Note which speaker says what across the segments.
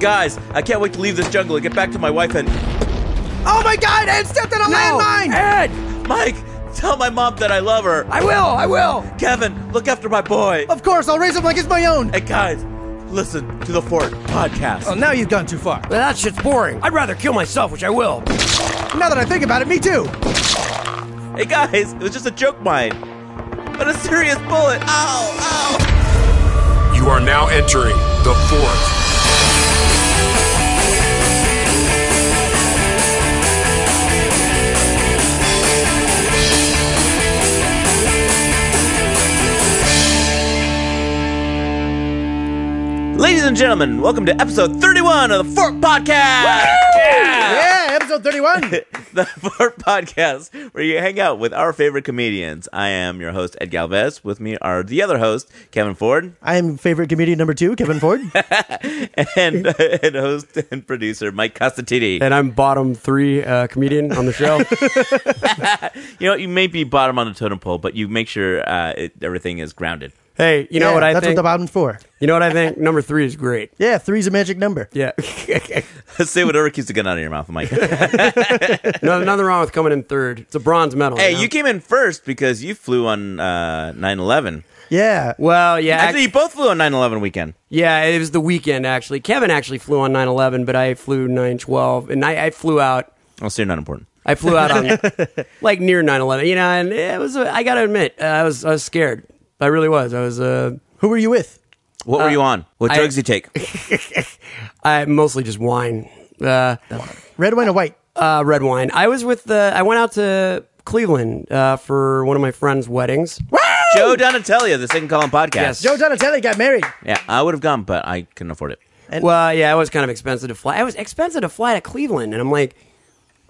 Speaker 1: Guys, I can't wait to leave this jungle and get back to my wife and. Oh my god, Ed stepped on a landmine!
Speaker 2: Ed!
Speaker 1: Mike, tell my mom that I love her.
Speaker 2: I will! I will!
Speaker 1: Kevin, look after my boy.
Speaker 2: Of course, I'll raise him like it's my own!
Speaker 1: And guys, listen to the Fort podcast.
Speaker 2: Well, now you've gone too far.
Speaker 3: Well, that shit's boring. I'd rather kill myself, which I will.
Speaker 2: Now that I think about it, me too!
Speaker 1: Hey guys, it was just a joke mine. But a serious bullet. Ow, ow.
Speaker 4: You are now entering the fort.
Speaker 1: Ladies and gentlemen, welcome to episode 31 of the Fort Podcast.
Speaker 2: Yeah, episode 31!
Speaker 1: the Fort Podcast, where you hang out with our favorite comedians. I am your host, Ed Galvez. With me are the other host, Kevin Ford,
Speaker 2: I'm favorite comedian number two, Kevin Ford.
Speaker 1: and, and host and producer, Mike Costantini.
Speaker 3: And I'm bottom three uh, comedian on the show.
Speaker 1: You know, you may be bottom on the totem pole, but you make sure uh, it, everything is grounded.
Speaker 3: hey, you know
Speaker 2: Yeah,
Speaker 3: what I
Speaker 2: That's
Speaker 3: think?
Speaker 2: what the bottom's for.
Speaker 3: you know what I think? Number three is great.
Speaker 2: Yeah, three's a magic number.
Speaker 3: Yeah.
Speaker 1: Say whatever keeps the gun out of your mouth, Mike.
Speaker 3: no, nothing wrong with coming in third. It's a bronze medal.
Speaker 1: hey,
Speaker 3: know?
Speaker 1: you came in first because you flew on uh, 9-11.
Speaker 2: Yeah.
Speaker 3: Well, yeah.
Speaker 1: Actually, you both flew on 9-11 weekend.
Speaker 3: Yeah, it was the weekend actually. Kevin actually flew on 9/11, but I flew 9/12, and I, I flew out.
Speaker 1: I'll say you're not important.
Speaker 3: I flew out on like near 9/11, you know. And it was I gotta admit, uh, I was I was scared. I really was. I was uh,
Speaker 2: Who were you with?
Speaker 1: What were you on? What
Speaker 3: I-
Speaker 1: drugs did you take?
Speaker 3: I mostly just wine, uh,
Speaker 2: Red, wine, or white?
Speaker 3: uh, red wine. I was with the. I went out to Cleveland uh, for one of my friends' weddings.
Speaker 1: Joe Donatellia, the Second Column Podcast.
Speaker 3: Yes.
Speaker 2: Joe Donatelli got married.
Speaker 1: Yeah, I would have gone, but I couldn't afford it.
Speaker 3: well, yeah, it was kind of expensive to fly. It was expensive to fly to Cleveland, and I'm like,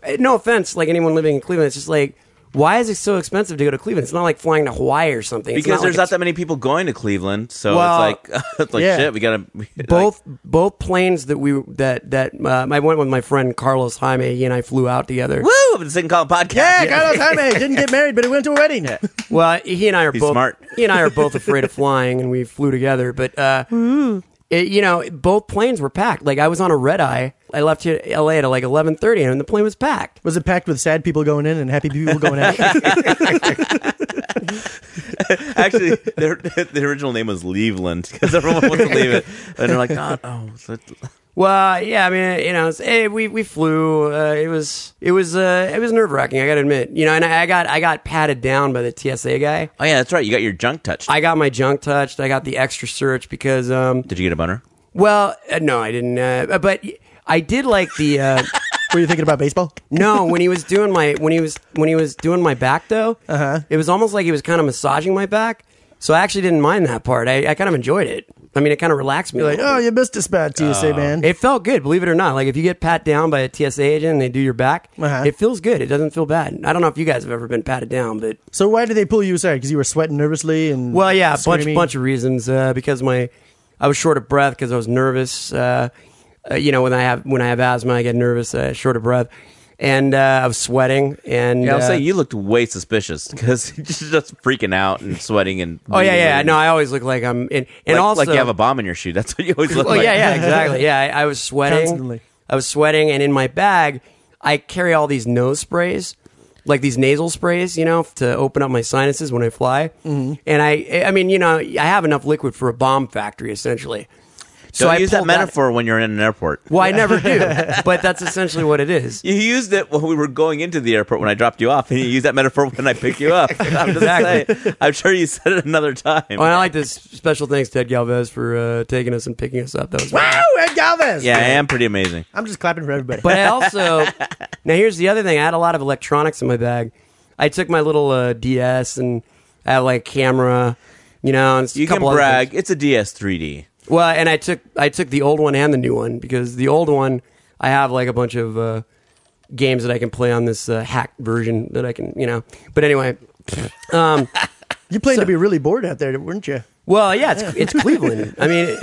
Speaker 3: eh, no offense, like anyone living in Cleveland, it's just like, why is it so expensive to go to Cleveland? It's not like flying to Hawaii or something. It's
Speaker 1: because
Speaker 3: not
Speaker 1: there's
Speaker 3: like
Speaker 1: not that many people going to Cleveland, so
Speaker 3: Well,
Speaker 1: it's like it's like
Speaker 2: yeah.
Speaker 1: shit. We gotta
Speaker 3: both both planes that we that that uh, I went with my friend Carlos Jaime. He and I flew out together.
Speaker 1: Like, woo, the second column podcast.
Speaker 2: Yeah, Carlos Jaime didn't get married, but he went to a wedding.
Speaker 3: Well, he and I are
Speaker 1: He's
Speaker 3: both
Speaker 1: smart.
Speaker 3: He and I are both afraid of flying, and we flew together. But uh, it, you know, both planes were packed. Like I was on a red eye. I left here L.A. at like 11:30, and the plane was packed.
Speaker 2: Was it packed with sad people going in and happy people going out?
Speaker 1: Actually, their, the original name was Leaveland because everyone wanted to leave it, and they're like, God, oh, so-
Speaker 3: Well, uh, yeah, I mean, you know, it's, eh, we we flew. Uh, it was it was uh, it was nerve wracking. I got to admit, you know, and I, I got I got patted down by the TSA guy.
Speaker 1: oh yeah, that's right. You got your junk touched.
Speaker 3: I got my junk touched. I got the extra search because um,
Speaker 1: Did you get a boner?
Speaker 3: Well, uh, no, I didn't. Uh, but I did like the. Uh,
Speaker 2: were you thinking about baseball?
Speaker 3: no, when he was doing my when he was when he was doing my back though, uh-huh. it was almost like he was kind of massaging my back. So I actually didn't mind that part. I, I kind of enjoyed it. I mean, it kind of relaxed me. a
Speaker 2: Like,
Speaker 3: little
Speaker 2: oh, you missed a spot, TSA man.
Speaker 3: bit. It felt good, believe it or not. Like if you get pat down by a TSA agent and they do your back,
Speaker 2: Uh-huh.
Speaker 3: it feels good. It doesn't feel bad. I don't know if you guys have ever been patted down, but
Speaker 2: so why did they pull you aside? Because you were sweating nervously and
Speaker 3: Well, yeah, a bunch,
Speaker 2: screaming?
Speaker 3: bunch of reasons. Uh, because my, I was short of breath because I was nervous. Uh, uh, you know, when I have when I have asthma, I get nervous, uh, short of breath, and uh, I was sweating. And
Speaker 1: Yeah, I'll
Speaker 3: uh,
Speaker 1: say you looked way suspicious because you're just freaking out and sweating and.
Speaker 3: Oh yeah, yeah. No, I always look like I'm. And, and
Speaker 1: like,
Speaker 3: also,
Speaker 1: like you have a bomb in your shoe. That's what you always look
Speaker 3: Well,
Speaker 1: like.
Speaker 3: yeah, yeah, exactly. Yeah, I, I was sweating.
Speaker 2: Constantly.
Speaker 3: I was sweating, and in my bag, I carry all these nose sprays, like these nasal sprays, you know, to open up my sinuses when I fly.
Speaker 1: Mm-hmm.
Speaker 3: And I, I mean, you know, I have enough liquid for a bomb factory, essentially. So
Speaker 1: Don't
Speaker 3: I
Speaker 1: use that
Speaker 3: pulled
Speaker 1: metaphor when you're in an airport.
Speaker 3: Well, I never do, but that's essentially what it is.
Speaker 1: You used it when we were going into the airport when I dropped you off, and you used that metaphor when I picked you up. I'm, just
Speaker 3: Exactly.
Speaker 1: saying, I'm sure you said it another time.
Speaker 3: Oh, and I like this special thanks, Ted Galvez, for uh, taking us and picking us up. That was
Speaker 2: Wow, Ed Galvez.
Speaker 1: yeah, I am pretty amazing.
Speaker 2: I'm just clapping for everybody.
Speaker 3: But I also now here's the other thing. I had a lot of electronics in my bag. I took my little uh, DS and I had like camera, you know. And
Speaker 1: You
Speaker 3: a couple
Speaker 1: can
Speaker 3: other
Speaker 1: brag. It's
Speaker 3: things.
Speaker 1: a DS3D.
Speaker 3: Well, and I took I took the old one and the new one because the old one I have like a bunch of uh, games that I can play on this uh, hacked version that I can, you know. But anyway, um,
Speaker 2: you planned to be really bored out there, weren't you?
Speaker 3: well, yeah, it's, it's Cleveland. I mean,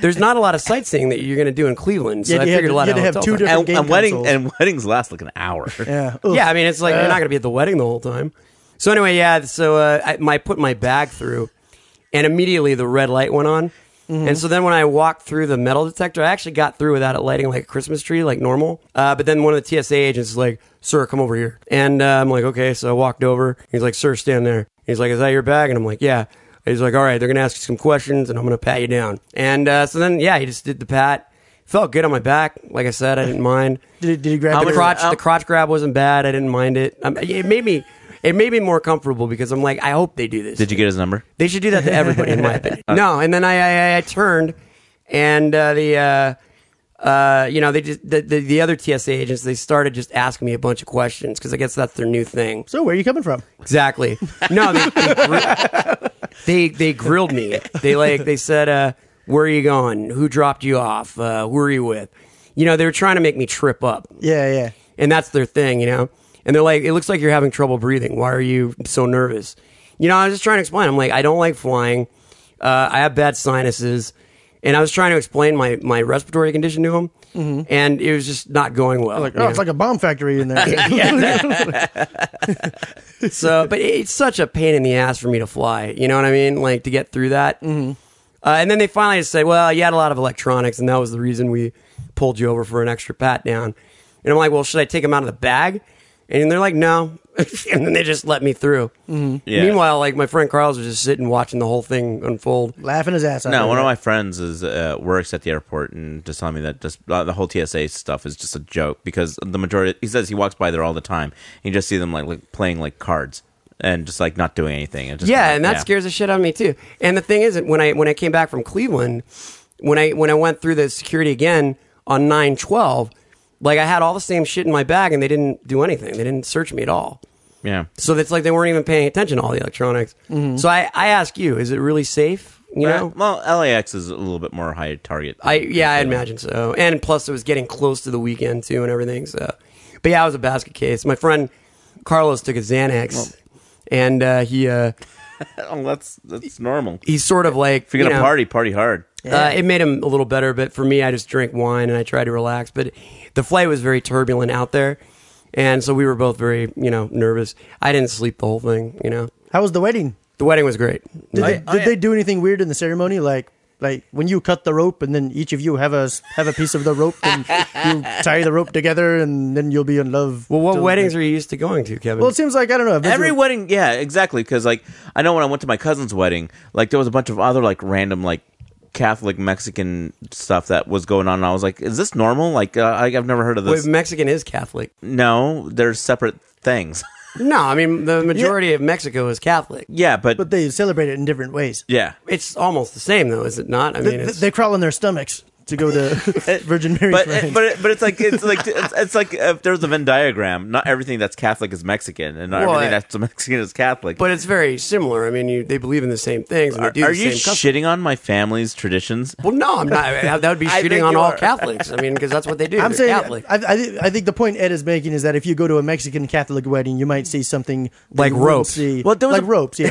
Speaker 3: there's not a lot of sightseeing that you're going to do in Cleveland, so
Speaker 2: Yeah,
Speaker 3: I
Speaker 2: you had
Speaker 3: figured
Speaker 2: to-
Speaker 3: a lot
Speaker 2: you
Speaker 3: of
Speaker 2: had to have
Speaker 3: hotel
Speaker 2: two
Speaker 3: time.
Speaker 2: different
Speaker 1: And,
Speaker 2: game
Speaker 1: and wedding
Speaker 2: consoles.
Speaker 1: and weddings last like an hour.
Speaker 2: Yeah. Ugh.
Speaker 3: Yeah, I mean, it's like you're not going to be at the wedding the whole time. So anyway, yeah. So uh, I, my put my bag through, and immediately the red light went on,
Speaker 2: Mm-hmm.
Speaker 3: And so then when I walked through the metal detector, I actually got through without it lighting like a Christmas tree, like normal. Uh, but then one of the TSA agents is like, "Sir, come over here." And uh, I'm like, "Okay." So I walked over. He's like, "Sir, stand there." He's like, "Is that your bag?" And I'm like, "Yeah." He's like, "All right, they're gonna ask you some questions, and I'm gonna pat you down." And uh, so then, yeah, he just did the pat. Felt good on my back. Like I said, I didn't mind.
Speaker 2: Did, it- did he grab
Speaker 1: How
Speaker 2: it?
Speaker 1: much-
Speaker 2: or-
Speaker 3: The crotch,
Speaker 1: how-
Speaker 3: the crotch grab wasn't bad. I didn't mind it. Um, it made me, it made me more comfortable because I'm like, I hope they do this.
Speaker 1: Did you get his number?
Speaker 3: They should do that to everybody, in my opinion. No, and then I, I, I turned, and uh, the, uh, uh, you know, they just the, the the other TSA agents they started just asking me a bunch of questions because I guess that's their new thing.
Speaker 2: So where are you coming from?
Speaker 3: Exactly. No, they they, gri- they they grilled me. They like they said, uh, "Where are you going? Who dropped you off? Uh, who are you with?" You know, they were trying to make me trip up
Speaker 2: Yeah, yeah.
Speaker 3: and that's their thing, you know. And they're like, "It looks like you're having trouble breathing. Why are you so nervous?" You know, I was just trying to explain. I'm like, "I don't like flying. Uh, I have bad sinuses," and I was trying to explain my my respiratory condition to them, and it was just not going well.
Speaker 2: Mm-hmm. Like,
Speaker 3: you
Speaker 2: oh,
Speaker 3: know?
Speaker 2: it's like a bomb factory in there.
Speaker 3: so, but it's such a pain in the ass for me to fly. You know what I mean? Like to get through that. Mm-hmm. Uh, and then they finally just said, "Well, you had a lot of electronics, and that was the reason we pulled you over for an extra pat down." And I'm like, "Well, should I take them out of the bag?" And they're like, "No." and then they just let me through.
Speaker 1: Yeah.
Speaker 3: Meanwhile, like my friend Carl's was just sitting watching the whole thing unfold.
Speaker 2: Laughing his ass off.
Speaker 1: No, one of my friends is uh, works at the airport and just telling me that just uh, the whole TSA stuff is just a joke because the majority. He says he walks by there all the time. And you just see them like, like, playing like cards and just like not doing anything. And just,
Speaker 3: Yeah,
Speaker 1: like,
Speaker 3: and that scares the shit out of me too. And the thing is, when I when I came back from Cleveland, when I when I went through the security again on nine twelve, like I had all the same shit in my bag, and they didn't do anything. They didn't search me at all.
Speaker 1: Yeah,
Speaker 3: So it's like they weren't even paying attention to all the electronics.
Speaker 1: Mm-hmm.
Speaker 3: So I I ask you, is it really safe? You
Speaker 1: Uh,
Speaker 3: know.
Speaker 1: well, LAX is a little bit more high target.
Speaker 3: I yeah, I imagine so. And plus, it was getting close to the weekend too, and everything. So, but yeah, I was a basket case. My friend Carlos took a Xanax, and uh, he uh,
Speaker 1: Oh, that's that's normal. If
Speaker 3: he's sort of like
Speaker 1: you're gonna
Speaker 3: you know,
Speaker 1: party, party hard.
Speaker 3: Uh, it made him a little better, but for me, I just drink wine and I try to relax. But the flight was very turbulent out there, and so we were both very, you know, nervous. I didn't sleep the whole thing. You know,
Speaker 2: How was the wedding?
Speaker 3: the wedding was great.
Speaker 2: Did,
Speaker 1: I-
Speaker 2: they, did
Speaker 1: I-
Speaker 2: they do anything weird in the ceremony? Like, like when you cut the rope and then each of you have a have a piece of the rope and you tie the rope together and then you'll be in love.
Speaker 3: Well, what weddings are you used to going to, Kevin?
Speaker 2: Well, it seems like I don't know. I've been
Speaker 1: Every
Speaker 2: to-
Speaker 1: wedding, yeah, exactly. Because like I know when I went to my cousin's wedding, like there was a bunch of other like random like Catholic Mexican stuff that was going on, and I was like, "Is this normal?" Like uh, I, I've never heard of
Speaker 3: Wait,
Speaker 1: this.
Speaker 3: Mexican is Catholic.
Speaker 1: no, they're separate things.
Speaker 3: No, I mean the majority of Mexico is Catholic.
Speaker 1: yeah, but,
Speaker 2: but they celebrate it in different ways.
Speaker 1: yeah,
Speaker 3: It's almost the same, though, is it not? I mean,
Speaker 2: They,
Speaker 3: it's,
Speaker 2: they crawl on their stomachs to go to Virgin Mary's.
Speaker 1: but
Speaker 2: shrine.
Speaker 1: but but it's like it's like it's, it's like if there's a Venn diagram, not everything that's Catholic is Mexican, and not
Speaker 3: Well,
Speaker 1: everything
Speaker 3: I-
Speaker 1: that's Mexican is Catholic.
Speaker 3: but it's very similar. I mean, you, they believe in the same things. And
Speaker 1: are,
Speaker 3: they do
Speaker 1: are
Speaker 3: the
Speaker 1: you
Speaker 3: same customs.
Speaker 1: shitting on my family's traditions?
Speaker 3: Well, no, I'm not. I- That would be
Speaker 1: I
Speaker 3: shitting
Speaker 1: think
Speaker 3: on
Speaker 1: you
Speaker 3: all
Speaker 1: are.
Speaker 3: Catholics. I mean, because that's what they do.
Speaker 2: I'm
Speaker 3: They're
Speaker 2: saying,
Speaker 3: Catholic.
Speaker 2: I, I, thi- I think the point Ed is making is that if you go to a Mexican Catholic wedding, you might see something that
Speaker 3: Like
Speaker 2: you wouldn't
Speaker 3: ropes.
Speaker 2: See,
Speaker 1: Well, there was
Speaker 2: like
Speaker 1: a-
Speaker 2: ropes, yeah.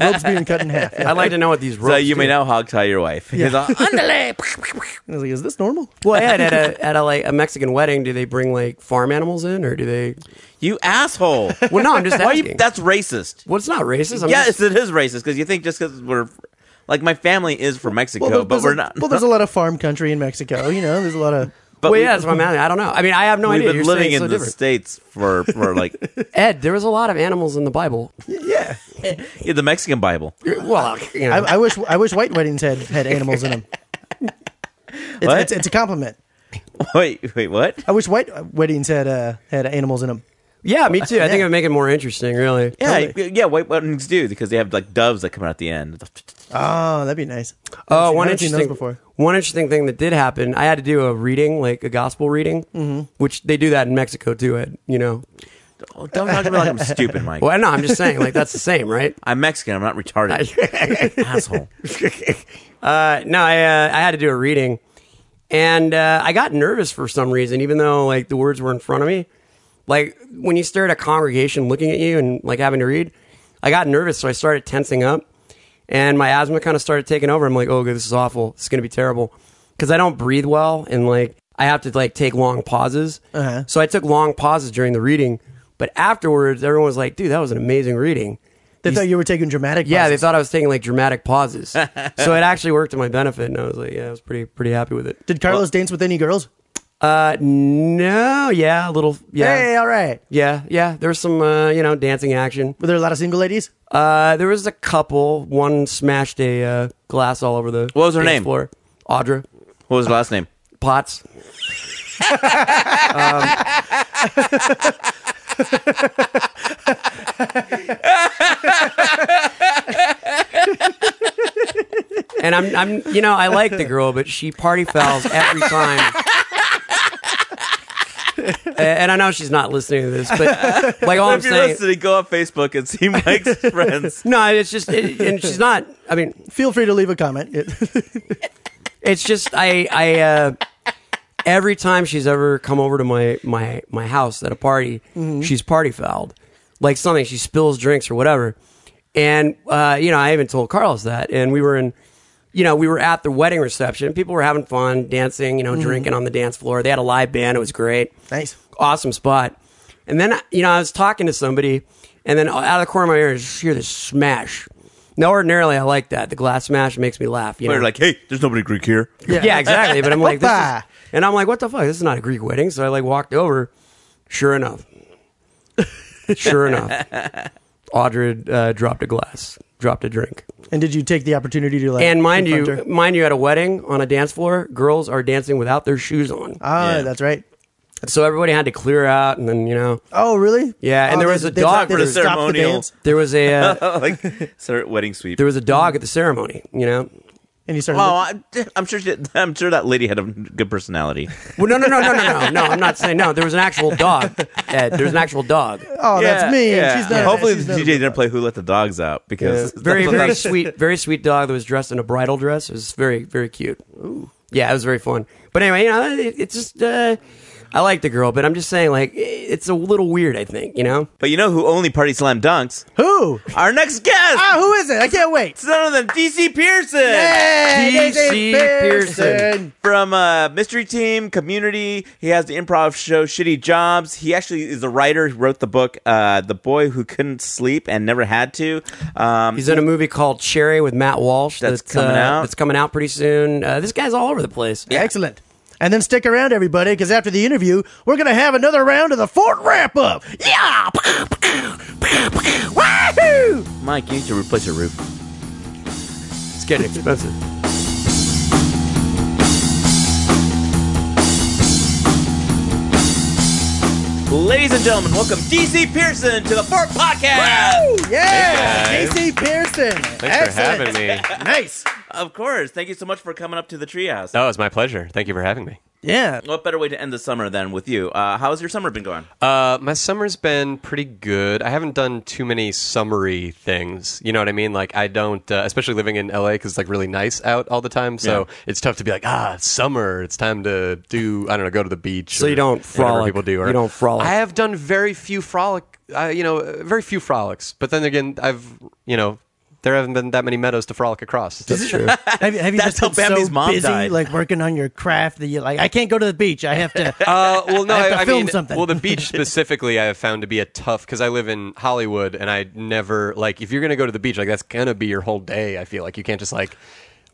Speaker 2: ropes being cut in half. Yeah.
Speaker 3: I'd like to know what these ropes.
Speaker 1: So you may
Speaker 3: do.
Speaker 1: now hog tie your wife. Because I-
Speaker 2: I was like, is this normal?
Speaker 3: Well, Ed, at a at a like a Mexican wedding, do they bring like farm animals in, or do they?
Speaker 1: you asshole.
Speaker 3: Well, no, I'm just
Speaker 1: Why
Speaker 3: asking.
Speaker 1: you, that's racist.
Speaker 3: well, it's not racist. I'm
Speaker 1: yes,
Speaker 3: just-
Speaker 1: it is racist because you think just because we're like my family is from Mexico,
Speaker 2: there-
Speaker 1: but
Speaker 2: there's
Speaker 1: we're
Speaker 2: a,
Speaker 1: not.
Speaker 2: Well, there's a lot of farm country in Mexico. You know, there's a lot of.
Speaker 1: but
Speaker 3: well,
Speaker 1: we-
Speaker 3: yeah, that's what I'm asking. I don't know. I mean, I have no
Speaker 1: We've
Speaker 3: idea.
Speaker 1: been
Speaker 3: You're
Speaker 1: living
Speaker 3: saying it's
Speaker 1: in
Speaker 3: so
Speaker 1: the
Speaker 3: different.
Speaker 1: states for for like
Speaker 3: Ed, there was a lot of animals in the Bible.
Speaker 2: Yeah,
Speaker 1: yeah, the Mexican Bible.
Speaker 3: Well, you
Speaker 2: I,
Speaker 3: know.
Speaker 2: I wish I wish white weddings had had animals in them. It's,
Speaker 1: What?
Speaker 2: it's, it's a compliment.
Speaker 1: Wait, wait, what?
Speaker 2: I wish white weddings had uh, had animals in them.
Speaker 3: yeah, me too. I think it would make it more interesting. Really.
Speaker 1: Yeah, yeah, white weddings do because they have like doves that come out at the end.
Speaker 2: Oh, that'd be nice.
Speaker 3: Oh,
Speaker 2: I've seen-
Speaker 3: one
Speaker 2: I haven't seen
Speaker 3: interesting
Speaker 2: those before.
Speaker 3: one interesting thing that did happen. I had to do a reading, like a gospel reading,
Speaker 1: Mm-hmm.
Speaker 3: which they do that in Mexico too. Ed, you know.
Speaker 1: Oh, don't talk to me like I'm stupid, Mike.
Speaker 3: Well, no, I'm just saying, like that's the same, right?
Speaker 1: I'm Mexican. I'm not retarded. Asshole.
Speaker 3: Uh, no, I, uh, I had to do a reading, and uh, I got nervous for some reason, even though like the words were in front of me. Like when you stare at a congregation looking at you and like having to read, I got nervous, so I started tensing up, and my asthma kind of started taking over. I'm like, oh, this is awful. This is gonna be terrible because I don't breathe well, and like I have to like take long pauses.
Speaker 2: Uh-huh.
Speaker 3: So I took long pauses during the reading, but afterwards, everyone was like, dude, that was an amazing reading.
Speaker 2: They thought you were taking dramatic.
Speaker 3: Yeah, they
Speaker 2: pauses.
Speaker 3: thought I was taking like dramatic pauses. so it actually worked to my benefit, and I was like, yeah, I was pretty pretty happy with it.
Speaker 2: Did Carlos dance with any girls?
Speaker 3: Uh, no, yeah, a little, yeah,
Speaker 2: Hey, all right.
Speaker 3: yeah, yeah. There was some, uh, you know, dancing action.
Speaker 2: Were there a lot of single ladies?
Speaker 3: Uh, there was a couple. One smashed a uh, glass all over the.
Speaker 1: What was her
Speaker 3: dance
Speaker 1: name?
Speaker 3: Floor. Audra
Speaker 1: What was the last name?
Speaker 3: Potts. Um, um, and I'm, I'm, you know, I like the girl, but she party fouls every time. A- and I know she's not listening to this, but like all I'm
Speaker 1: if you're
Speaker 3: saying,
Speaker 1: listening, go on Facebook and see Mike's friends.
Speaker 3: no, it's just, it, and she's not. I mean,
Speaker 2: Feel free to leave a comment. It-
Speaker 3: it's just I I uh, every time she's ever come over to my my my house at a party, she's party fouled, like something she spills drinks or whatever, and uh, you know I even told Carlos that, and we were in. You know, we were at the wedding reception. People were having fun, dancing, you know, drinking on the dance floor. They had a live band. It was great
Speaker 2: nice.
Speaker 3: awesome spot. And then you know, I was talking to somebody, and then out of the corner of my ear, I just hear this smash. Now, ordinarily, I like that. The glass smash makes me laugh. You know,
Speaker 1: We're like, hey, there's nobody Greek here.
Speaker 3: yeah. exactly. But I'm like, this
Speaker 2: Whoppa.
Speaker 3: is, and I'm like, what the fuck? This is not a Greek wedding. So I like walked over. Sure enough, sure enough, Audra uh, dropped a glass, dropped a drink.
Speaker 2: And did you take the opportunity to like?
Speaker 3: And mind you,
Speaker 2: confront her?
Speaker 3: mind you, at a wedding on a dance floor, girls are dancing without their shoes on.
Speaker 2: ah,
Speaker 1: Yeah.
Speaker 2: that's right.
Speaker 3: so everybody had to clear out, and then you know.
Speaker 2: Oh, really?
Speaker 3: Yeah, and
Speaker 2: Oh,
Speaker 3: there
Speaker 2: they-
Speaker 3: was a
Speaker 2: they
Speaker 3: dog
Speaker 2: stopped- they
Speaker 1: for the
Speaker 2: stopped
Speaker 1: ceremonial.
Speaker 2: dance
Speaker 3: There was a uh,
Speaker 1: like, sir, wedding sweep.
Speaker 3: there was a dog at the ceremony, you know?
Speaker 2: and you started.
Speaker 1: Well, Oh, I, I'm sure. She, I'm sure that lady had a good personality.
Speaker 3: Well, no, no, no, no, no, no, no. I'm not saying no. There was an actual dog. Ed, there was an actual dog.
Speaker 2: oh, that's me. and She's not.
Speaker 1: Hopefully,
Speaker 2: she's
Speaker 1: the
Speaker 2: not-
Speaker 1: DJ didn't play "Who Let the Dogs Out" because
Speaker 3: Very,
Speaker 1: that's
Speaker 3: very
Speaker 1: not-
Speaker 3: sweet, very sweet dog that was dressed in a bridal dress. It was very, very cute. Yeah, it was very fun. But anyway, you know, it, it's just uh, I like the girl, but I'm just saying, like, it's a little weird. I think, you know.
Speaker 1: But you know who only party slam dunks?
Speaker 2: Who?
Speaker 1: Our next guest.
Speaker 2: Ah, who is it? I can't wait.
Speaker 1: It's none other than DC Pearson
Speaker 2: Hey,
Speaker 3: DC Pearson.
Speaker 1: from uh, Mystery Team Community. He has the improv show Shitty Jobs. He actually is a writer. He wrote the book uh, "The Boy Who Couldn't Sleep and Never Had to." Um,
Speaker 3: He's in a movie called Cherry with Matt Walsh.
Speaker 1: That's coming
Speaker 3: uh,
Speaker 1: out.
Speaker 3: That's coming out pretty soon. Uh, this guy's all over the place.
Speaker 2: Excellent. And then stick around, everybody, because after the interview, we're going to have another round of the Fort wrap up. Yeah! Wahoo!
Speaker 1: Mike, you need to replace your roof.
Speaker 3: It's getting expensive.
Speaker 1: Ladies and gentlemen, welcome DC Pearson to the Fort Podcast.
Speaker 2: Yeah!
Speaker 5: Hey, guys.
Speaker 2: Casey Pearson.
Speaker 5: Thanks for having me.
Speaker 2: Nice.
Speaker 1: Of course. Thank you so much for coming up to the treehouse.
Speaker 5: Oh, it's my pleasure. Thank you for having me.
Speaker 2: Yeah.
Speaker 1: What better way to end the summer than with you? Uh, how's your summer been going?
Speaker 5: Uh, my summer's been pretty good. I haven't done too many summery things. You know what I mean? Like I don't, uh, especially living in LA, because it's like really nice out all the time. So
Speaker 1: Yeah.
Speaker 5: it's tough to be like, ah, it's summer. It's time to do. I don't know, go to the beach.
Speaker 3: So
Speaker 5: or
Speaker 3: you don't
Speaker 5: whatever
Speaker 3: frolic.
Speaker 5: People do. Or,
Speaker 3: You don't frolic.
Speaker 5: I have done very few frolic. Uh, you know, uh, very few frolics. But then again, I've you know. There haven't been that many meadows to frolic across.
Speaker 3: That's true.
Speaker 2: Have, you- have you
Speaker 1: That's
Speaker 2: just
Speaker 1: how
Speaker 2: been
Speaker 1: Bambi's
Speaker 2: so
Speaker 1: mom
Speaker 2: busy,
Speaker 1: died.
Speaker 2: like working on your craft that you like? I can't go to the beach. I have to.
Speaker 5: Uh, well, no,
Speaker 2: I have
Speaker 5: I,
Speaker 2: to
Speaker 5: I
Speaker 2: film
Speaker 5: mean,
Speaker 2: something.
Speaker 5: well, the beach specifically, I have found to be a tough because I live in Hollywood, and I never like if you're gonna go to the beach, like that's gonna be your whole day. I feel like you can't just like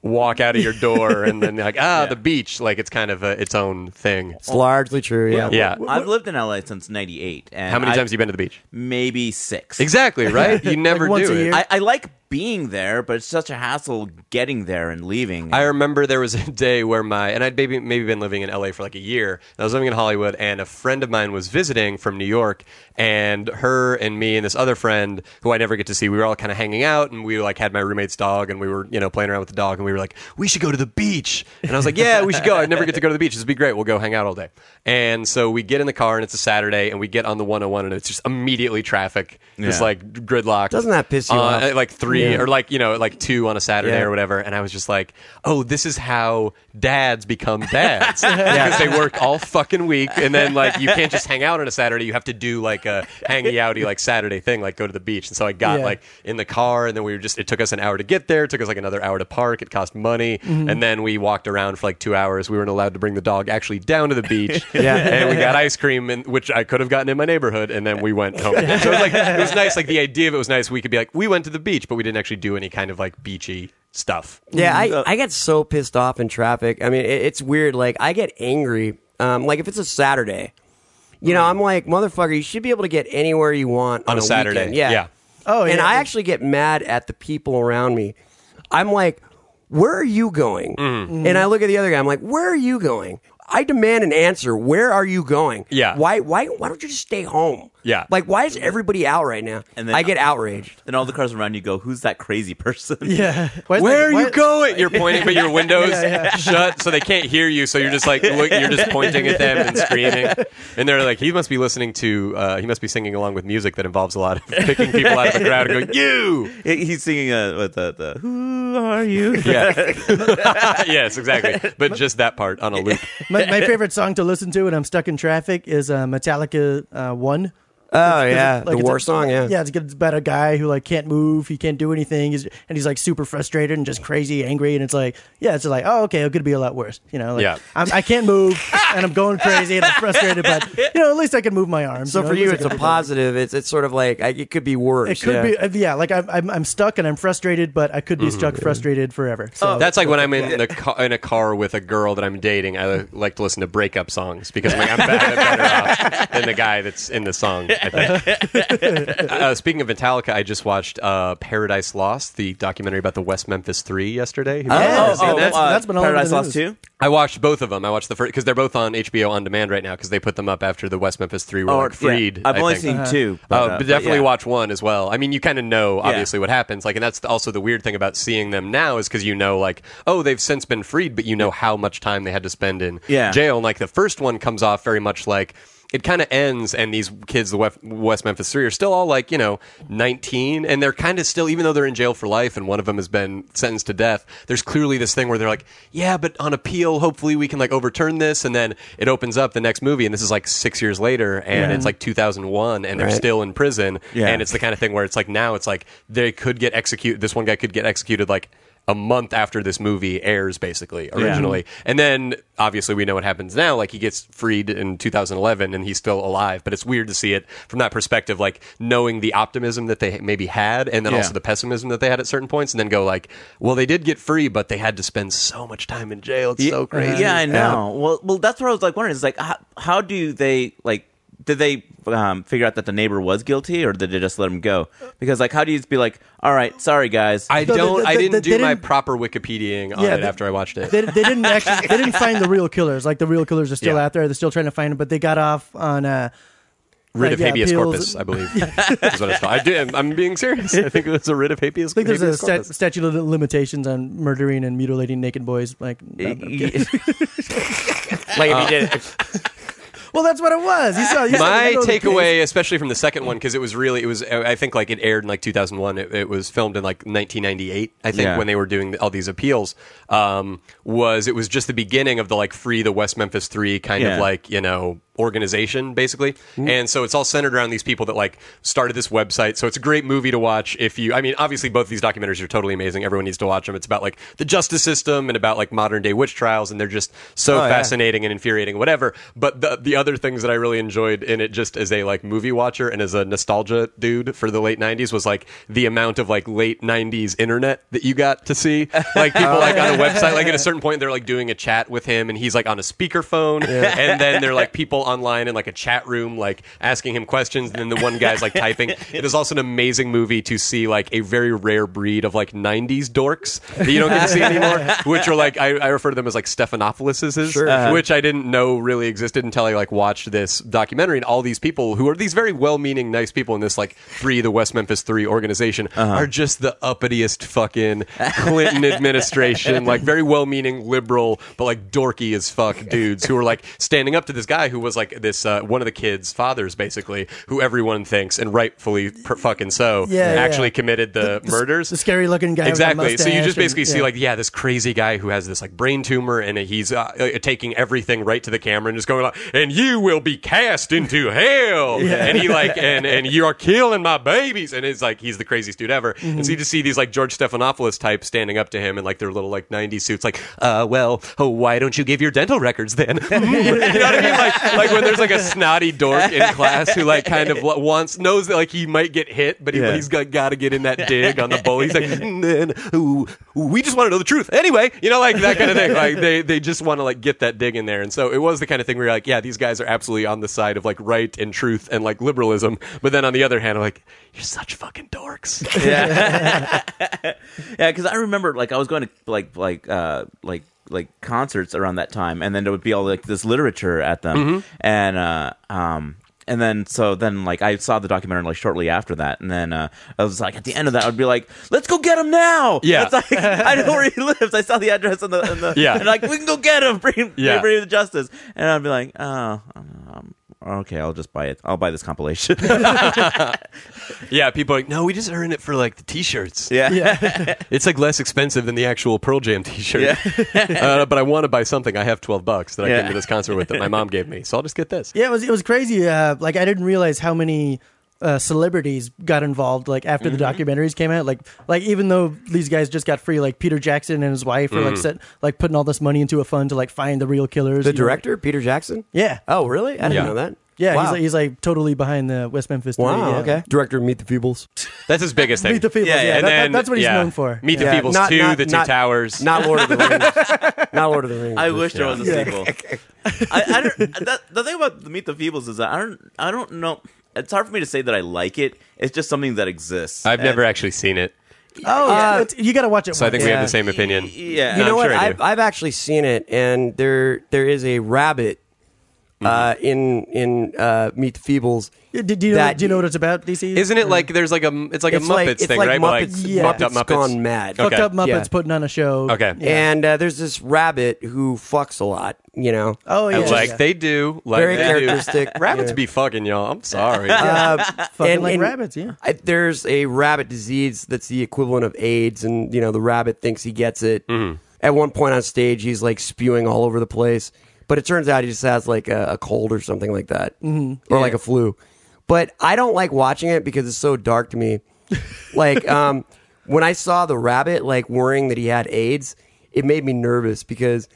Speaker 5: walk out of your door and then like ah the beach, like it's kind of a, its own thing.
Speaker 3: It's largely true. Yeah.
Speaker 5: Yeah,
Speaker 1: I've lived in LA since 98. And
Speaker 5: how many
Speaker 1: I-
Speaker 5: times have you been to the beach?
Speaker 1: Maybe six.
Speaker 5: Exactly right. You never
Speaker 2: once
Speaker 5: do
Speaker 2: a
Speaker 5: it.
Speaker 2: year?
Speaker 1: I, I like being there, but it's such a hassle getting there and leaving.
Speaker 5: I remember there was a day where my and I'd maybe maybe been living in LA for like a year. And I was living in Hollywood, and a friend of mine was visiting from New York, and her and me and this other friend who I never get to see, we were all kind of hanging out, and we like had my roommate's dog, and we were you know playing around with the dog, and we were like, we should go to the beach, and I was like, yeah, we should go. I never get to go to the beach. This would be great. We'll go hang out all day. And so we get in the car, and it's a Saturday, oh and we get on the 101, and it's just immediately traffic, just
Speaker 1: Yeah.
Speaker 5: like gridlock.
Speaker 3: Doesn't that piss you
Speaker 5: Uh,
Speaker 3: off?
Speaker 5: At like 3 three
Speaker 3: Yeah.
Speaker 5: or like you know like two on a Saturday
Speaker 3: Yeah.
Speaker 5: or whatever, and I was just like, oh, this is how dads become dads because they work all fucking week, and then like you can't just hang out on a Saturday, you have to do like a hangy outy like Saturday thing, like go to the beach. And so I got
Speaker 2: Yeah.
Speaker 5: like in the car, and then we were just it took us an hour to get there, it took us like another hour to park, it cost money, and then we walked around for like two hours. We weren't allowed to bring the dog actually down to the beach,
Speaker 3: Yeah.
Speaker 5: and we got ice cream, and, which I could have gotten in my neighborhood, and then we went home. So it was like it was nice. Like the idea of it was nice. We could be like, we went to the beach, but we didn't actually do any kind of like beachy stuff.
Speaker 3: Yeah, I, I get so pissed off in traffic. I mean, it, it's weird. Like, I get angry. Um, like, if it's a Saturday, you know, I'm like, motherfucker, you should be able to get anywhere you want on,
Speaker 5: Mm-hmm. On a Saturday,
Speaker 3: weekend.
Speaker 5: yeah.
Speaker 2: Oh,
Speaker 3: And
Speaker 2: yeah.
Speaker 3: I actually get mad at the people around me. I'm like, where are you going?
Speaker 5: Mm.
Speaker 2: Mm-hmm.
Speaker 3: And I look at the other guy. I'm like, where are you going? I demand an answer. Where are you going?
Speaker 5: Yeah.
Speaker 3: Why? Why? Why don't you just stay home?
Speaker 5: Yeah.
Speaker 3: Like, why is everybody out right now?
Speaker 1: And
Speaker 3: And
Speaker 1: then-
Speaker 3: I get outraged.
Speaker 1: And all the cars around you go, "Who's that crazy person?"
Speaker 2: Yeah. Why is
Speaker 5: Where
Speaker 2: that-
Speaker 5: are
Speaker 2: why-
Speaker 5: you going? You're pointing, but your windows shut, so they can't hear you. So you're just like look, you're just pointing at them and screaming, and they're like, he must be listening to, uh, he must be singing along with music that involves a lot of picking people out of a crowd and going, you.
Speaker 1: He- He's singing uh, with the, the "Who are you?"
Speaker 5: Yeah. yes, exactly. But just that part on a loop.
Speaker 2: My, my favorite song to listen to when I'm stuck in traffic is uh, Metallica uh, One.
Speaker 3: Oh yeah,
Speaker 2: Like,
Speaker 3: the
Speaker 2: it's
Speaker 3: war
Speaker 2: a-
Speaker 3: song. Yeah.
Speaker 2: yeah, it's good- it's about a guy who like can't move, he can't do anything, he's, and he's like super frustrated and just crazy, angry, and it's like, yeah, it's like, oh, okay, it could be a lot worse, you know? Like,
Speaker 5: Yeah.
Speaker 2: I'm, I can't move, and I'm going crazy, and I'm frustrated, but you know, at least I can move my arms.
Speaker 3: So
Speaker 2: know,
Speaker 3: for
Speaker 2: at least
Speaker 3: you,
Speaker 2: I
Speaker 3: it's a
Speaker 2: can do that.
Speaker 3: positive. It's it's sort of like I, it could be worse.
Speaker 2: It could
Speaker 3: yeah.
Speaker 2: be, uh, yeah. Like I'm, I'm, I'm stuck and I'm frustrated, but I could
Speaker 3: Mm-hmm.
Speaker 2: be stuck frustrated forever.
Speaker 1: Oh.
Speaker 2: So
Speaker 5: That's like when I'm in the ca- in a car with a girl that I'm dating. I li- like to listen to breakup songs because I'm, like, I'm better, better off than the guy that's in the song. I think. uh, speaking of Metallica, I just watched uh, Paradise Lost, the documentary about the West Memphis Three yesterday. Have you guys
Speaker 2: Yes,
Speaker 5: seen
Speaker 2: oh,
Speaker 5: that?
Speaker 2: that's- that's been all over
Speaker 1: Paradise
Speaker 2: the
Speaker 1: Lost
Speaker 2: news.
Speaker 1: too.
Speaker 5: I watched both of them. I watched the first because they're both on HBO on demand right now because they put them up after the West Memphis Three were
Speaker 1: Oh,
Speaker 5: like, freed.
Speaker 1: yeah. I've
Speaker 5: I
Speaker 1: only
Speaker 5: think.
Speaker 1: seen
Speaker 2: Uh-huh.
Speaker 1: two.
Speaker 5: Oh,
Speaker 1: uh,
Speaker 5: but definitely
Speaker 1: yeah.
Speaker 5: watch one as well. I mean, you kind of know obviously what happens. Like, and that's also the weird thing about seeing them now is because you know, like, oh, they've since been freed, but you know how much time they had to spend in
Speaker 1: Yeah.
Speaker 5: jail. And like the first one comes off very much like it kind of ends, and these kids, the Wef- West Memphis Three, are still all like you know nineteen, and they're kind of still, even though they're in jail for life, and one of them has been sentenced to death. There's clearly this thing where they're like, yeah, but on appeal, hopefully we can like overturn this, and then it opens up the next movie, and this is like six years later, and it's like 2001, and they're
Speaker 3: Right.
Speaker 5: still in prison,
Speaker 1: Yeah.
Speaker 5: and it's the kind of thing where it's like now it's like they could get executed. This one guy could get executed like a month after this movie airs, basically originally, and then obviously we know what happens now. Like he gets freed in 2011, and he's still alive. But it's weird to see it from that perspective, like knowing the optimism that they maybe had, and then
Speaker 1: Yeah.
Speaker 5: also the pessimism that they had at certain points, and then go like, well, they did get free, but they had to spend so much time in jail. It's
Speaker 2: Uh-huh.
Speaker 5: so crazy.
Speaker 1: Yeah, I know. Well, well, that's what I was like wondering. Is like, how, how do they like? Did they um, figure out that the neighbor was guilty, or did they just let him go? Because like, how do you just be like, all right, sorry guys?
Speaker 5: I
Speaker 2: No, they-
Speaker 5: don't. I
Speaker 2: they-
Speaker 5: didn't
Speaker 2: they-
Speaker 5: do
Speaker 2: they
Speaker 5: my
Speaker 2: didn't-
Speaker 5: proper Wikipediaing on
Speaker 2: Yeah,
Speaker 5: it
Speaker 2: they-
Speaker 5: after I watched it.
Speaker 2: they, they didn't actually, they didn't find the real killers. Like the real killers are still
Speaker 5: Yeah.
Speaker 2: out there. They're still trying to find them, but they got off on. Uh, Like,
Speaker 5: Writ of
Speaker 2: yeah,
Speaker 5: habeas
Speaker 2: appeals-
Speaker 5: corpus, I believe, is what it's called. I do, I'm being serious. I think it's a writ of habeas,
Speaker 2: I think there's a
Speaker 5: habeas
Speaker 2: stat,
Speaker 5: corpus.
Speaker 2: statute of limitations on murdering and mutilating naked boys. Like, uh,
Speaker 1: Y-
Speaker 2: well,
Speaker 1: y-
Speaker 3: Like if you did,
Speaker 2: that's what it was. You saw. You saw the
Speaker 5: My
Speaker 2: middle of the case.
Speaker 5: takeaway, especially from the second one, because it was really, it was, I think, like it aired in like 2001. It, it was filmed in like 1998, I think,
Speaker 1: Yeah.
Speaker 5: when they were doing all these appeals. Um, was it was just the beginning of the like free the West Memphis Three kind
Speaker 1: Yeah.
Speaker 5: of like you know organization basically, and so it's all centered around these people that like started this website. So it's a great movie to watch if you. I mean, obviously, both these documentaries are totally amazing. Everyone needs to watch them. It's about like the justice system and about like modern day witch trials, and they're just so
Speaker 3: yeah.
Speaker 5: fascinating fascinating and infuriating, whatever. But the the other things that I really enjoyed in it, just as a like movie watcher and as a nostalgia dude for the late '90s, was like the amount of like late '90s internet that you got to see. Like people like on a website, like at a certain point, they're like doing a chat with him, and he's like on a speakerphone, and then they're like people online in like a chat room, like asking him questions, and then the one guy's like typing. It is also an amazing movie to see like a very rare breed of like '90s dorks that you don't get to see anymore, which are like I, I refer to them as like Stephanopoulos
Speaker 3: Sure.
Speaker 5: which I didn't know really existed until I like watched this documentary and all these people who are these very well-meaning nice people in this like three the West Memphis 3 organization
Speaker 2: Uh-huh.
Speaker 5: are just the uppitiest fucking Clinton administration like very well-meaning liberal but like dorky as fuck dudes who are like standing up to this guy who was was like this uh, one of the kids' fathers, basically, who everyone thinks, and rightfully per- fucking so,
Speaker 2: Yeah, yeah.
Speaker 5: actually committed the,
Speaker 2: the s-
Speaker 5: murders.
Speaker 2: the scary-looking guy with the
Speaker 5: Exactly. so you
Speaker 2: mustache
Speaker 5: just basically
Speaker 2: and-
Speaker 5: see
Speaker 2: yeah.
Speaker 5: like, yeah, this crazy guy who has this like brain tumor, and he's uh, uh, taking everything right to the camera and just going like, and you will be cast into hell, and he like, and and you are killing my babies, and it's like he's the craziest dude ever. And
Speaker 2: Mm-hmm.
Speaker 5: so you just see these like George Stephanopoulos types standing up to him in like their little like '90s suits, like, uh, well, oh, why don't you give your dental records then? Mm. you know what I mean? Like, like when there's like a snotty dork in class who like kind of lo- wants knows that like he might get hit, but he,
Speaker 1: Yeah.
Speaker 5: he's got got to get in that dig on the bully. He's like, "Mm, then ooh, we just want to know the truth anyway. You know, like that kind of thing. Like they they just want to like get that dig in there. And so it was the kind of thing where you're like, yeah, these guys are absolutely on the side of like right and truth and like liberalism. But then on the other hand, I'm like, you're such fucking dorks.
Speaker 1: Yeah, because I remember like I was going to like like uh like like concerts around that time, and then there would be all like this literature at them,
Speaker 5: Mm-hmm.
Speaker 1: and uh um. And then, so then, like, I saw the documentary like shortly after that, and then uh, I was like, at the end of that, I'd be like, "Let's go get him now!"
Speaker 5: Yeah.
Speaker 1: That's like, I know where he lives. I saw the address on the, on the
Speaker 5: Yeah.
Speaker 1: and like we can go get him, bring him,
Speaker 5: Yeah.
Speaker 1: bring him to justice. And I'd be like, "Oh, um, okay, I'll just buy it. I'll buy this compilation."
Speaker 5: yeah, people are like, no, we just earn it for like the t-shirts.
Speaker 1: yeah,
Speaker 5: It's like less expensive than the actual Pearl Jam T-shirt. uh, but I want to buy something. I have twelve bucks that I
Speaker 1: Yeah.
Speaker 5: came to this concert with that my mom gave me, so I'll just get this.
Speaker 2: Yeah, it was it was crazy. Uh, like I didn't realize how many uh, celebrities got involved. Like after the documentaries came out, like like even though these guys just got free, like Peter Jackson and his wife were like set like putting all this money into a fund to like find Mm. the real killers.
Speaker 3: The
Speaker 2: you know?
Speaker 3: director, Peter Jackson?
Speaker 2: Yeah.
Speaker 3: Oh, really? I didn't
Speaker 5: Yeah.
Speaker 3: know that.
Speaker 2: Yeah,
Speaker 3: Wow.
Speaker 2: he's, like, he's like totally behind the West Memphis. Three,
Speaker 3: wow.
Speaker 2: yeah.
Speaker 3: Okay. Director of Meet the Feebles.
Speaker 5: That's his biggest thing.
Speaker 2: Meet the Feebles.
Speaker 1: Yeah,
Speaker 2: Yeah,
Speaker 1: yeah.
Speaker 2: that-
Speaker 5: and
Speaker 2: that-
Speaker 5: then
Speaker 2: that's what he's
Speaker 5: yeah.
Speaker 2: known for.
Speaker 5: Meet the
Speaker 3: Yeah,
Speaker 5: Feebles
Speaker 3: not-
Speaker 5: two,
Speaker 3: not-
Speaker 5: the two
Speaker 3: not-
Speaker 5: towers.
Speaker 3: Not Lord of the Rings. Not Lord of the Rings.
Speaker 1: I wish there was a sequel. I, I don't. That, the thing about Meet the Feebles is that I don't. I don't know. It's hard for me to say that I like it. It's just something that exists.
Speaker 5: I've
Speaker 1: And-
Speaker 5: never actually seen it,
Speaker 2: Oh, yeah, it's- you got to watch it.
Speaker 5: so I
Speaker 2: once.
Speaker 5: think we have
Speaker 3: Yeah.
Speaker 5: the same opinion.
Speaker 1: Yeah. uh,
Speaker 3: You know
Speaker 5: I'm
Speaker 3: what?
Speaker 5: sure I do.
Speaker 3: I've, I've actually seen it, and there there is a rabbit
Speaker 5: Mm-hmm.
Speaker 3: uh, in in uh, Meet the Feebles.
Speaker 2: Yeah, Do, do you know,
Speaker 3: that-
Speaker 2: do you know what it's about? DC
Speaker 5: Isn't it like there's like a it's like
Speaker 3: It's
Speaker 5: a Muppets
Speaker 3: like- it's
Speaker 5: thing,
Speaker 3: like
Speaker 5: right? But,
Speaker 3: Muppets-
Speaker 2: yeah.
Speaker 5: fucked up
Speaker 3: Mm-hmm. Muppets
Speaker 5: Muppets
Speaker 3: Gone Mad.
Speaker 5: Okay.
Speaker 2: fucked up Muppets
Speaker 3: Yeah.
Speaker 2: putting on a show?
Speaker 5: Okay.
Speaker 2: Yeah.
Speaker 3: And uh, there's this rabbit who fucks a lot. You know.
Speaker 2: oh yeah,
Speaker 5: like
Speaker 2: yeah.
Speaker 5: they do, like
Speaker 3: Very
Speaker 5: they do.
Speaker 3: characteristic.
Speaker 5: Rabbits
Speaker 3: Yeah.
Speaker 5: be fucking y'all. I'm sorry.
Speaker 3: Uh,
Speaker 2: Fucking like rabbits, yeah.
Speaker 3: I, there's a rabbit disease that's the equivalent of AIDS, and you know the rabbit thinks he gets it. At one point on stage, he's like spewing all over the place, but it turns out he just has like a, a cold or something like that, mm-hmm. or like a flu. But I don't like watching it because it's so dark to me. like um, when I saw the rabbit like worrying that he had AIDS, it made me nervous because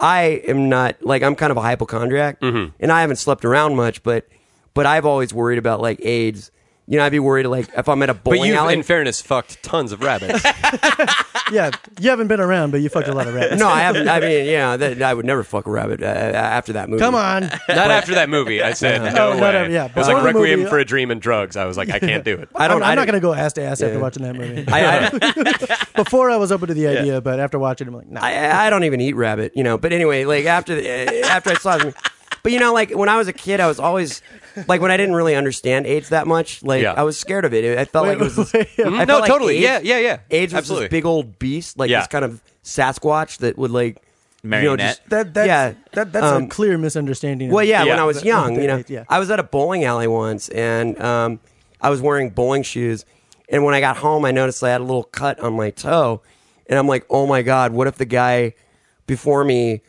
Speaker 3: I am not like I'm kind of a hypochondriac, and I haven't slept around much, but but I've always worried about like AIDS. You know, I'd be worried like if I'm at a
Speaker 5: but
Speaker 3: bowling
Speaker 5: you,
Speaker 3: alley.
Speaker 5: in fairness, fucked tons of rabbits.
Speaker 2: yeah, you haven't been around, but you fucked a lot of rabbits.
Speaker 3: no, I haven't. I mean, yeah, that, I would never fuck a rabbit uh, after that movie.
Speaker 2: come on.
Speaker 5: Not after that movie. I said no,
Speaker 2: No,
Speaker 5: way.
Speaker 2: not a- yeah,
Speaker 5: it was
Speaker 2: before
Speaker 5: like
Speaker 2: the
Speaker 5: Requiem
Speaker 2: movie- uh,
Speaker 5: for a Dream and drugs. I was like, I can't do it.
Speaker 3: I don't.
Speaker 2: I'm, I'm
Speaker 3: I
Speaker 2: not
Speaker 3: don't-
Speaker 2: gonna go ass to ass after
Speaker 3: Yeah.
Speaker 2: watching that movie.
Speaker 3: I, I,
Speaker 2: Before I was open to the idea, but after watching, it, I'm like, nah.
Speaker 3: I, I don't even eat rabbit, you know. But anyway, like after the, uh, after I saw it, but you know, like when I was a kid, I was always like when I didn't really understand AIDS that much, like
Speaker 5: Yeah. mm-hmm.
Speaker 3: I was scared of it. I felt like it was this,
Speaker 2: wait, yeah.
Speaker 3: I felt
Speaker 5: No,
Speaker 3: like
Speaker 5: totally.
Speaker 3: AIDS-
Speaker 5: Yeah, yeah, yeah.
Speaker 3: AIDS was
Speaker 5: Absolutely.
Speaker 3: this big old beast, like
Speaker 5: Yeah.
Speaker 3: this kind of Sasquatch that would like you know
Speaker 1: Marionette.
Speaker 3: just
Speaker 2: that that's,
Speaker 3: yeah
Speaker 2: that, that's a
Speaker 3: Um,
Speaker 2: clear misunderstanding. of-
Speaker 3: well, yeah,
Speaker 5: Yeah.
Speaker 3: when I was
Speaker 2: But-
Speaker 3: young, you know,
Speaker 2: yeah.
Speaker 3: I was at a bowling alley once, and um, I was wearing bowling shoes. And when I got home, I noticed I had a little cut on my toe, and I'm like, "Oh my god, what if the guy before me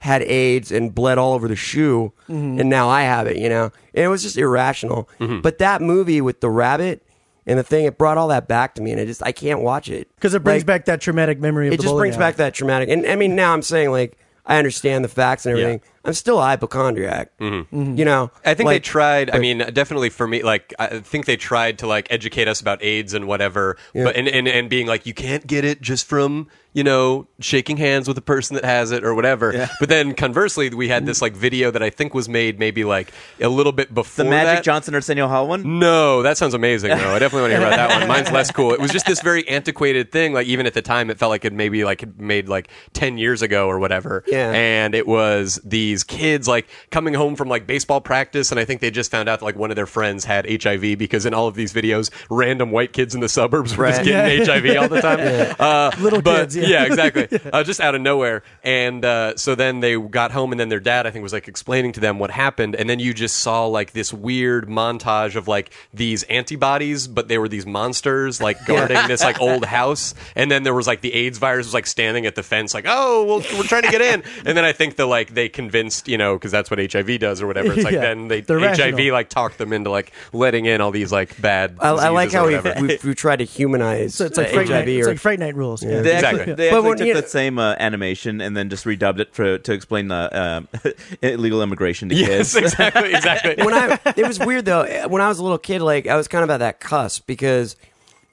Speaker 3: had AIDS and bled all over the shoe,
Speaker 2: Mm-hmm.
Speaker 3: and now I have it?" You know, and it was just irrational. But that movie with the rabbit and the thing, it brought all that back to me, and I just I can't watch it
Speaker 2: because it brings
Speaker 3: Like,
Speaker 2: back that traumatic memory. Of
Speaker 3: it
Speaker 2: the
Speaker 3: just
Speaker 2: bowling
Speaker 3: brings
Speaker 2: alley.
Speaker 3: back that traumatic. And I mean, now I'm saying like I understand the facts and everything. I'm still a hypochondriac.
Speaker 2: Mm-hmm.
Speaker 3: You know,
Speaker 5: Mm-hmm. I think
Speaker 3: like,
Speaker 5: they tried. I mean, definitely for me, like I think they tried to like educate us about AIDS and whatever, but and, and and being like, you can't get it just from you know shaking hands with a person that has it or whatever. But then conversely, we had this like video that I think was made maybe like a little bit before
Speaker 1: the Magic
Speaker 5: that.
Speaker 1: Johnson Arsenio Hall one.
Speaker 5: No, that sounds amazing though. I definitely want to hear about that one. Mine's less cool. It was just this very antiquated thing. Like even at the time, it felt like it maybe like had made like ten years ago or whatever.
Speaker 3: Yeah.
Speaker 5: And it was these these kids like coming home from like baseball practice, and I think they just found out that like one of their friends had HIV because in all of these videos, random white kids in the suburbs were just
Speaker 3: Right.
Speaker 5: getting HIV all the time. Uh,
Speaker 2: Little
Speaker 5: but-
Speaker 2: kids, yeah.
Speaker 5: exactly. Uh, just out of nowhere, and uh, so then they got home, and then their dad, I think, was like explaining to them what happened, and then you just saw like this weird montage of like these antibodies, but they were these monsters like guarding this like old house, and then there was like the AIDS virus was like standing at the fence, like oh, well, we're trying to get in, and then I think the like they convinced you know because that's what HIV does or whatever. It's like
Speaker 2: Yeah.
Speaker 5: then they
Speaker 2: They're
Speaker 5: HIV
Speaker 2: rational.
Speaker 5: like talked them into like letting in all these like bad.
Speaker 3: I, I like
Speaker 5: diseases or
Speaker 3: how we
Speaker 5: whatever.
Speaker 3: we we try to humanize
Speaker 2: So it's like
Speaker 3: uh,
Speaker 2: Fright Night.
Speaker 3: HIV
Speaker 2: It's
Speaker 3: or
Speaker 2: like Fright Night rules. Yeah.
Speaker 1: They
Speaker 5: Exactly.
Speaker 1: actually, they
Speaker 3: But
Speaker 1: actually
Speaker 3: when
Speaker 1: took
Speaker 3: you-
Speaker 1: that same uh, animation and then just redubbed it for to explain the um, illegal immigration to
Speaker 5: Yes,
Speaker 1: kids.
Speaker 5: exactly, exactly.
Speaker 3: when I it was weird though. When I was a little kid, like I was kind of at that cusp because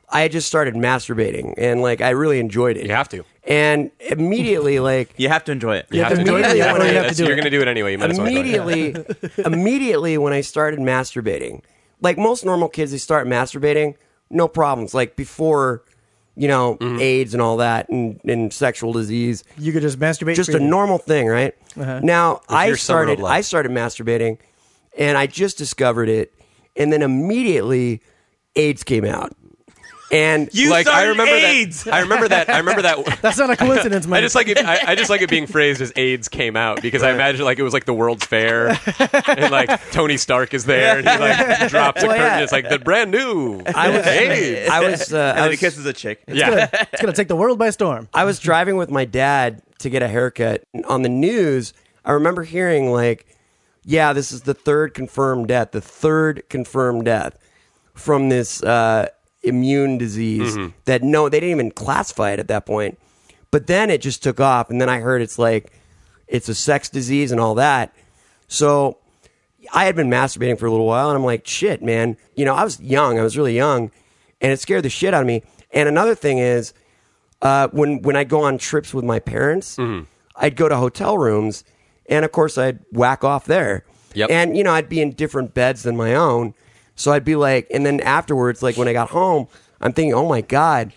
Speaker 3: I had just started masturbating and like I really enjoyed it.
Speaker 5: You have to.
Speaker 3: And immediately, like
Speaker 1: You have to enjoy it.
Speaker 5: You have to do it.
Speaker 3: Immediately
Speaker 5: Yeah,
Speaker 3: when I-
Speaker 5: yeah,
Speaker 3: you
Speaker 2: have to do
Speaker 5: You're
Speaker 2: it.
Speaker 5: going to do it anyway. You might as well. do it.
Speaker 3: immediately, immediately when I started masturbating, like most normal kids, they start masturbating, no problems. Like before, you know,
Speaker 1: Mm-hmm.
Speaker 3: AIDS and all that, and, and sexual disease.
Speaker 2: You could just masturbate.
Speaker 3: just a
Speaker 2: freely.
Speaker 3: normal thing, right?
Speaker 1: Uh-huh.
Speaker 3: Now I
Speaker 5: your seminal
Speaker 3: started
Speaker 5: blood.
Speaker 3: I started masturbating, and I just discovered it, and then immediately AIDS came out, and
Speaker 5: like I
Speaker 1: started
Speaker 5: remember
Speaker 1: AIDS!
Speaker 5: that. I remember that. I remember that.
Speaker 2: That's not a coincidence, man.
Speaker 5: I just like it. I, I just like it being phrased as AIDS came out because I imagine like it was like the World's Fair and like Tony Stark is there and he like drops a
Speaker 3: Well,
Speaker 5: curtain.
Speaker 3: yeah.
Speaker 5: It's like the brand new.
Speaker 3: I was
Speaker 5: AIDS.
Speaker 3: I was uh,
Speaker 1: And
Speaker 3: I
Speaker 1: then he
Speaker 3: was,
Speaker 1: kisses a chick.
Speaker 5: yeah.
Speaker 2: it's gonna take the world by storm.
Speaker 3: I was driving with my dad to get a haircut and on the news. I remember hearing like, "Yeah, this is the third confirmed death. The third confirmed death from this uh, immune disease that no, they didn't even classify it at that point. But then it just took off, and then I heard it's like it's a sex disease and all that. So I had been masturbating for a little while, and I'm like, shit, man. You know, I was young. I was really young, and it scared the shit out of me. And another thing is, uh, when when I go on trips with my parents,
Speaker 5: Mm-hmm.
Speaker 3: I'd go to hotel rooms, and of course I'd whack off there.
Speaker 5: Yep.
Speaker 3: And you know I'd be in different beds than my own, so I'd be like, and then afterwards, like when I got home, I'm thinking, oh my god,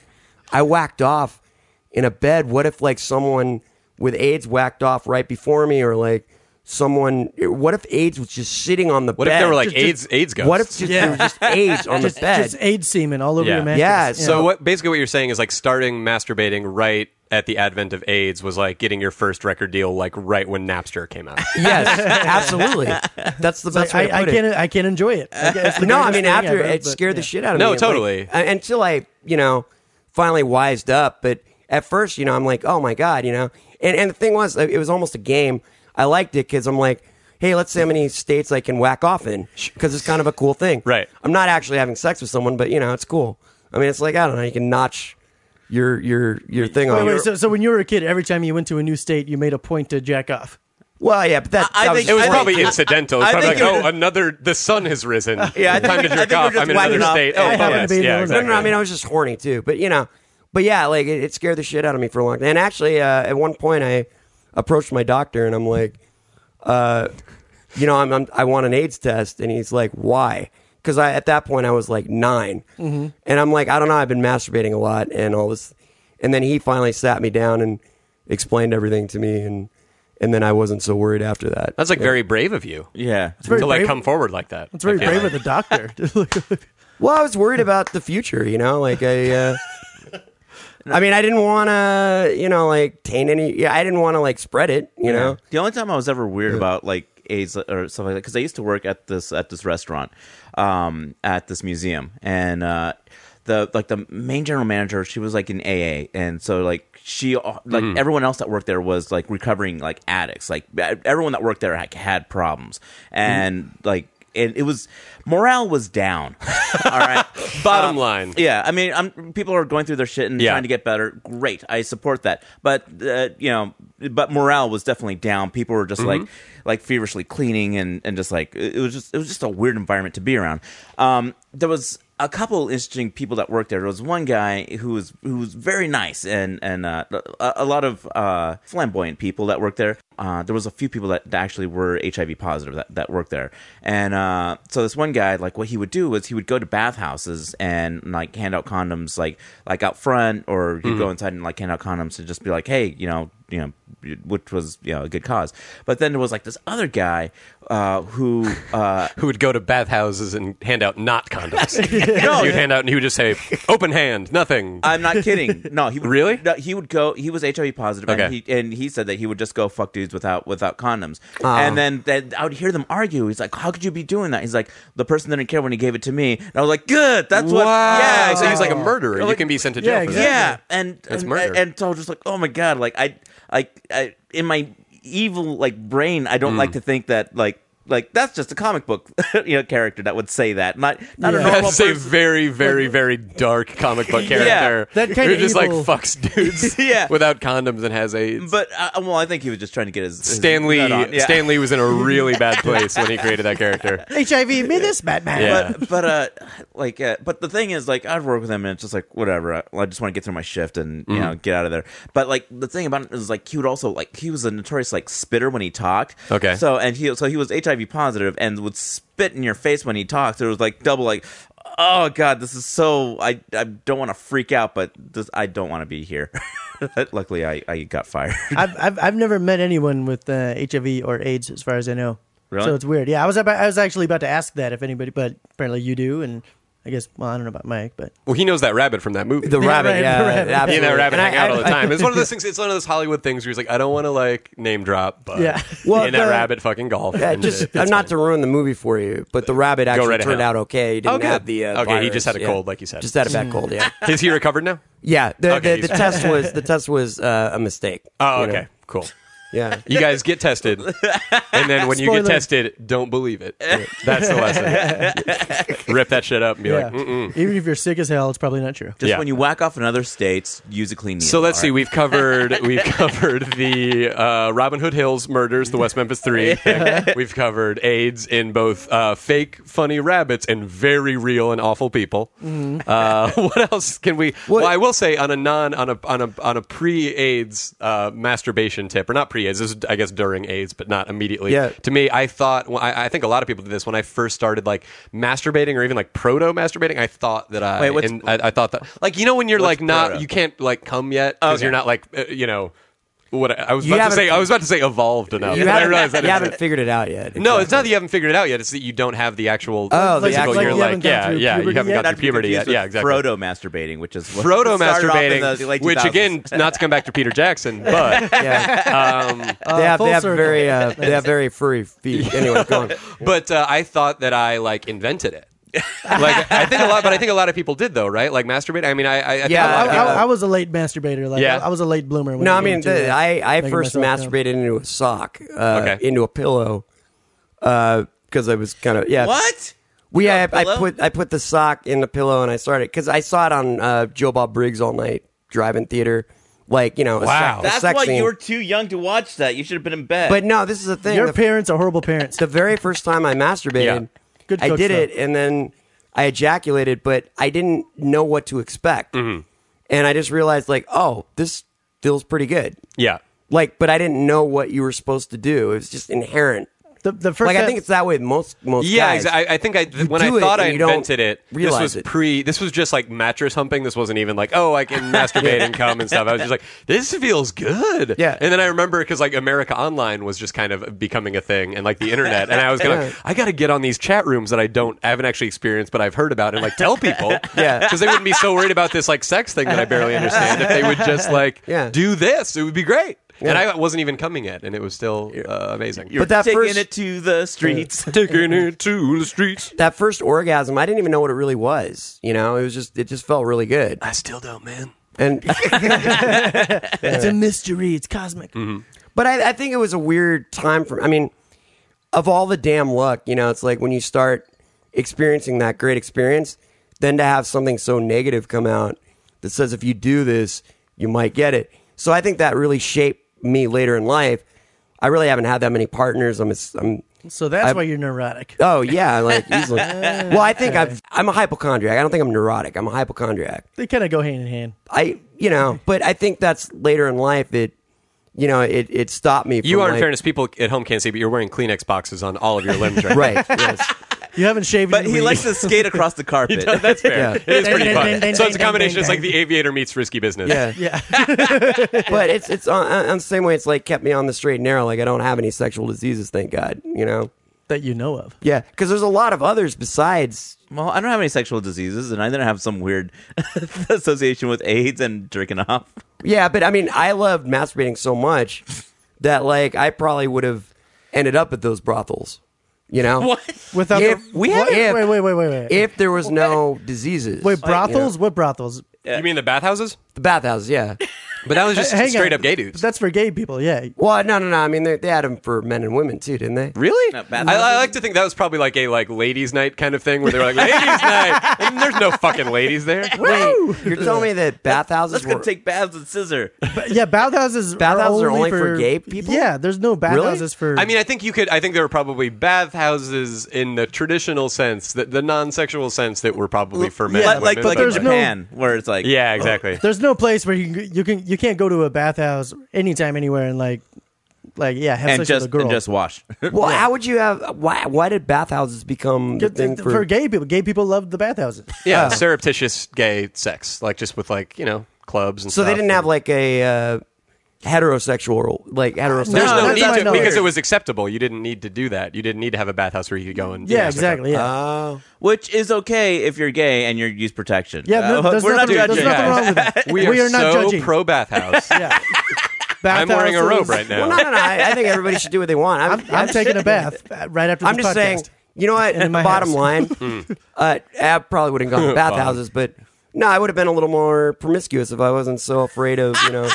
Speaker 3: I whacked off in a bed. What if like someone with AIDS whacked off right before me, or like someone? What if AIDS was just sitting on the
Speaker 5: What
Speaker 3: bed?
Speaker 5: if there were like
Speaker 2: Just-
Speaker 5: AIDS
Speaker 2: just-
Speaker 5: AIDS ghosts?
Speaker 3: What if just, there was just AIDS on
Speaker 2: Just,
Speaker 3: the bed?
Speaker 2: just AIDS semen all over
Speaker 5: Yeah.
Speaker 2: your mattress.
Speaker 3: Yeah,
Speaker 5: So what basically what you're saying is like starting masturbating right at the advent of AIDS was like getting your first record deal like right when Napster came out.
Speaker 3: yes, absolutely. That's the best way to
Speaker 2: I, I
Speaker 3: put it.
Speaker 2: can't. I can't enjoy it. I guess it's the
Speaker 3: no, I
Speaker 2: greatest
Speaker 3: mean
Speaker 2: thing
Speaker 3: after
Speaker 2: ever,
Speaker 3: it
Speaker 2: but,
Speaker 3: scared the
Speaker 2: yeah.
Speaker 3: shit out of
Speaker 5: No,
Speaker 3: me. Like,
Speaker 5: totally.
Speaker 3: I- until I, you know, finally wised up. But at first, you know, I'm like, oh my god, you know. And and the thing was, it was almost a game. I liked it because I'm like, hey, let's see how many states I can whack off in because it's kind of a cool thing.
Speaker 5: Right.
Speaker 3: I'm not actually having sex with someone, but you know, it's cool. I mean, it's like I don't know. You can notch your your your thing
Speaker 2: Wait,
Speaker 3: on.
Speaker 2: wait,
Speaker 3: your,
Speaker 2: so, so when you were a kid, every time you went to a new state, you made a point to jack off.
Speaker 3: well, yeah, but that,
Speaker 1: I- I
Speaker 3: that
Speaker 1: think-
Speaker 5: It was
Speaker 1: I
Speaker 5: probably
Speaker 1: think-
Speaker 5: incidental. It's
Speaker 1: I
Speaker 5: probably like,
Speaker 1: think it
Speaker 5: oh,
Speaker 1: was-
Speaker 5: another the sun has risen.
Speaker 3: Yeah, I
Speaker 5: time to
Speaker 3: think- I
Speaker 5: jerk
Speaker 1: think we're
Speaker 5: off.
Speaker 1: just
Speaker 5: I'm in another
Speaker 1: whacking off.
Speaker 5: state.
Speaker 1: I
Speaker 5: Oh,
Speaker 1: happen
Speaker 2: to
Speaker 5: yes.
Speaker 2: be in
Speaker 5: yeah,
Speaker 2: Illinois.
Speaker 5: exactly.
Speaker 3: No, no, I mean I was just horny too, but you know, but yeah, like it, it scared the shit out of me for a long time. And actually, uh, at one point, I approached my doctor and I'm like, uh, you know, I'm, I'm I want an AIDS test, and he's like, why? Because I at that point I was like 9 and I'm like, I don't know, I've been masturbating a lot and all this, and then he finally sat me down and explained everything to me, and and then I wasn't so worried after that.
Speaker 5: That's like very brave of you.
Speaker 1: Yeah.
Speaker 2: very
Speaker 5: to like
Speaker 2: brave.
Speaker 5: come forward like that.
Speaker 2: It's very
Speaker 5: I feel
Speaker 2: brave
Speaker 5: like.
Speaker 2: of the doctor.
Speaker 3: Well, I was worried about the future, you know, like I. Uh, I mean, I didn't want to, you know, like taint any. Yeah, I didn't want to like spread it, you know.
Speaker 1: The only time I was ever weird about like AIDS or stuff like that because I used to work at this at this restaurant, um, at this museum, and uh, the like the main general manager she was like in AA, and so like she uh, like everyone else that worked there was like recovering like addicts, like e- everyone that worked there like, had problems,
Speaker 3: Hmm.
Speaker 1: and like and it was morale was down. All right,
Speaker 5: Bottom line.
Speaker 1: Yeah, I mean, I'm, people are going through their shit and
Speaker 5: Yeah.
Speaker 1: trying to get better. Great, I support that. But uh, you know, but morale was definitely down. People were just like, like feverishly cleaning and and just like it it was just it was just a weird environment to be around. Um, there was a couple interesting people that worked there. There was one guy who was who was very nice and and uh, a, a lot of uh, flamboyant people that worked there. Uh, there was a few people that, that actually were HIV positive that, that worked there, and uh, so this one guy, like, what he would do was he would go to bathhouses and like hand out condoms, like like out front, or he'd go inside and like hand out condoms and just be like, hey, you know, you know, which was you know a good cause. But then there was like this other guy uh, who uh,
Speaker 5: Who would go to bathhouses and hand out not condoms? he would hand out and he would just say, "Open hand, nothing."
Speaker 1: I'm not kidding. No, he would,
Speaker 5: Really?
Speaker 1: No, he would go. He was HIV positive, and
Speaker 5: Okay.
Speaker 1: he and he said that he would just go fuck dudes without without condoms. And then then I would hear them argue. He's like, "How could you be doing that?" He's like, "The person didn't care when he gave it to me." And I was like, "Good, that's what." Yeah,
Speaker 5: so he's like a
Speaker 1: murderer.
Speaker 5: murderer. You
Speaker 1: Like-
Speaker 5: can be sent to
Speaker 2: Yeah,
Speaker 5: jail. for that.
Speaker 2: exactly.
Speaker 1: Yeah, and
Speaker 5: That's
Speaker 1: and,
Speaker 5: murder.
Speaker 1: and so I was just like, oh my god, like I, I, I in my evil like brain, I don't
Speaker 5: Mm.
Speaker 1: like to think that like like that's just a comic book you know character that would say that, not not
Speaker 2: Yeah.
Speaker 1: a normal
Speaker 5: That's a
Speaker 1: person.
Speaker 5: very, very, very dark comic
Speaker 1: Yeah,
Speaker 5: book character.
Speaker 2: that kind
Speaker 5: who
Speaker 2: of
Speaker 5: just like
Speaker 2: evil-
Speaker 5: fucks dudes
Speaker 1: Yeah.
Speaker 5: without condoms and has AIDS.
Speaker 1: But uh, well, I think he was just trying to get his, his
Speaker 5: Stanley
Speaker 1: nut on. Yeah.
Speaker 5: Stanley was in a really bad place when he created that character.
Speaker 2: HIV made this Batman.
Speaker 5: Yeah.
Speaker 1: But but uh, like uh, but the thing is, like I've worked with him, and it's just like whatever. I, I just want to get through my shift and
Speaker 5: Mm-hmm.
Speaker 1: you know get out of there. But like the thing about it is, like he would also like he was a notorious like spitter when he talked.
Speaker 5: Okay.
Speaker 1: So and he so he was HIV positive and would spit in your face when he talked. It was like double like. Oh God, this is so. I I don't want to freak out, but this, I don't want to be here. Luckily, I, I got fired.
Speaker 2: I've, I've I've never met anyone with uh, HIV or AIDS, as far as I know.
Speaker 1: Really?
Speaker 2: So it's weird. Yeah, I was about, I was actually about to ask that if anybody, but apparently you do, and I guess well, I don't know about Mike, but
Speaker 5: Well, he knows that rabbit from that movie.
Speaker 3: The rabbit,
Speaker 2: right,
Speaker 3: yeah,
Speaker 2: the rabbit.
Speaker 3: absolutely.
Speaker 5: he and that rabbit
Speaker 3: And I-
Speaker 5: hang out all the
Speaker 3: I-
Speaker 5: time. It's one of those things. It's one of those Hollywood things where he's like, I don't want to like name drop, but
Speaker 2: Yeah.
Speaker 3: Well,
Speaker 5: and that
Speaker 3: the-
Speaker 5: rabbit fucking golf.
Speaker 3: Yeah,
Speaker 5: and
Speaker 3: just
Speaker 5: shit. It's
Speaker 3: not
Speaker 5: fine.
Speaker 3: to ruin the movie for you, but the rabbit actually
Speaker 5: right
Speaker 3: turned
Speaker 5: ahead.
Speaker 3: out okay. He didn't
Speaker 5: Oh, good.
Speaker 3: have the uh,
Speaker 5: Okay, he
Speaker 3: virus,
Speaker 5: just had a
Speaker 3: yeah.
Speaker 5: cold, like you said.
Speaker 3: Just had a bad cold. Yeah,
Speaker 5: Is he recovered now?
Speaker 3: yeah. The,
Speaker 5: Okay,
Speaker 3: the, the
Speaker 5: he's-
Speaker 3: test was the test was uh, a mistake.
Speaker 5: Oh,
Speaker 3: you know?
Speaker 5: okay, cool.
Speaker 3: Yeah.
Speaker 5: You guys get tested, and then when you get
Speaker 2: Spoiler.
Speaker 5: tested, don't believe it. That's the lesson. Rip that shit up and be
Speaker 2: yeah,
Speaker 5: like, mm-mm.
Speaker 2: even if you're sick as hell, it's probably not true.
Speaker 1: just
Speaker 5: Yeah.
Speaker 1: when you whack off in other states, use a clean needle.
Speaker 5: So let's
Speaker 1: all
Speaker 5: see.
Speaker 1: right?
Speaker 5: We've covered we've covered the uh, Robin Hood Hills murders, the West Memphis Three. thing. We've covered AIDS in both uh, fake funny rabbits and very real and awful people.
Speaker 1: Mm-hmm.
Speaker 5: Uh, what else can we? Well, I will say on a non on a on a on a pre AIDS uh, masturbation tip, or not pre AIDS. This is I guess during AIDS, but not immediately.
Speaker 3: Yeah.
Speaker 5: To me, I thought well, I, I think a lot of people did this when I first started like masturbating or even like proto masturbating. I thought that I
Speaker 1: Wait, what's-
Speaker 5: and I, I thought that like you know when you're
Speaker 1: What's
Speaker 5: like not
Speaker 1: proto?
Speaker 5: you can't like come yet because
Speaker 1: Okay.
Speaker 5: you're not like uh, you know what I was
Speaker 3: You
Speaker 5: about to
Speaker 3: haven't-
Speaker 5: say. I was about to say evolved enough.
Speaker 3: You
Speaker 5: but I
Speaker 3: haven't,
Speaker 5: realized that
Speaker 3: you
Speaker 5: it's-
Speaker 3: haven't figured it out yet.
Speaker 5: no, it's not that you haven't figured it out yet. It's that you don't have the actual oh,
Speaker 3: the actual- like
Speaker 5: you're
Speaker 3: you
Speaker 5: like
Speaker 2: haven't gone
Speaker 5: yeah
Speaker 2: through
Speaker 5: yeah you
Speaker 2: puberty
Speaker 5: haven't
Speaker 2: yet?
Speaker 5: got
Speaker 1: Not
Speaker 5: through
Speaker 1: to be
Speaker 5: puberty yet.
Speaker 1: confused
Speaker 5: Yeah,
Speaker 1: with
Speaker 5: exactly.
Speaker 1: Proto masturbating, which is what
Speaker 5: Proto
Speaker 1: started off in the
Speaker 5: masturbating,
Speaker 1: late
Speaker 5: which
Speaker 1: 2000s.
Speaker 5: again, not to come back to Peter Jackson, but um,
Speaker 3: they have,
Speaker 2: full
Speaker 3: they have
Speaker 2: circle.
Speaker 3: very uh, they have very furry feet. Anyway, go on.
Speaker 5: but uh, I thought that I like invented it. like I think a lot, but I think a lot of people did though, right? Like masturbate. I mean, I, I, I think a
Speaker 3: Yeah,
Speaker 2: I,
Speaker 5: lot of
Speaker 2: I,
Speaker 1: uh,
Speaker 5: people-
Speaker 2: I was a late masturbator. Like
Speaker 5: Yeah.
Speaker 2: I, I was a late bloomer. When
Speaker 3: No,
Speaker 2: it
Speaker 3: I
Speaker 2: came
Speaker 3: mean,
Speaker 2: to,
Speaker 3: the,
Speaker 2: uh,
Speaker 3: I, I
Speaker 2: making
Speaker 3: first
Speaker 2: myself come.
Speaker 3: masturbated into a sock, uh,
Speaker 5: Okay.
Speaker 3: into a pillow, because I was kind of yeah.
Speaker 1: What?
Speaker 3: We I, I
Speaker 1: pillow?
Speaker 3: put I put the sock in the pillow and I started because I saw it on uh, Joe Bob Briggs all night driving theater, like you know. a
Speaker 5: Wow.
Speaker 3: sex- a
Speaker 1: That's
Speaker 3: sex
Speaker 1: why
Speaker 3: scene.
Speaker 1: you were too young to watch that. You should have been in bed.
Speaker 3: But no, this is the thing.
Speaker 2: Your
Speaker 3: the,
Speaker 2: parents are horrible parents.
Speaker 3: the very first time I masturbated,
Speaker 5: Yeah.
Speaker 2: Good
Speaker 3: I
Speaker 2: coach,
Speaker 3: did
Speaker 2: though.
Speaker 3: it and then I ejaculated, but I didn't know what to expect, and I just realized like, oh, this feels pretty good.
Speaker 5: yeah.
Speaker 3: Like, but I didn't know what you were supposed to do. It was just inherent.
Speaker 2: The, the first
Speaker 3: like I
Speaker 2: time-
Speaker 3: think it's that way with most most
Speaker 5: Yeah,
Speaker 3: guys.
Speaker 5: exa- I, I think I when I
Speaker 3: do it
Speaker 5: thought
Speaker 3: and
Speaker 5: I
Speaker 3: you don't
Speaker 5: invented it, this
Speaker 3: realize
Speaker 5: was
Speaker 3: it.
Speaker 5: pre. This was just like mattress humping. This wasn't even like oh I can masturbate and come and stuff. I was just like this feels good.
Speaker 3: Yeah.
Speaker 5: and then I remember because like America Online was just kind of becoming a thing and like the internet, and I was gonna I got to get on these chat rooms that I don't I haven't actually experienced but I've heard about and like tell people.
Speaker 3: Yeah.
Speaker 5: because they wouldn't be so worried about this like sex thing that I barely understand if they would just like
Speaker 3: Yeah.
Speaker 5: do this. It would be great. And I wasn't even coming yet, and it was still uh, amazing.
Speaker 1: You're
Speaker 3: but that
Speaker 1: taking
Speaker 3: first-
Speaker 1: it to the streets.
Speaker 5: taking it to the streets.
Speaker 3: that first orgasm, I didn't even know what it really was. You know, it was just it just felt really good.
Speaker 5: I still don't, man.
Speaker 3: And
Speaker 2: it's a mystery. It's cosmic.
Speaker 1: Mm-hmm.
Speaker 3: but I, I think it was a weird time for. I mean, of all the damn luck, you know, it's like when you start experiencing that great experience, then to have something so negative come out that says if you do this, you might get it. So I think that really shaped me later in life. I really haven't had that many partners. I'm, a s- I'm
Speaker 2: So that's
Speaker 3: I-
Speaker 2: why you're neurotic.
Speaker 3: Oh yeah, like easily. well, I think I've, I'm a hypochondriac. I don't think I'm neurotic. I'm a hypochondriac.
Speaker 2: They kind of go hand in hand.
Speaker 3: I, you know, but I think that's later in life. It, you know, it it stopped me.
Speaker 5: You
Speaker 3: from,
Speaker 5: are, in
Speaker 3: like-
Speaker 5: fairness, people at home can't see, but you're wearing Kleenex boxes on all of your limbs right now.
Speaker 3: right? Yes.
Speaker 2: You haven't shaved.
Speaker 1: But
Speaker 2: in
Speaker 1: he
Speaker 2: weeks.
Speaker 1: likes to skate across the carpet.
Speaker 5: That's fair.
Speaker 3: Yeah.
Speaker 5: It is pretty
Speaker 2: Ding, ding,
Speaker 5: fun.
Speaker 2: ding,
Speaker 5: So it's a
Speaker 2: ding,
Speaker 5: combination.
Speaker 2: ding,
Speaker 5: It's like
Speaker 2: ding.
Speaker 5: the aviator meets risky business.
Speaker 3: Yeah.
Speaker 2: Yeah.
Speaker 3: but it's it's on, on the same way. It's like kept me on the straight and narrow. Like I don't have any sexual diseases, thank God. You know.
Speaker 2: that you know of.
Speaker 3: Yeah, because there's a lot of others besides.
Speaker 1: well, I don't have any sexual diseases, and I didn't have some weird association with AIDS and jerking off.
Speaker 3: Yeah, but I mean, I loved masturbating so much that like I probably would have ended up at those brothels. You know what?
Speaker 2: Without
Speaker 3: If-
Speaker 2: the,
Speaker 3: we
Speaker 2: what-
Speaker 3: haven't-
Speaker 2: wait, wait, wait, wait, wait.
Speaker 3: If there was no diseases,
Speaker 2: wait, brothels?
Speaker 3: You know,
Speaker 2: What brothels?
Speaker 5: You mean the bathhouses?
Speaker 3: the bathhouses. Yeah.
Speaker 5: But that was just
Speaker 2: Hang on.
Speaker 5: straight up gay dudes.
Speaker 2: That's for gay people. Yeah.
Speaker 3: Well, no, no, no. I mean, they, they had them for men and women too, didn't they?
Speaker 5: Really?
Speaker 1: No,
Speaker 5: I,
Speaker 1: bathhouses.
Speaker 5: I like to think that was probably like a like ladies' night kind of thing where they were like ladies' night, and there's no fucking ladies there.
Speaker 3: Wait, you're telling me that bathhouses
Speaker 1: Let's
Speaker 3: were
Speaker 1: go take baths with scissor.
Speaker 2: But yeah, bathhouses.
Speaker 3: Bathhouses
Speaker 2: are
Speaker 3: are
Speaker 2: only,
Speaker 3: only for gay people?
Speaker 2: Yeah, there's no bathhouses for.
Speaker 5: I mean, I think you could. I think there were probably bathhouses in the traditional sense, the, the non-sexual sense, that were probably for men.
Speaker 1: Like-
Speaker 5: and
Speaker 1: like
Speaker 5: women,
Speaker 1: like
Speaker 2: but
Speaker 1: in
Speaker 2: there's no-
Speaker 1: Japan, where it's like
Speaker 5: yeah, exactly.
Speaker 2: there's no place where you can, you can you can't go to a bathhouse anytime anywhere and like like yeah have
Speaker 1: and
Speaker 2: sex
Speaker 1: just
Speaker 2: with a girl
Speaker 1: and just wash.
Speaker 3: Well, how would you have? Why? Why did bathhouses become the
Speaker 2: Good
Speaker 3: thing
Speaker 2: thing
Speaker 3: for?
Speaker 2: for gay people. Gay people love the bathhouses.
Speaker 5: Yeah, Uh, surreptitious gay sex, like just with like you know clubs and
Speaker 3: so
Speaker 5: stuff.
Speaker 3: they didn't have like a uh, heterosexual, like heterosexual.
Speaker 5: There's
Speaker 2: No,
Speaker 5: no,
Speaker 2: that's
Speaker 5: need
Speaker 2: not
Speaker 5: to
Speaker 2: no-
Speaker 5: because it was acceptable. You didn't need to do that. You didn't need to have a bathhouse where you could go and you
Speaker 2: Yeah,
Speaker 5: know,
Speaker 2: exactly. Yeah,
Speaker 3: Uh, Oh.
Speaker 1: Which is okay if you're gay and you use protection.
Speaker 2: yeah. No,
Speaker 1: Uh,
Speaker 2: there's,
Speaker 1: we're
Speaker 2: nothing,
Speaker 1: not
Speaker 2: there's
Speaker 1: judging.
Speaker 2: nothing wrong with that.
Speaker 5: We are,
Speaker 2: not
Speaker 5: so
Speaker 2: judging.
Speaker 5: pro bathhouse.
Speaker 2: yeah.
Speaker 5: I'm wearing a robe right now.
Speaker 3: Well, no, no, no. I, I think everybody should do what they want. I'm, I'm,
Speaker 2: I'm taking a bath uh, right after. This
Speaker 3: I'm just
Speaker 2: podcast.
Speaker 3: saying. You know what?
Speaker 2: in my
Speaker 3: Bottom
Speaker 2: house.
Speaker 3: line, uh, I probably wouldn't gone to bathhouses, but no, I would have been a little more promiscuous if I wasn't so afraid of you know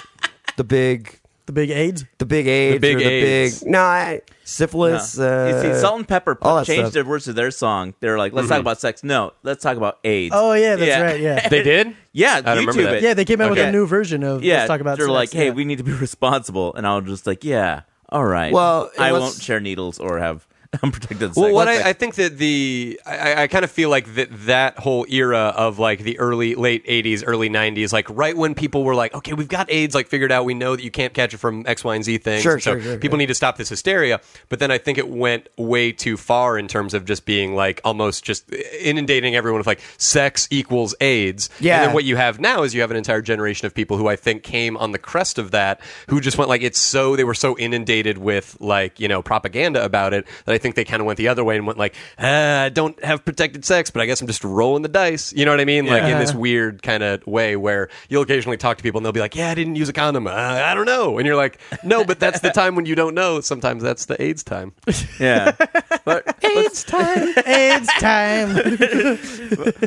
Speaker 3: the big.
Speaker 2: the big AIDS.
Speaker 3: The big AIDS,
Speaker 5: big
Speaker 3: or the
Speaker 5: AIDS.
Speaker 3: big no, I, syphilis. Uh,
Speaker 1: you see, Salt and Pepper
Speaker 3: all that
Speaker 1: changed
Speaker 3: stuff.
Speaker 1: their words to their song. They're like, let's
Speaker 5: Mm-hmm.
Speaker 1: talk about sex. No, let's talk about AIDS.
Speaker 2: Oh yeah, that's right. Yeah,
Speaker 5: They did.
Speaker 1: Yeah,
Speaker 5: don't
Speaker 1: YouTube
Speaker 5: remember that.
Speaker 1: it.
Speaker 2: yeah. They came out with
Speaker 1: Okay.
Speaker 2: a new version of
Speaker 1: yeah,
Speaker 2: Let's Talk About.
Speaker 1: they're
Speaker 2: Sex.
Speaker 1: like, hey,
Speaker 2: Yeah.
Speaker 1: we need to be responsible, and I was just like, yeah, all right.
Speaker 3: Well,
Speaker 1: I
Speaker 3: unless-
Speaker 1: won't share needles or have unprotected sex.
Speaker 5: Well, what
Speaker 1: Like,
Speaker 5: I, I think that the I, I kind of feel like that that whole era of like the early late '80s, early '90s, like right when people were like, okay, we've got AIDS, like figured out, we know that you can't catch it from X, Y, and Z things.
Speaker 3: Sure,
Speaker 5: And so
Speaker 3: sure, sure,
Speaker 5: People need to stop this hysteria. But then I think it went way too far in terms of just being like almost just inundating everyone with like sex equals AIDS.
Speaker 3: Yeah.
Speaker 5: And then what you have now is you have an entire generation of people who I think came on the crest of that, who just went like it's so they were so inundated with like you know propaganda about it that I think they kind of went the other way and went like ah, I don't have protected sex, but I guess I'm just rolling the dice. You know what I mean? Like in this weird kind of way where you'll occasionally talk to people and they'll be like, Yeah, I didn't use a condom. Uh, I don't know. And you're like, No, but that's the time when you don't know. Sometimes that's the AIDS time.
Speaker 1: yeah, but
Speaker 5: AIDS time.
Speaker 2: AIDS time.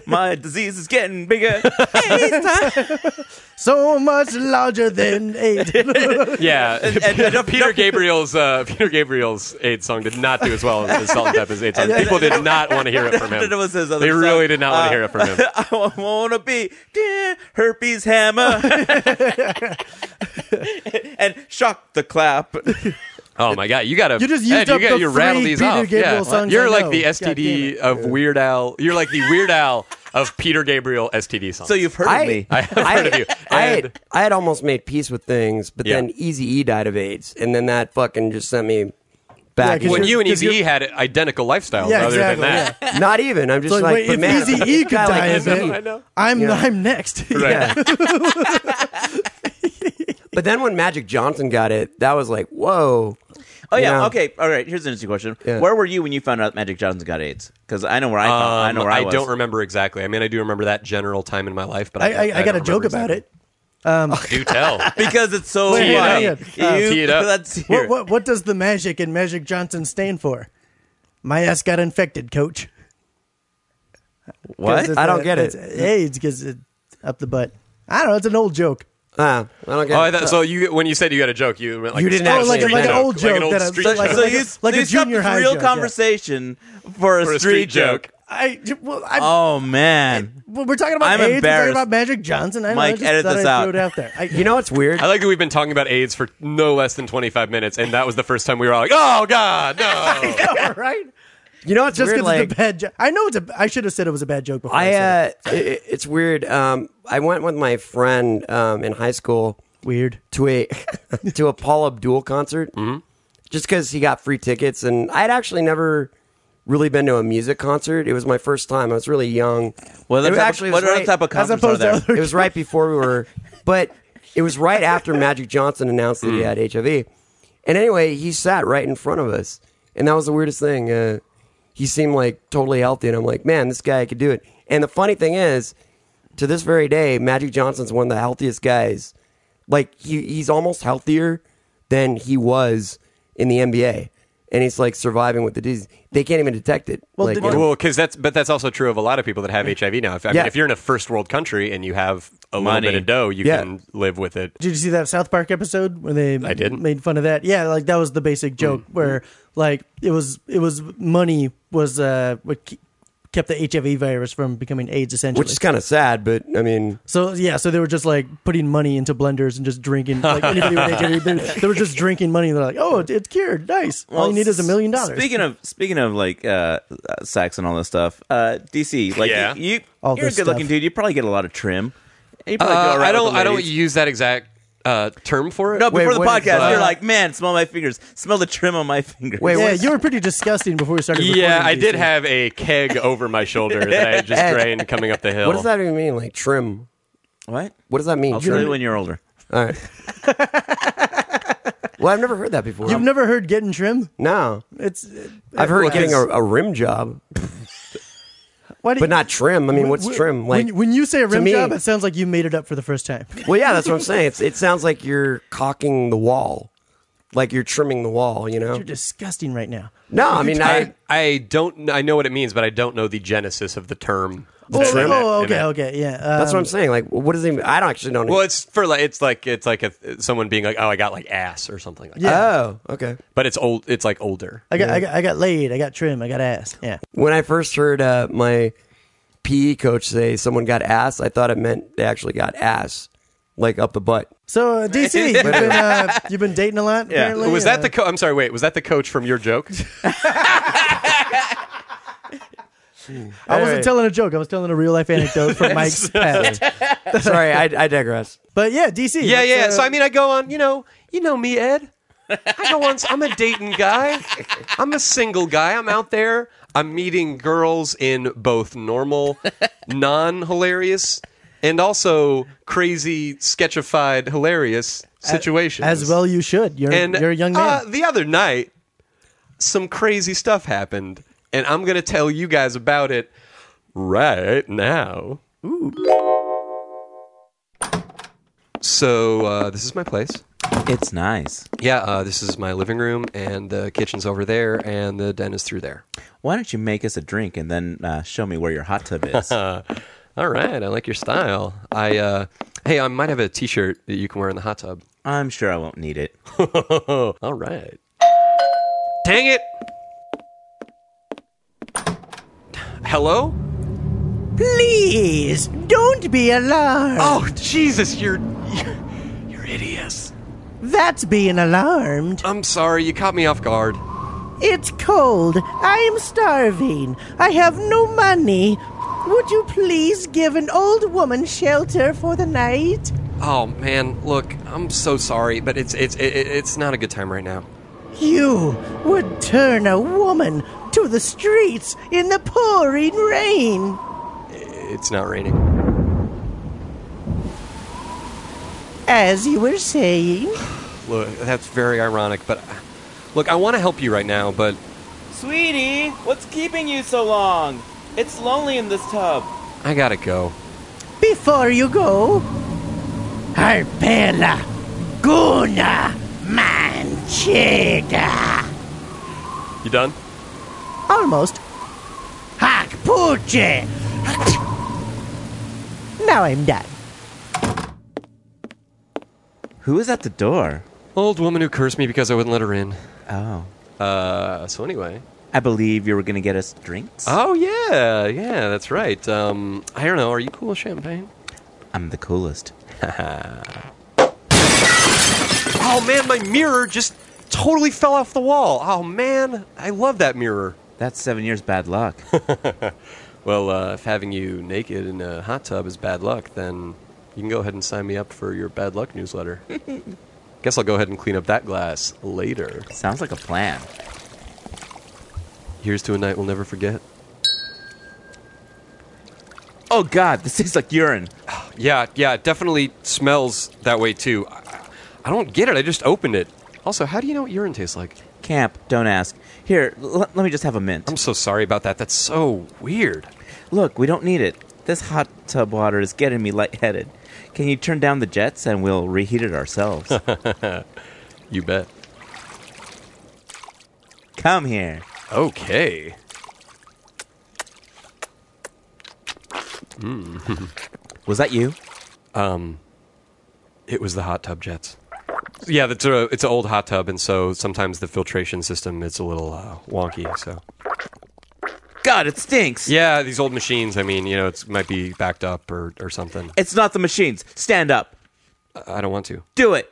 Speaker 1: my disease is getting bigger. AIDS time.
Speaker 2: so much larger than AIDS.
Speaker 5: Yeah, Peter Gabriel's uh, Peter Gabriel's AIDS song did not do as well as Salt and Pepper's AIDS song. People did not want to hear it from
Speaker 1: It
Speaker 5: him.
Speaker 1: was his other
Speaker 5: They really
Speaker 1: song.
Speaker 5: did not want to hear it from him.
Speaker 1: I wanna be dear herpes hammer and shock the clap.
Speaker 5: Oh my god, you got to
Speaker 2: You just used
Speaker 5: Ed, you
Speaker 2: up
Speaker 5: got
Speaker 2: the
Speaker 5: you rattle
Speaker 2: three
Speaker 5: these
Speaker 2: Peter
Speaker 5: off.
Speaker 2: Gabriel
Speaker 5: yeah.
Speaker 2: songs I
Speaker 5: You're like
Speaker 2: know.
Speaker 5: the
Speaker 2: God
Speaker 5: STD of Weird Al. You're like the Weird Al of Peter Gabriel STD songs.
Speaker 1: So you've heard of me.
Speaker 3: I,
Speaker 5: I have heard of you.
Speaker 3: I
Speaker 5: And-
Speaker 3: had, I had almost made peace with things, but
Speaker 5: Yeah.
Speaker 3: then Easy E died of AIDS, and then that fucking just sent me
Speaker 2: Yeah,
Speaker 3: back.
Speaker 2: 'cause
Speaker 5: when you and
Speaker 2: Because
Speaker 5: Easy had identical lifestyles,
Speaker 2: Yeah,
Speaker 5: other
Speaker 2: exactly,
Speaker 5: than that.
Speaker 3: not even. I'm just
Speaker 2: So,
Speaker 3: like,
Speaker 2: wait,
Speaker 3: but
Speaker 2: if
Speaker 3: man,
Speaker 2: Easy E could
Speaker 3: guy like
Speaker 2: die of
Speaker 3: Eazy-E.
Speaker 2: it, I'm I'm next.
Speaker 5: Right.
Speaker 3: But then when Magic Johnson got it, that was like, whoa.
Speaker 1: Oh yeah,
Speaker 3: Yeah.
Speaker 1: okay. All right, here's an interesting question.
Speaker 3: Yeah.
Speaker 1: Where were you when you found out Magic Johnson got AIDS? Because I know where I found, I know
Speaker 5: Um,
Speaker 1: where I, was.
Speaker 5: don't remember exactly. I mean, I do remember that general time in my life, but
Speaker 2: I,
Speaker 5: I,
Speaker 2: I, I, got a
Speaker 5: don't
Speaker 2: joke
Speaker 5: remember
Speaker 2: about
Speaker 5: exactly.
Speaker 2: it.
Speaker 5: Do tell.
Speaker 1: because it's so
Speaker 2: Wait,
Speaker 5: it
Speaker 1: funny.
Speaker 2: up. Uh,
Speaker 1: You-
Speaker 5: Tee it up.
Speaker 1: Let's hear.
Speaker 2: What, what what does the magic in Magic Johnson stand for? My ass got infected, coach. 'Cause
Speaker 1: What?
Speaker 2: it's,
Speaker 3: I don't get
Speaker 2: it's
Speaker 3: it.
Speaker 2: AIDS because up the butt. I don't know. It's an old joke.
Speaker 3: Ah, I don't get
Speaker 5: Oh, I
Speaker 3: it.
Speaker 5: thought, so you when you said you got a joke, you meant like
Speaker 3: You didn't
Speaker 5: a
Speaker 3: actually
Speaker 5: street
Speaker 3: Oh, like a- like
Speaker 2: an old
Speaker 5: like an
Speaker 2: joke
Speaker 5: old
Speaker 2: that I'm-
Speaker 5: street
Speaker 1: So,
Speaker 2: like-
Speaker 5: joke.
Speaker 1: so
Speaker 2: like
Speaker 1: you,
Speaker 2: a- like
Speaker 1: so
Speaker 2: a
Speaker 1: you stopped
Speaker 2: junior
Speaker 1: this
Speaker 2: high
Speaker 1: real
Speaker 2: joke, yeah.
Speaker 1: conversation for, a
Speaker 5: For a
Speaker 1: street,
Speaker 5: street
Speaker 1: joke.
Speaker 2: I well, I'm,
Speaker 1: Oh man,
Speaker 2: well, we're talking about
Speaker 1: I'm
Speaker 2: AIDS. We're
Speaker 1: embarrassed.
Speaker 2: talking about Magic Johnson. I don't know, I
Speaker 1: Mike,
Speaker 2: just
Speaker 1: edit
Speaker 2: thought
Speaker 1: this
Speaker 2: I'd
Speaker 1: out.
Speaker 2: Throw it out there. I,
Speaker 3: you know what's weird?
Speaker 5: I like that we've been talking about AIDS for no less than 25 minutes, and that was the first time we were all like, "Oh God, no!"
Speaker 2: know, right?
Speaker 3: You know what's
Speaker 2: Just
Speaker 3: weird?
Speaker 2: because
Speaker 3: Like,
Speaker 2: it's a bad joke. I know it's a. I should have said it was a bad joke before. I,
Speaker 3: I
Speaker 2: said
Speaker 3: uh, it, it's weird. Um, I went with my friend um, in high school
Speaker 2: it. weird.
Speaker 3: to a to a
Speaker 1: Mm-hmm.
Speaker 3: Paul Abdul concert, just because he got free tickets, and I'd actually never really been to a music concert. It was my first time. I was really young.
Speaker 1: What
Speaker 3: It
Speaker 1: other, type,
Speaker 3: actually
Speaker 1: of, what
Speaker 3: was
Speaker 1: other
Speaker 3: right-
Speaker 1: type of
Speaker 2: as
Speaker 1: concerts are
Speaker 2: opposed to
Speaker 1: there?
Speaker 2: other-
Speaker 3: it was right before we were, but it was right after Magic Johnson announced that he
Speaker 1: Mm.
Speaker 3: had HIV. And anyway, he sat right in front of us, and that was the weirdest thing. Uh, he seemed like totally healthy, and I'm like, man, this guy could do it. And the funny thing is, to this very day, Magic Johnson's one of the healthiest guys. Like he, he's almost healthier than he was in the NBA, and he's like surviving with the disease. They can't even detect it. Well, like,
Speaker 2: did-
Speaker 3: you know.
Speaker 5: Well, because that's but that's also true of a lot of people that have HIV now. If, I
Speaker 3: Yeah.
Speaker 5: mean, if you're in a first world country and you have a
Speaker 1: Money.
Speaker 5: little bit of dough, you
Speaker 3: Yeah.
Speaker 5: can live with it.
Speaker 2: Did you see that South Park episode where they I
Speaker 5: didn't.
Speaker 2: made fun of that? Yeah, like that was the
Speaker 3: Mm,
Speaker 2: basic joke where like it was it was money was uh what ke- kept the HIV virus from becoming AIDS essentially.
Speaker 3: which is kind of sad, but I mean,
Speaker 2: so yeah, so they were just like putting money into blenders and just drinking like anybody with HIV they, they were just drinking money and they're like, "Oh, it, it's cured. Nice. All you need is a million dollars."
Speaker 1: Speaking of speaking of like uh, uh, sex and all this stuff, uh, DC, like
Speaker 5: Yeah.
Speaker 1: you, you
Speaker 2: All
Speaker 1: you're a
Speaker 2: this
Speaker 1: good looking
Speaker 2: stuff.
Speaker 1: dude. You probably get a lot of trim. You probably
Speaker 5: Uh,
Speaker 1: go around
Speaker 5: I
Speaker 1: with
Speaker 5: don't.
Speaker 1: the
Speaker 5: I don't
Speaker 1: ladies.
Speaker 5: use that exact uh, term for it.
Speaker 1: No, before
Speaker 3: Wait,
Speaker 1: the
Speaker 3: what is
Speaker 1: podcast,
Speaker 3: that?
Speaker 1: you're like, man, smell my fingers, smell the trim on my fingers.
Speaker 3: Wait,
Speaker 2: yeah,
Speaker 3: what is-
Speaker 2: you were pretty disgusting before we started
Speaker 5: yeah,
Speaker 2: recording
Speaker 5: I did
Speaker 2: these.
Speaker 5: have a keg over my shoulder that I had just drained coming up the hill.
Speaker 3: what does that even mean? Like trim?
Speaker 1: what?
Speaker 3: What does that mean?
Speaker 1: I'll
Speaker 3: trim?
Speaker 1: tell you when you're older.
Speaker 3: All right. well, I've never heard that before.
Speaker 2: You've never heard getting trim?
Speaker 3: no,
Speaker 2: It's
Speaker 3: I've heard
Speaker 5: Well,
Speaker 3: getting a,
Speaker 5: it's-
Speaker 3: a rim job,
Speaker 2: why do
Speaker 3: but not trim. I mean, what's
Speaker 2: Wh-
Speaker 3: trim? Like,
Speaker 2: when, when you say a
Speaker 3: to
Speaker 2: rim
Speaker 3: me-
Speaker 2: job, it sounds like you made it up for the first time.
Speaker 3: well, yeah, that's what I'm saying. It's, it sounds like you're cocking the wall, like you're trimming the wall. You know?
Speaker 2: You're disgusting right now.
Speaker 3: No, I mean, I,
Speaker 5: I, I don't. kn- I know what it means, but I don't know the genesis of the term.
Speaker 2: Oh,
Speaker 5: trim
Speaker 2: oh,
Speaker 5: in it-
Speaker 2: okay,
Speaker 5: in it.
Speaker 2: okay, yeah.
Speaker 3: that's
Speaker 2: um,
Speaker 3: what I'm saying. Like, what does it? Mean? I don't actually don't.
Speaker 5: Well, it's for like it's like it's like a, someone being like, "Oh, I got like ass" or something like that.
Speaker 3: oh, okay.
Speaker 5: But it's old. It's like older.
Speaker 2: I got, I got, I got laid. I got trim. I got ass. Yeah.
Speaker 3: When I first heard uh, my PE coach say someone got ass, I thought it meant they actually got ass, like up the butt.
Speaker 2: So uh, DC, you've been, uh, you've been dating a lot. Apparently.
Speaker 5: was
Speaker 2: uh,
Speaker 5: that the? Co- I'm sorry. Wait, was that the coach from your joke?
Speaker 2: I wasn't
Speaker 3: Alright.
Speaker 2: telling a joke. I was telling a real life anecdote from Mike's past.
Speaker 3: Sorry, I, I digress.
Speaker 2: But yeah, DC.
Speaker 5: Yeah,
Speaker 2: let's,
Speaker 5: yeah.
Speaker 2: uh,
Speaker 5: so I mean, I go on. You know, you know me, Ed. I go on. I'm a dating guy. I'm a single guy. I'm out there. I'm meeting girls in both normal, non-hilarious, and also crazy, sketchified, hilarious situations.
Speaker 2: as well you should. You're
Speaker 5: And
Speaker 2: you're a young man.
Speaker 5: Uh, the other night, some crazy stuff happened, and I'm gonna tell you guys about it right now. Ooh. So uh, this is my place.
Speaker 1: It's nice.
Speaker 5: Yeah, uh, this is my living room, and the kitchen's over there, and the den is through there.
Speaker 1: Why don't you make us a drink and then uh, show me where your hot tub is?
Speaker 5: All right, I like your style. I uh, hey, I might have a T-shirt that you can wear in the hot tub.
Speaker 1: I'm sure I won't need it.
Speaker 5: All right. Dang it! Hello?
Speaker 2: Please don't be alarmed.
Speaker 5: Oh Jesus, you're you're, you're hideous.
Speaker 2: That's being alarmed.
Speaker 5: I'm sorry, you caught me off guard.
Speaker 2: It's cold. I am starving. I have no money. Would you please give an old woman shelter for the night?
Speaker 5: Oh man, look, I'm so sorry, but it's it's it, it- it's not a good time right now.
Speaker 2: You would turn a woman to the streets in the pouring rain.
Speaker 5: It's not raining.
Speaker 2: As you were saying,
Speaker 5: Look, that's very ironic, but look, I want to help you right now, but
Speaker 1: Sweetie, what's keeping you so long? It's lonely in this tub.
Speaker 5: I gotta go.
Speaker 2: before you go, Harpella Guna Manchega.
Speaker 5: You done?
Speaker 2: Almost. Hack Puche. Now I'm done.
Speaker 1: Who is at the door?
Speaker 5: Old woman who cursed me because I wouldn't let her in.
Speaker 1: Oh.
Speaker 5: Uh, so anyway.
Speaker 1: I believe you were going to get us drinks.
Speaker 5: Oh yeah, yeah, that's right. Um, I don't know. Are you cool with champagne?
Speaker 1: I'm the coolest.
Speaker 5: Oh man, my mirror just totally fell off the wall. Oh man, I love that mirror.
Speaker 1: That's seven years bad luck.
Speaker 5: Well, uh, if having you naked in a hot tub is bad luck, then you can go ahead and sign me up for your bad luck newsletter. Guess I'll go ahead and clean up that glass later.
Speaker 1: Sounds like a plan.
Speaker 5: Here's to a night we'll never forget.
Speaker 1: Oh God, this tastes like urine.
Speaker 5: Yeah, yeah, it definitely smells that way too. I, I don't get it. I just opened it. Also, how do you know what urine tastes like?
Speaker 1: Camp, don't ask. Here, l- let me just have a mint.
Speaker 5: I'm so sorry about that. That's so weird.
Speaker 1: Look, we don't need it. This hot tub water is getting me lightheaded. Can you turn down the jets and we'll reheat it ourselves?
Speaker 5: You bet.
Speaker 1: Come here.
Speaker 5: Okay.
Speaker 1: Was that you?
Speaker 5: It was the hot tub jets. Yeah, that's a, it's an old hot tub, and so sometimes the filtration system it's a little uh, wonky. So
Speaker 1: God, it stinks.
Speaker 5: yeah, these old machines. I mean, you know, it might be backed up or or something.
Speaker 1: It's not the machines. Stand up.
Speaker 5: I don't want to.
Speaker 1: Do it.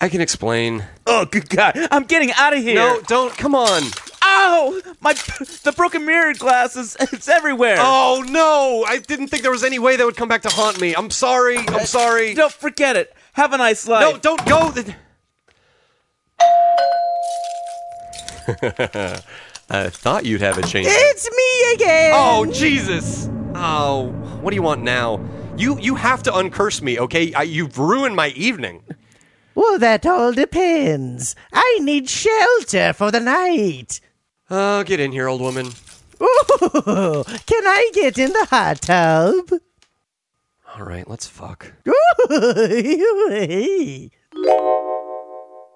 Speaker 5: I can explain.
Speaker 1: Oh, good God. I'm getting out of here.
Speaker 5: No, don't. Come on.
Speaker 1: Ow! My, the broken mirror glass is it's everywhere.
Speaker 5: Oh no! I didn't think there was any way that would come back to haunt me. I'm sorry. I'm sorry.
Speaker 1: Don't forget it. Have a nice life.
Speaker 5: No, don't go. Th- I thought you'd have a change.
Speaker 1: It's me again.
Speaker 5: Oh Jesus! Oh, what do you want now? You you have to uncurse me, okay? I, you've ruined my evening.
Speaker 2: Well, that all depends. I need shelter for the night.
Speaker 5: Oh, get in here, old woman.
Speaker 2: Ooh, can I get in the hot tub?
Speaker 5: All right, let's fuck.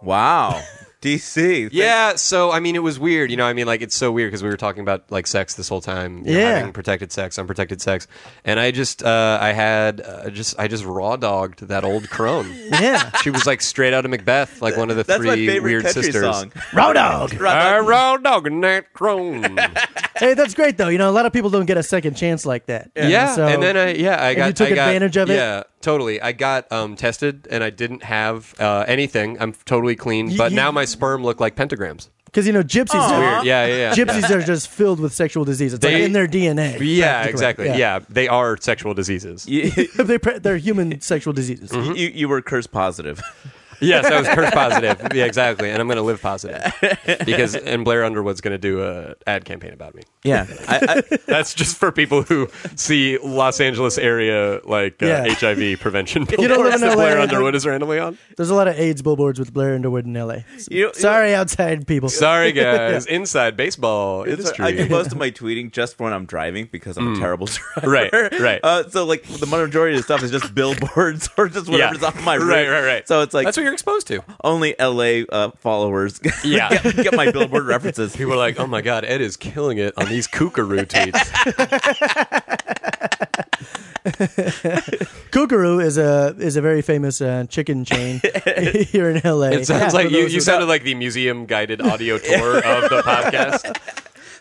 Speaker 1: Wow. DC.
Speaker 5: Yeah, so I mean, it was weird, you know. I mean, like it's so weird because we were talking about like sex this whole time, you know,
Speaker 2: Yeah.
Speaker 5: having protected sex, unprotected sex, and I just, uh, I had, uh, just, I just raw dogged that old crone.
Speaker 2: yeah.
Speaker 5: she was like straight out of Macbeth, like one of the
Speaker 1: That's my
Speaker 5: three
Speaker 1: favorite
Speaker 5: weird
Speaker 1: country
Speaker 5: sisters.
Speaker 1: song.
Speaker 2: Road dog.
Speaker 5: I raw dogging that crone.
Speaker 2: Hey, that's great though. You know, a lot of people don't get a second chance like that.
Speaker 5: Yeah,
Speaker 2: So-
Speaker 5: and then I yeah I
Speaker 2: and
Speaker 5: got
Speaker 2: you took
Speaker 5: I got-
Speaker 2: advantage of it?
Speaker 5: Yeah, totally. I got um, tested and I didn't have uh, anything. I'm totally clean,
Speaker 2: You-
Speaker 5: but
Speaker 2: you-
Speaker 5: now my sperm look like pentagrams.
Speaker 2: Because you know, gypsies.
Speaker 1: Aw.
Speaker 2: are-
Speaker 1: Weird.
Speaker 5: Yeah, yeah, yeah.
Speaker 2: Gypsies are just filled with sexual disease. It's like
Speaker 5: They-
Speaker 2: in their DNA.
Speaker 5: Yeah,
Speaker 2: practically.
Speaker 5: exactly. Yeah. they are sexual diseases.
Speaker 1: You,
Speaker 2: they pre- they're human sexual diseases.
Speaker 1: you, you were curse positive.
Speaker 5: yes, I was curse positive. Yeah, exactly. And I'm going to live positive because and Blair Underwood's going to do a ad campaign about me.
Speaker 1: Yeah. I, I,
Speaker 5: That's just for people who see Los Angeles area like uh,
Speaker 2: Yeah.
Speaker 5: HIV prevention.
Speaker 2: don't live
Speaker 5: billboards
Speaker 2: in
Speaker 5: that
Speaker 2: LA,
Speaker 5: Blair
Speaker 2: don't-
Speaker 5: Underwood is randomly on.
Speaker 2: There's a lot of AIDS billboards with Blair Underwood in L.A.
Speaker 1: You-
Speaker 2: Sorry, outside people.
Speaker 5: Sorry, guys. Inside baseball industry.
Speaker 1: I do most of my tweeting just when I'm driving because I'm a terrible driver.
Speaker 5: Mm. Right, right.
Speaker 1: Uh, so like the majority of the stuff is just billboards or just whatever's on my route.
Speaker 5: Right, right, right.
Speaker 1: So it's like
Speaker 5: that's what you're exposed to.
Speaker 1: only LA uh, followers.
Speaker 5: Yeah.
Speaker 1: get, get my billboard references.
Speaker 5: People are like, "Oh my God, Ed is killing it on these kookaroo tweets."
Speaker 2: Kookaroo is a is a very famous uh, chicken chain here in L.A.
Speaker 5: It sounds
Speaker 2: Yeah,
Speaker 5: like
Speaker 2: for
Speaker 5: you,
Speaker 2: those
Speaker 5: you
Speaker 2: who-
Speaker 5: sounded like the museum guided audio tour of the podcast.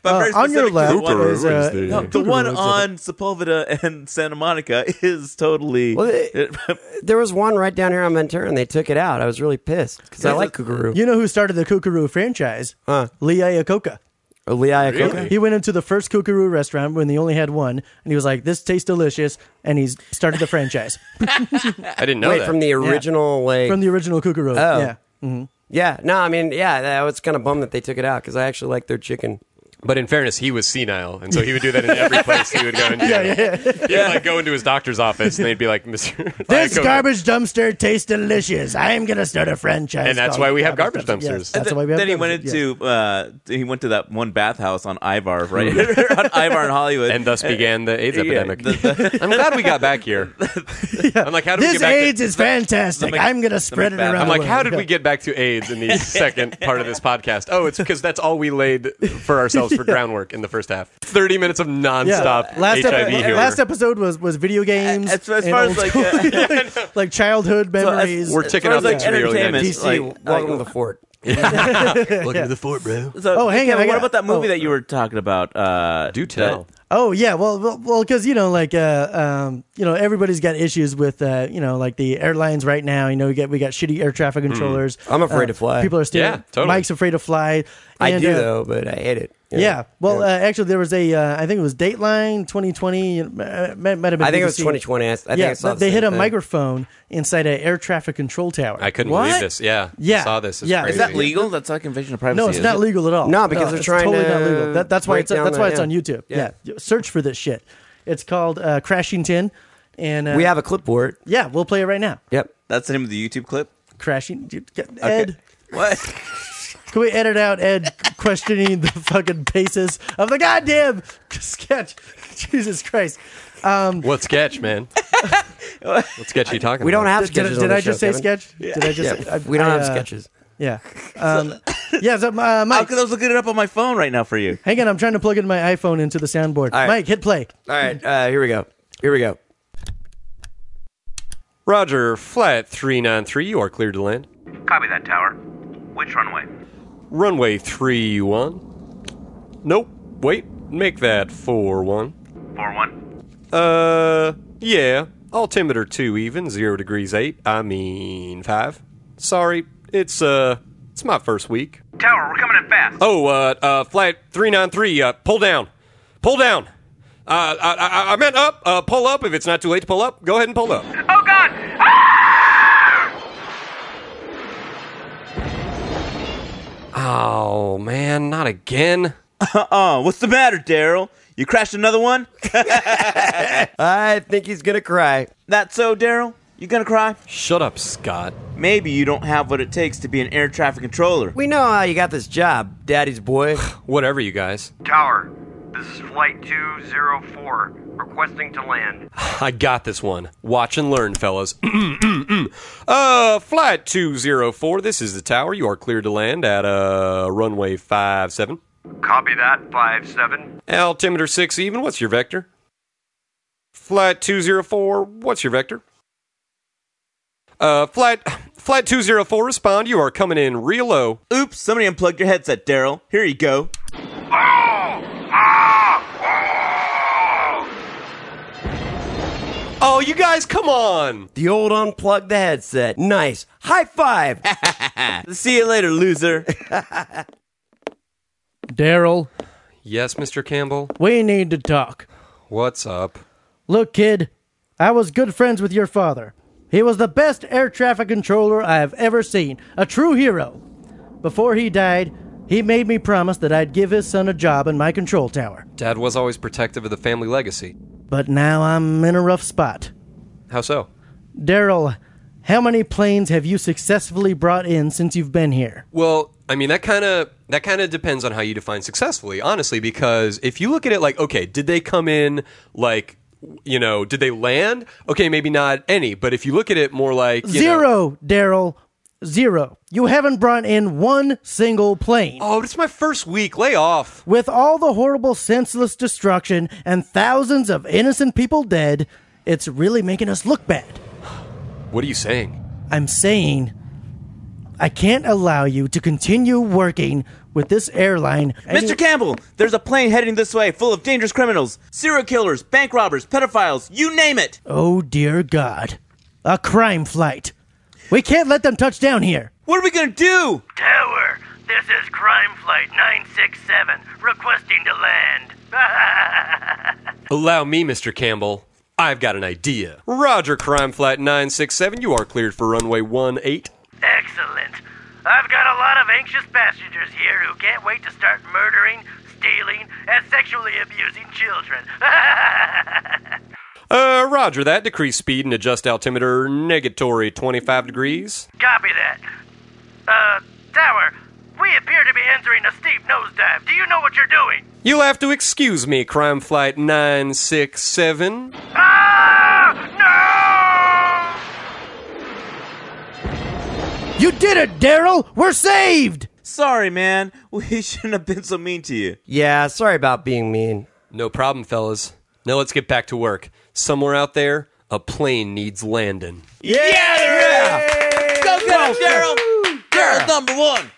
Speaker 1: But
Speaker 2: Uh,
Speaker 1: very
Speaker 2: on your
Speaker 1: specific to the
Speaker 2: left
Speaker 1: one-
Speaker 5: Kookaroo
Speaker 2: is, uh,
Speaker 5: is the-
Speaker 1: No, the one on Sepulveda and Santa Monica is totally.
Speaker 3: Well, it- There was one right down here on Ventura, and they took it out. I was really pissed because I like Kookaroo.
Speaker 2: You know who started the Kookaroo franchise?
Speaker 3: Huh.
Speaker 2: Lee Iacocca.
Speaker 3: Or Lee Iacocca.
Speaker 5: Really?
Speaker 2: He went into the first Kookaroo restaurant when they only had one, and he was like, "This tastes delicious," and he's started the franchise
Speaker 5: I didn't know
Speaker 3: Wait,
Speaker 5: that.
Speaker 3: from the original, like,
Speaker 2: from the original Kookaroo.
Speaker 3: Oh.
Speaker 2: Yeah.
Speaker 3: yeah, no, I mean, yeah, I was kind of bummed that they took it out because I actually like their chicken.
Speaker 5: but in fairness, he was senile, and so he would do that in every place he would go into. He would like go into his doctor's office, and they'd be like, "Mr.
Speaker 2: This
Speaker 5: Iacocca."
Speaker 2: garbage dumpster tastes delicious. I am gonna start a franchise,
Speaker 5: And that's
Speaker 2: called
Speaker 5: why we have garbage dumpsters.
Speaker 2: Yes, that's why we have.
Speaker 1: then he
Speaker 2: garbage
Speaker 1: went
Speaker 2: dumpsters,
Speaker 1: into uh, he went to that one bathhouse on Ivar, right? on Ivar in Hollywood,
Speaker 5: And uh, thus began the
Speaker 1: Yeah,
Speaker 5: AIDS epidemic.
Speaker 1: the- the-
Speaker 5: I'm glad we got back here. I'm like, how
Speaker 2: yes.
Speaker 5: did we
Speaker 2: This
Speaker 5: get back to-
Speaker 2: AIDS is fantastic.
Speaker 1: the Mac-
Speaker 2: I'm
Speaker 1: the
Speaker 2: gonna spread it
Speaker 1: Macbeth.
Speaker 2: around.
Speaker 5: I'm
Speaker 2: the
Speaker 5: like,
Speaker 2: world.
Speaker 5: how did we get back to AIDS in the second part of this podcast? Oh, it's because that's all we laid for ourselves for groundwork in the first half. 30 minutes of nonstop
Speaker 2: last,
Speaker 5: HIV
Speaker 2: epi-
Speaker 5: humor.
Speaker 2: last episode was was video games.
Speaker 1: As- as
Speaker 2: and
Speaker 1: far as,
Speaker 2: old
Speaker 1: like,
Speaker 2: school-
Speaker 1: uh,
Speaker 2: like childhood
Speaker 1: So as-
Speaker 2: memories.
Speaker 5: We're
Speaker 1: as
Speaker 5: ticking
Speaker 1: far
Speaker 5: off
Speaker 1: as, like,
Speaker 5: things really, really
Speaker 1: entertainment,
Speaker 5: nice.
Speaker 3: DC,
Speaker 1: like-
Speaker 3: welcome
Speaker 1: like-
Speaker 3: to the fort.
Speaker 5: Welcome to the fort, bro.
Speaker 1: So,
Speaker 2: Oh, hang
Speaker 1: Kevin,
Speaker 2: on, I
Speaker 1: What
Speaker 2: got-
Speaker 1: about that movie
Speaker 2: oh.
Speaker 1: that you were talking about? Uh,
Speaker 5: Do tell.
Speaker 1: that-
Speaker 2: Oh yeah, well, well, because you know, like, uh, um, you know, everybody's got issues with, uh, you know, like the airlines right now. You know, we get we got shitty air traffic controllers.
Speaker 3: I'm afraid
Speaker 2: Uh,
Speaker 3: to fly.
Speaker 2: People are still.
Speaker 5: Hmm. Yeah, totally.
Speaker 2: Mike's afraid to fly.
Speaker 3: I
Speaker 2: And,
Speaker 3: do
Speaker 2: uh,
Speaker 3: though, but I hate it.
Speaker 2: Yeah. Well, Uh, actually, there was a. Uh, I think it was Dateline 2020. you know, uh, might, might have been
Speaker 3: I think it was
Speaker 2: BBC.
Speaker 3: 2020. I, I think
Speaker 2: yeah,
Speaker 3: I saw
Speaker 2: they
Speaker 3: the
Speaker 2: hit
Speaker 3: same
Speaker 2: a
Speaker 3: thing.
Speaker 2: microphone inside an air traffic control tower.
Speaker 5: I couldn't
Speaker 3: What?
Speaker 5: believe this. Yeah,
Speaker 2: Yeah.
Speaker 5: I saw this. It's
Speaker 2: Yeah.
Speaker 5: crazy.
Speaker 1: Is that legal? That's not invasion of privacy.
Speaker 2: No, it's
Speaker 1: is
Speaker 2: not
Speaker 1: it?
Speaker 2: legal at all.
Speaker 3: No, because they're
Speaker 2: it's
Speaker 3: trying
Speaker 2: totally not
Speaker 3: to
Speaker 2: legal. That, that's why
Speaker 3: break
Speaker 2: it's that's
Speaker 3: down
Speaker 2: why
Speaker 3: the-
Speaker 2: it's
Speaker 3: yeah.
Speaker 2: on YouTube.
Speaker 3: Yeah.
Speaker 2: Yeah. search for this shit. It's called uh, Crashing Tin, and uh,
Speaker 3: We have a clipboard.
Speaker 2: yeah, we'll play it right now.
Speaker 3: Yep.
Speaker 1: That's the name of the YouTube clip.
Speaker 2: Crashing dude, Ed.
Speaker 1: What?
Speaker 2: Can we edit out Ed questioning the fucking basis of the goddamn sketch? Jesus Christ!
Speaker 5: What sketch, man? what sketch are you talking?
Speaker 3: We don't
Speaker 5: about?
Speaker 3: have
Speaker 2: Did, did,
Speaker 3: sketches.
Speaker 2: did
Speaker 3: on
Speaker 2: I
Speaker 3: the
Speaker 2: just
Speaker 3: show,
Speaker 2: say
Speaker 3: Kevin.
Speaker 2: sketch? Did I just? I-
Speaker 3: Yeah. We don't
Speaker 2: I,
Speaker 3: have
Speaker 2: uh,
Speaker 3: sketches.
Speaker 2: Yeah. Um, yeah. So, uh,
Speaker 1: How
Speaker 2: Mike,
Speaker 1: could I was looking it up on my phone right now for you?
Speaker 2: hang on. I'm trying to plug in my iPhone into the soundboard.
Speaker 3: right.
Speaker 2: Mike, hit play.
Speaker 3: All right. Uh, here we go. Here we go.
Speaker 5: Roger, flat three nine three. You are cleared to land.
Speaker 6: Copy that, Tower. Which runway?
Speaker 5: Runway three one. Nope. Wait. Make that four one.
Speaker 6: 4 1.
Speaker 5: Uh, yeah. Altimeter two even zero degrees eight. I mean five. Sorry, it's uh, it's my first week.
Speaker 6: Tower, we're coming in fast.
Speaker 5: Oh, uh, uh, flight three nine three. Uh, pull down, pull down. Uh, I, I, I meant up. Uh, pull up if it's not too late to pull up. Go ahead and pull up. Ah!
Speaker 6: Oh, God!
Speaker 5: Oh man, not again.
Speaker 1: Oh, what's the matter, Daryl? You crashed another one?
Speaker 3: I think he's gonna cry.
Speaker 1: That so, Daryl? You gonna cry?
Speaker 5: Shut up, Scott.
Speaker 1: Maybe you don't have what it takes to be an air traffic controller.
Speaker 3: We know how you got this job, Daddy's boy.
Speaker 5: Whatever, you guys.
Speaker 6: Uh, Tower, this is Flight 204, requesting to land.
Speaker 5: I got this one. Watch and learn, fellas. uh, flight 204, this is the tower. You are cleared to land at uh, runway five seven.
Speaker 6: Copy that, 5 7.
Speaker 5: Altimeter 6 even, what's your vector? Flight 204, what's your vector? Uh, flight, flight 204, respond. You are coming in real low.
Speaker 1: Oops, somebody unplugged your headset, Daryl. Here you go.
Speaker 5: Oh, you guys, come on.
Speaker 3: The old unplugged the headset. Nice. High five.
Speaker 1: See you later, loser.
Speaker 2: Daryl,
Speaker 5: Yes, Mr. Campbell,
Speaker 2: we need to talk.
Speaker 5: what's up?
Speaker 2: Look, kid, I was good friends with your father. He was the best air traffic controller I have ever seen, a true hero. Before he died, he made me promise that I'd give his son a job in my control tower.
Speaker 5: Dad was always protective of the family legacy.
Speaker 2: But now I'm in a rough spot.
Speaker 5: How so?
Speaker 2: Daryl, how many planes have you successfully brought in since you've been here?
Speaker 5: Well, I mean that kind of that kind of depends on how you define successfully, honestly, because if you look at it like, okay, did they come in like you know, did they land? Okay, maybe not any, but if you look at it more like you
Speaker 2: Zero,
Speaker 5: know-
Speaker 2: Daryl. Zero. You haven't brought in one single plane.
Speaker 5: oh, it's my first week. Lay off.
Speaker 2: With all the horrible, senseless destruction and thousands of innocent people dead, it's really making us look bad.
Speaker 5: What are you saying?
Speaker 2: I'm saying I can't allow you to continue working with this airline.
Speaker 1: Mr. Campbell, there's a plane heading this way full of dangerous criminals, serial killers, bank robbers, pedophiles, you name it.
Speaker 2: oh, dear God. A crime flight. We can't let them touch down here.
Speaker 1: What are we gonna do?
Speaker 6: Tower, this is Crime Flight 967, requesting to land.
Speaker 5: Allow me, Mr. Campbell. I've got an idea. Roger, crime flat 967, you are cleared for runway one eight.
Speaker 6: Excellent. I've got a lot of anxious passengers here who can't wait to start murdering, stealing, and sexually abusing children.
Speaker 5: Uh, roger that. Decrease speed and adjust altimeter negatory 25 degrees.
Speaker 6: Copy that. Uh, Tower, we appear to be entering a steep nosedive. Do you know what you're doing?
Speaker 5: You'll have to excuse me, Crime Flight 967.
Speaker 6: Ah! No!
Speaker 2: You did it, Daryl! We're saved!
Speaker 1: Sorry, man. We shouldn't have been so mean to you.
Speaker 3: yeah. Sorry about being mean.
Speaker 5: No problem, fellas. Now let's get back to work. Somewhere out there, a plane needs landing.
Speaker 1: Yeah, there is. Go get him, Daryl. Daryl, number one.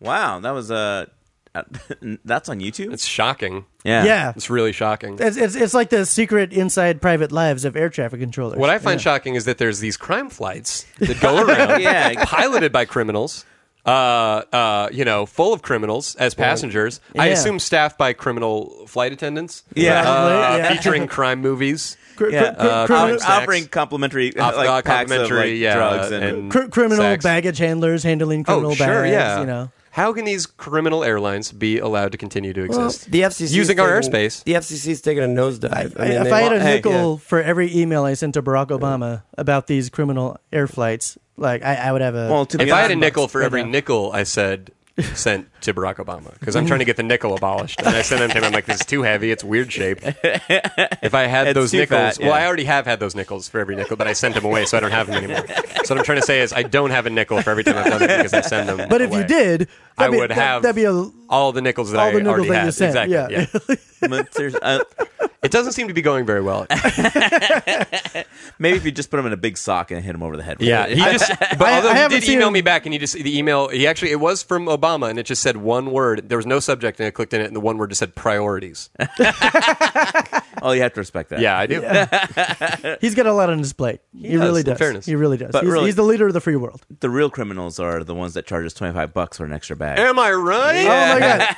Speaker 1: Wow, that was uh, That's on YouTube.
Speaker 5: It's shocking.
Speaker 1: yeah,
Speaker 2: yeah.
Speaker 5: It's really shocking.
Speaker 2: It's, it's, it's like the secret inside private lives of air traffic controllers.
Speaker 5: What I find shocking is that there's these crime flights that go around,
Speaker 1: Yeah.
Speaker 5: piloted by criminals, uh, uh, you know, full of criminals as passengers. I
Speaker 2: Yeah.
Speaker 5: assume staffed by criminal flight attendants,
Speaker 1: Yeah.
Speaker 5: uh,
Speaker 2: Probably, yeah.
Speaker 5: featuring crime movies.
Speaker 2: Cr-
Speaker 1: Yeah,
Speaker 2: cr- cr-
Speaker 5: uh,
Speaker 2: criminal-
Speaker 1: I'll,
Speaker 5: Snacks.
Speaker 1: I'll bring complimentary
Speaker 5: Uh,
Speaker 1: like
Speaker 5: uh,
Speaker 1: packs of like,
Speaker 5: complimentary, yeah,
Speaker 1: drugs and,
Speaker 5: and-
Speaker 2: cr- criminal
Speaker 5: Mm-hmm. sex.
Speaker 2: baggage handlers handling criminal
Speaker 5: oh, sure,
Speaker 2: bags.
Speaker 5: yeah.
Speaker 2: You know,
Speaker 5: How can these criminal airlines be allowed to continue to
Speaker 3: Well,
Speaker 5: exist?
Speaker 3: the FCC 's
Speaker 5: using our
Speaker 3: taking-
Speaker 5: airspace.
Speaker 3: The FCC's taking a nosedive. I,
Speaker 2: I-
Speaker 3: mean,
Speaker 2: if
Speaker 3: they-
Speaker 2: I had a
Speaker 5: hey,
Speaker 2: nickel uh, for every email I sent to Barack Obama about these criminal air flights, like I, I would have a.
Speaker 1: well, to be
Speaker 5: if I had a
Speaker 1: honest-
Speaker 5: nickel for
Speaker 2: right
Speaker 5: every
Speaker 2: now.
Speaker 5: nickel I said sent to Barack Obama because I'm trying to get the nickel abolished. And I sent them to him. I'm like, this is too heavy. It's weird shaped. If I had
Speaker 1: It's
Speaker 5: those
Speaker 1: too
Speaker 5: nickels,
Speaker 1: fat,
Speaker 5: well,
Speaker 1: yeah.
Speaker 5: I already have had those nickels for every nickel, but I sent them away, so I don't have them anymore. so what I'm trying to say is I don't have a nickel for every time I've done it because I send them.
Speaker 2: but if you
Speaker 5: away.
Speaker 2: did,
Speaker 5: I
Speaker 2: that'd be-
Speaker 5: would
Speaker 2: that-
Speaker 5: have
Speaker 2: That'd be a
Speaker 5: all the nickels that
Speaker 2: all
Speaker 5: I
Speaker 2: the nickels
Speaker 5: already
Speaker 2: that you
Speaker 5: had.
Speaker 2: sent,
Speaker 5: Exactly.
Speaker 2: yeah.
Speaker 1: But there's, uh,
Speaker 5: it doesn't seem to be going very well.
Speaker 1: maybe if you just put him in a big sock and hit him over the head. with
Speaker 5: Yeah,
Speaker 1: it.
Speaker 5: he just. But
Speaker 2: I-
Speaker 5: although
Speaker 2: I
Speaker 5: he
Speaker 2: haven't
Speaker 5: did
Speaker 2: seen
Speaker 5: email
Speaker 2: him-
Speaker 5: me back, and he just the email. He actually it was from Obama, and it just said one word. There was no subject, and I clicked in it, and the one word just said priorities.
Speaker 1: oh, you have to respect that.
Speaker 5: Yeah, I do.
Speaker 2: He's got a lot on his plate. He,
Speaker 5: does,
Speaker 2: really
Speaker 5: in
Speaker 2: does.
Speaker 5: fairness.
Speaker 2: He really does.
Speaker 1: But
Speaker 2: He's,
Speaker 1: really-
Speaker 2: he's the leader of the free world.
Speaker 1: the real criminals are the ones that charge us twenty five bucks for an extra bag.
Speaker 5: Am I right?
Speaker 2: Oh my god,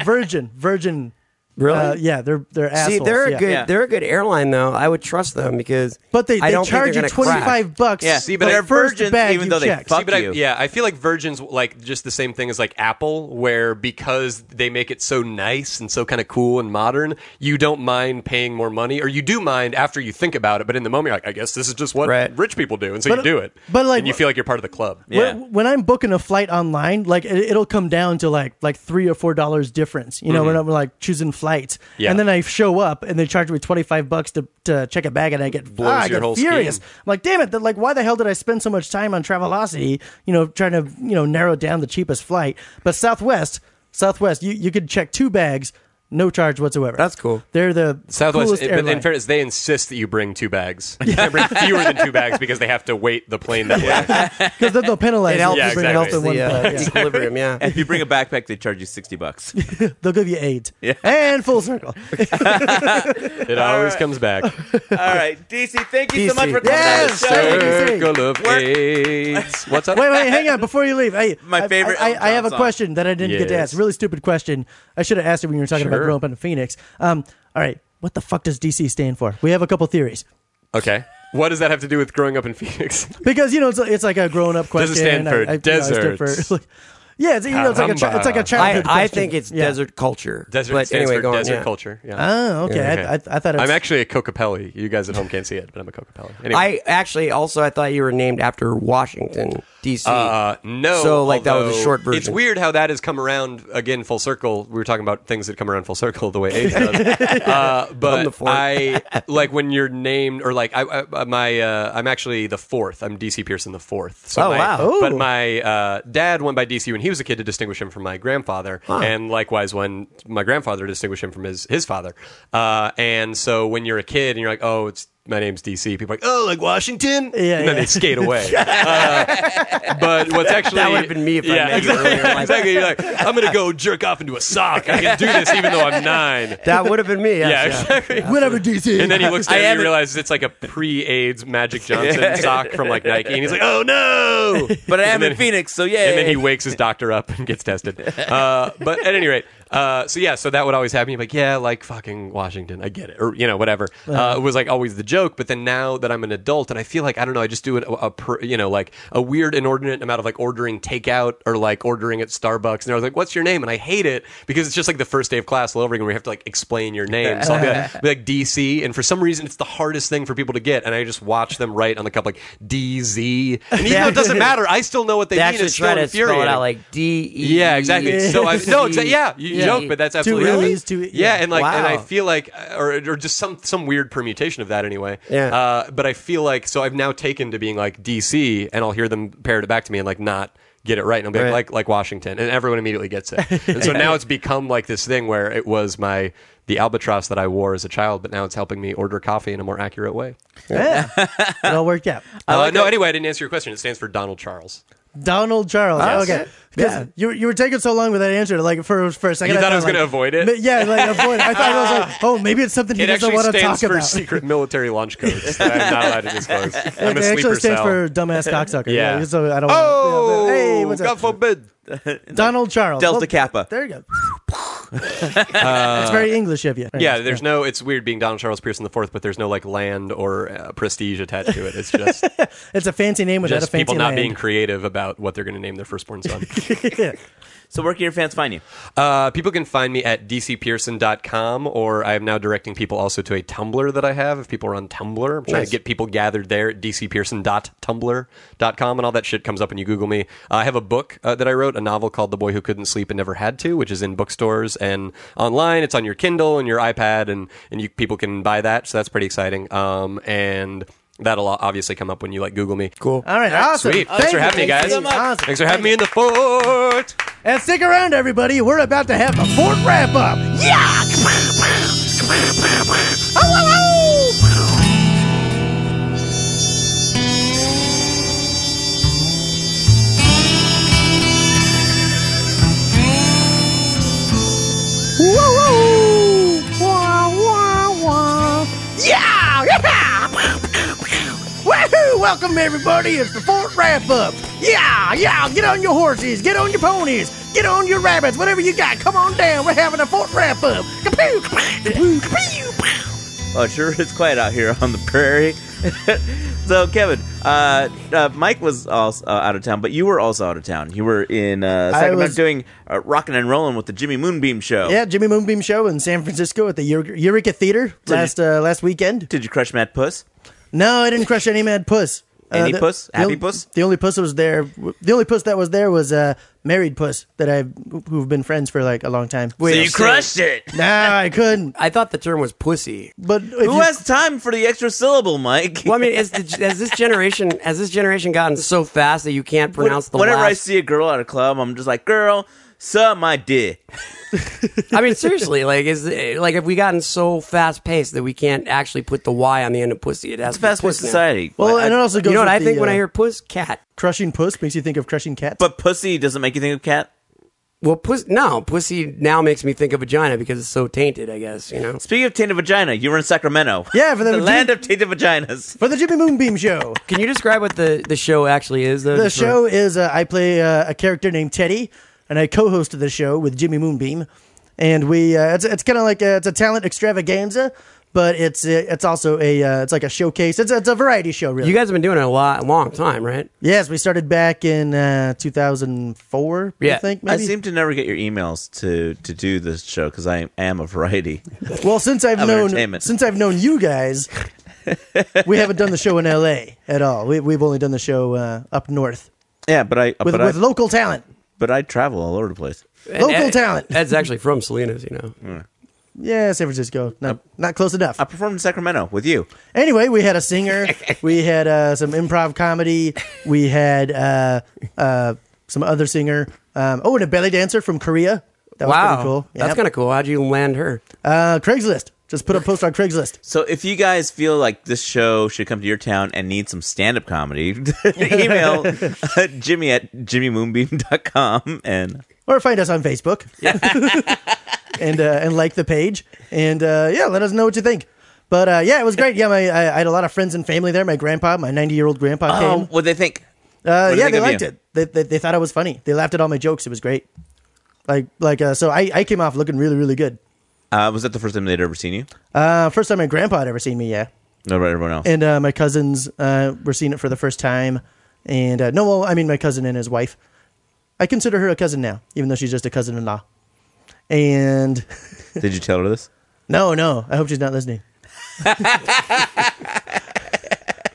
Speaker 2: uh, Virgin, Virgin.
Speaker 3: really?
Speaker 2: Uh, yeah, they're they're assholes.
Speaker 3: Oh, See, they're a
Speaker 2: yeah.
Speaker 3: good
Speaker 1: Yeah.
Speaker 3: they're a good airline though. I would trust them because
Speaker 2: But they,
Speaker 3: I
Speaker 2: they
Speaker 3: don't
Speaker 2: charge you
Speaker 3: think they're
Speaker 2: twenty
Speaker 3: gonna crack.
Speaker 2: five bucks.
Speaker 1: Yeah,
Speaker 2: see,
Speaker 1: see,
Speaker 2: but
Speaker 1: but
Speaker 2: the
Speaker 1: they're
Speaker 2: first
Speaker 1: virgins
Speaker 2: bag
Speaker 1: even
Speaker 2: you
Speaker 1: though they
Speaker 2: checked.
Speaker 1: fuck
Speaker 5: but I,
Speaker 1: you.
Speaker 5: yeah, I feel like Virgin's like just the same thing as like Apple, where because they make it so nice and so kind of cool and modern, you don't mind paying more money, or you do mind after you think about it. But in the moment, you're like, I guess this is just what
Speaker 3: Right.
Speaker 5: rich people do, and so
Speaker 2: But-
Speaker 5: you do it.
Speaker 2: but, like-
Speaker 5: and you feel like you're part of the club.
Speaker 1: Yeah.
Speaker 2: When, when I'm booking a flight online, like it, it'll come down to like like three or four dollars difference. You know, when I'm like choosing flights,
Speaker 5: Mm-hmm. Yeah.
Speaker 2: and then I show up and they charge me twenty five bucks to, to check a bag, and I get
Speaker 5: Blows
Speaker 2: ah, I
Speaker 5: your
Speaker 2: get
Speaker 5: whole
Speaker 2: furious.
Speaker 5: scheme.
Speaker 2: I'm like, damn it! That, like, why the hell did I spend so much time on Travelocity? You know, trying to you know narrow down the cheapest flight. But Southwest, Southwest, you you could check two bags, no charge whatsoever.
Speaker 3: That's cool.
Speaker 2: They're the
Speaker 5: Southwest, eh,
Speaker 2: coolest
Speaker 5: but
Speaker 2: airline.
Speaker 5: in fairness, they insist that you bring two bags. You can't bring fewer than two bags because they have to wait the plane that way.
Speaker 2: because then they'll penalize
Speaker 3: It
Speaker 2: you
Speaker 3: helps
Speaker 5: Yeah,
Speaker 2: for bringing
Speaker 5: exactly.
Speaker 2: health in one
Speaker 3: the, uh,
Speaker 2: flight. Yeah.
Speaker 3: equilibrium. Yeah.
Speaker 1: If you bring a backpack, they charge you sixty bucks.
Speaker 2: They'll give you AIDS. And full circle.
Speaker 5: It always comes back.
Speaker 1: All right, DC, thank you so
Speaker 3: DC.
Speaker 1: much for coming
Speaker 2: Yes,
Speaker 1: on the show.
Speaker 2: thank you. Sing.
Speaker 5: Circle of AIDS. What's up?
Speaker 2: wait, wait, hang on. Before you leave, I,
Speaker 1: My
Speaker 2: I-
Speaker 1: favorite
Speaker 2: I,
Speaker 1: Elton
Speaker 2: I, I have
Speaker 1: John
Speaker 2: a
Speaker 1: song.
Speaker 2: question that I didn't get to
Speaker 5: Yes.
Speaker 2: ask. Really stupid question. I should have asked it when you were talking about
Speaker 5: Sure.
Speaker 2: growing up in Phoenix. Um, all right, what the fuck does DC stand for? We have a couple theories
Speaker 5: Okay. What does that have to do with growing up in Phoenix?
Speaker 2: because you know it's, it's like a grown up question.
Speaker 5: Does it stand for
Speaker 2: I- I- you know, I stood
Speaker 5: deserts?
Speaker 2: for- yeah, it's, you know, it's like a chi- it's like a
Speaker 5: Caramba.
Speaker 3: I,
Speaker 2: childhood.
Speaker 3: I
Speaker 2: question.
Speaker 3: think it's
Speaker 2: Yeah.
Speaker 3: desert culture.
Speaker 5: Desert
Speaker 3: but
Speaker 5: stands
Speaker 3: anyway,
Speaker 5: for
Speaker 3: go on,
Speaker 5: desert
Speaker 3: yeah.
Speaker 5: culture. Yeah.
Speaker 2: Oh, okay.
Speaker 5: Okay.
Speaker 2: I, I, I thought it was,
Speaker 5: I'm actually a Cocapelli. You guys at home can't see it, but I'm a Cocapelli. Anyway.
Speaker 3: I actually also I thought you were named after Washington D.C.
Speaker 5: Uh, no.
Speaker 3: So, like, that was a
Speaker 5: although
Speaker 3: short version.
Speaker 5: It's weird how that has come around again full circle. We were talking about things that come around full circle the way AIDS does. uh,
Speaker 3: the
Speaker 5: but
Speaker 3: fourth.
Speaker 5: I like when you're named or like I, I my uh, I'm actually the fourth. I'm DC Pearson the fourth. So
Speaker 3: Oh,
Speaker 5: my-
Speaker 3: wow.
Speaker 5: But
Speaker 2: Ooh.
Speaker 5: my uh, dad went by DC when he was a kid to distinguish him from my grandfather, and likewise when my grandfather distinguished him from his his father. Uh, and so when you're a kid and you're like, oh, it's my name's DC. People are like, oh, like Washington.
Speaker 2: Yeah,
Speaker 5: and then
Speaker 2: yeah.
Speaker 5: they skate away. But what's actually
Speaker 3: That would've been me if I met you
Speaker 5: exactly,
Speaker 3: earlier. Like-
Speaker 5: exactly. You're like, I'm gonna go jerk off into a sock. I can do this even though I'm nine.
Speaker 3: that would have been me. Yes,
Speaker 5: yeah,
Speaker 3: yeah,
Speaker 5: exactly.
Speaker 2: whatever DC.
Speaker 5: And then he looks
Speaker 1: I
Speaker 5: down and
Speaker 1: haven't-
Speaker 5: he realizes it's like a pre-AIDS Magic Johnson sock from like Nike, and he's like, "Oh no!"
Speaker 1: But I am
Speaker 5: And then-
Speaker 1: in Phoenix, so yeah.
Speaker 5: And then he wakes his doctor up and gets tested. Uh, but at any rate, uh, so yeah, so that would always happen. You're like, yeah, like fucking Washington, I get it, or you know, whatever. Uh,
Speaker 1: Uh-huh.
Speaker 5: it was like always the joke. But then now that I'm an adult and I feel like I don't know, I just do it a, a per, you know like a weird inordinate amount of like ordering takeout or like ordering at Starbucks. And I was like, what's your name? And I hate it because it's just like the first day of class all over again. where you have to like explain your name. So I'll be like, be like DC, and for some reason it's the hardest thing for people to get. And I just watch them write on the cup like DZ, and even though it doesn't matter, I still know what they
Speaker 3: They
Speaker 5: mean.
Speaker 3: actually
Speaker 5: It's still
Speaker 3: try to spell it
Speaker 5: infuriating.
Speaker 3: out like D E.
Speaker 5: Yeah, exactly. So I no, exactly. Yeah, you
Speaker 3: Yeah.
Speaker 5: joke, but that's absolutely
Speaker 2: Really? E's, two-
Speaker 5: yeah.
Speaker 2: yeah.
Speaker 5: and like, and I
Speaker 3: Wow.
Speaker 5: feel like, uh, or or just some some weird permutation of that anyway.
Speaker 3: Yeah.
Speaker 5: Uh, but I feel like so I've now taken to being like DC, and I'll hear them parrot it back to me and like not get it right, and I'll be
Speaker 3: Right.
Speaker 5: like like like Washington, and everyone immediately gets it. And so now it's become like this thing where it was my the albatross that I wore as a child, but now it's helping me order coffee in a more accurate way.
Speaker 2: yeah, it all worked out.
Speaker 5: uh, no, anyway, I didn't answer your question. It stands for Donald Charles.
Speaker 2: Donald Charles. Okay. Because
Speaker 3: Yeah.
Speaker 2: you, you were taking so long with that answer, like for for a second.
Speaker 5: You thought I was
Speaker 2: like,
Speaker 5: gonna avoid it?
Speaker 2: ma- Yeah, like avoid. it. I thought I was like, oh, maybe it's something he
Speaker 5: It
Speaker 2: doesn't
Speaker 5: actually
Speaker 2: want to talk
Speaker 5: stands for
Speaker 2: about.
Speaker 5: secret military launch codes that I'm not allowed to disclose. I'm
Speaker 2: it
Speaker 5: a
Speaker 2: actually
Speaker 5: sleeper
Speaker 2: stands
Speaker 5: cell.
Speaker 2: for dumbass cocksucker.
Speaker 5: Yeah.
Speaker 2: yeah. So I don't.
Speaker 5: oh,
Speaker 2: wanna, yeah, but- hey, what's
Speaker 5: God
Speaker 2: up?
Speaker 5: forbid.
Speaker 2: Donald Charles.
Speaker 1: Delta
Speaker 2: Well,
Speaker 1: Kappa.
Speaker 2: There you go. it's very English of you.
Speaker 5: Uh, Yeah, there's no. It's weird being Donald Charles Pearson the fourth, but there's no like land or uh, prestige attached to it. It's just
Speaker 2: It's a fancy name without a
Speaker 5: just
Speaker 2: fancy
Speaker 5: people not
Speaker 2: land.
Speaker 5: being creative about what they're going to name their firstborn son.
Speaker 1: So where can your fans find you?
Speaker 5: Uh, people can find me at dcpearson.com, or I am now directing people also to a Tumblr that I have. If people are on Tumblr, I'm trying to get people gathered there at dcpearson.tumblr.com, and all that shit comes up when you Google me. Uh, I have a book uh, that I wrote, a novel called The Boy Who Couldn't Sleep and Never Had to, which is in bookstores and online. It's on your Kindle and your iPad, and, and you, people can buy that, so that's pretty exciting. Um, and that'll obviously come up when you like Google me. Cool.
Speaker 2: All right, awesome.
Speaker 5: Sweet.
Speaker 2: Thank
Speaker 5: Thanks for
Speaker 2: you.
Speaker 5: having me,
Speaker 2: Thank
Speaker 5: guys.
Speaker 2: you so much. Awesome.
Speaker 5: Thanks for having me in the fort.
Speaker 2: And stick around, everybody. We're about to have a fort wrap up. Oh, Yeah! Yeah! Woohoo! Welcome everybody. It's the Fort Wrap Up. Yeah, yeah. Get on your horses. Get on your ponies. Get on your rabbits. Whatever you got. Come on down. We're having a Fort Wrap Up. Kapoo! Kapoo! Kapoo!
Speaker 1: Oh, it sure is quiet out here on the prairie. so, Kevin, uh, uh, Mike was also uh, out of town, but you were also out of town. You were in uh, Sacramento
Speaker 2: was-
Speaker 1: doing uh, rocking and rolling with the Jimmy Moonbeam show.
Speaker 2: Yeah, Jimmy Moonbeam show in San Francisco at the Eur- Eureka Theater last uh, last weekend.
Speaker 1: Did you crush Matt Puss?
Speaker 2: No, I didn't crush any mad puss. Uh,
Speaker 1: Any puss? Happy
Speaker 2: only-
Speaker 1: puss?
Speaker 2: The only puss that was there. The only puss that was there was uh, married puss that I who've been friends for like a long time.
Speaker 1: so you crushed it.
Speaker 2: No, I couldn't.
Speaker 3: I thought the term was pussy.
Speaker 2: But if
Speaker 1: Who
Speaker 2: you-
Speaker 1: has time for the extra syllable, Mike?
Speaker 3: Well, I mean, has, the, has this generation has this generation gotten so fast that you can't pronounce the
Speaker 1: Whenever I
Speaker 3: last?
Speaker 1: see a girl at a club, I'm just like, girl, suck my dick.
Speaker 3: I mean, seriously, like is like have we gotten so fast paced that we can't actually put the Y on the end of pussy? It has to be
Speaker 1: Fast
Speaker 3: puss
Speaker 1: paced
Speaker 3: now.
Speaker 1: society.
Speaker 2: well,
Speaker 1: Like,
Speaker 2: and it also goes.
Speaker 3: You know what
Speaker 2: with
Speaker 3: I
Speaker 2: the,
Speaker 3: think when
Speaker 2: uh,
Speaker 3: I hear puss cat?
Speaker 2: crushing puss makes you think of crushing cats.
Speaker 1: but pussy doesn't make you think of cat.
Speaker 3: Well, puss no, pussy now makes me think of vagina because it's so tainted. I guess you know.
Speaker 1: Speaking of tainted vagina, you were in Sacramento.
Speaker 2: Yeah, for the-
Speaker 1: the land of tainted vaginas.
Speaker 2: for the Jimmy Moonbeam show,
Speaker 3: Can you describe what the the show actually is? Though
Speaker 2: the
Speaker 3: Just for-
Speaker 2: show is uh, I play uh, a character named Teddy, and I co-hosted the show with Jimmy Moonbeam, and we uh, it's it's kind of like a, it's a talent extravaganza, but it's uh, it's also a uh, it's like a showcase. It's it's a variety show, really.
Speaker 3: You guys have been doing it a lot, a long time, right?
Speaker 2: yes, we started back in uh, 2004. I
Speaker 3: Yeah.
Speaker 2: think
Speaker 1: I
Speaker 2: maybe.
Speaker 1: seem to never get your emails to to do this show because I am a variety.
Speaker 2: Well, since I've
Speaker 1: of
Speaker 2: known
Speaker 1: entertainment.
Speaker 2: since I've known you guys, we haven't done the show in L.A. at all. We, we've only done the show uh, up north
Speaker 1: Yeah, but I
Speaker 2: with
Speaker 1: but
Speaker 2: with
Speaker 1: I
Speaker 2: local talent.
Speaker 1: but I travel all over the place.
Speaker 2: Local
Speaker 3: Ed-
Speaker 2: talent.
Speaker 3: Eh, Ed's actually from Salinas, you know.
Speaker 2: Yeah, San Francisco. Not, not close enough.
Speaker 1: I performed in Sacramento with you.
Speaker 2: Anyway, we had a singer. we had uh, some improv comedy. We had uh, uh, some other singer. Um, oh, and a belly dancer from Korea. That was
Speaker 3: wow,
Speaker 2: pretty cool.
Speaker 3: that's kind of cool. How'd you land her?
Speaker 2: uh, Craigslist. Just put a post on Craigslist.
Speaker 1: So if you guys feel like this show should come to your town and need some stand up comedy, email uh, Jimmy at jimmymoonbeam.com and
Speaker 2: or find us on Facebook and uh, and like the page and uh, yeah, let us know what you think. But uh, yeah, it was great. Yeah, my, I, I had a lot of friends and family there. My grandpa, my ninety year old grandpa
Speaker 1: oh,
Speaker 2: came.
Speaker 1: what they think.
Speaker 2: Uh,
Speaker 1: do
Speaker 2: yeah,
Speaker 1: they
Speaker 2: they
Speaker 1: give
Speaker 2: liked
Speaker 1: you?
Speaker 2: it. They, they they thought I was funny. They laughed at all my jokes. It was great. Like like uh, so, I I came off looking really really good.
Speaker 1: Uh, was that the first time they'd ever seen you?
Speaker 2: Uh, first time my grandpa had ever seen me. Yeah,
Speaker 1: No, about everyone else.
Speaker 2: and uh, my cousins uh, were seeing it for the first time. And uh, no, well, I mean my cousin and his wife. I consider her a cousin now, even though she's just a cousin in law. And
Speaker 1: Did you tell her this?
Speaker 2: No, no. I hope she's not listening.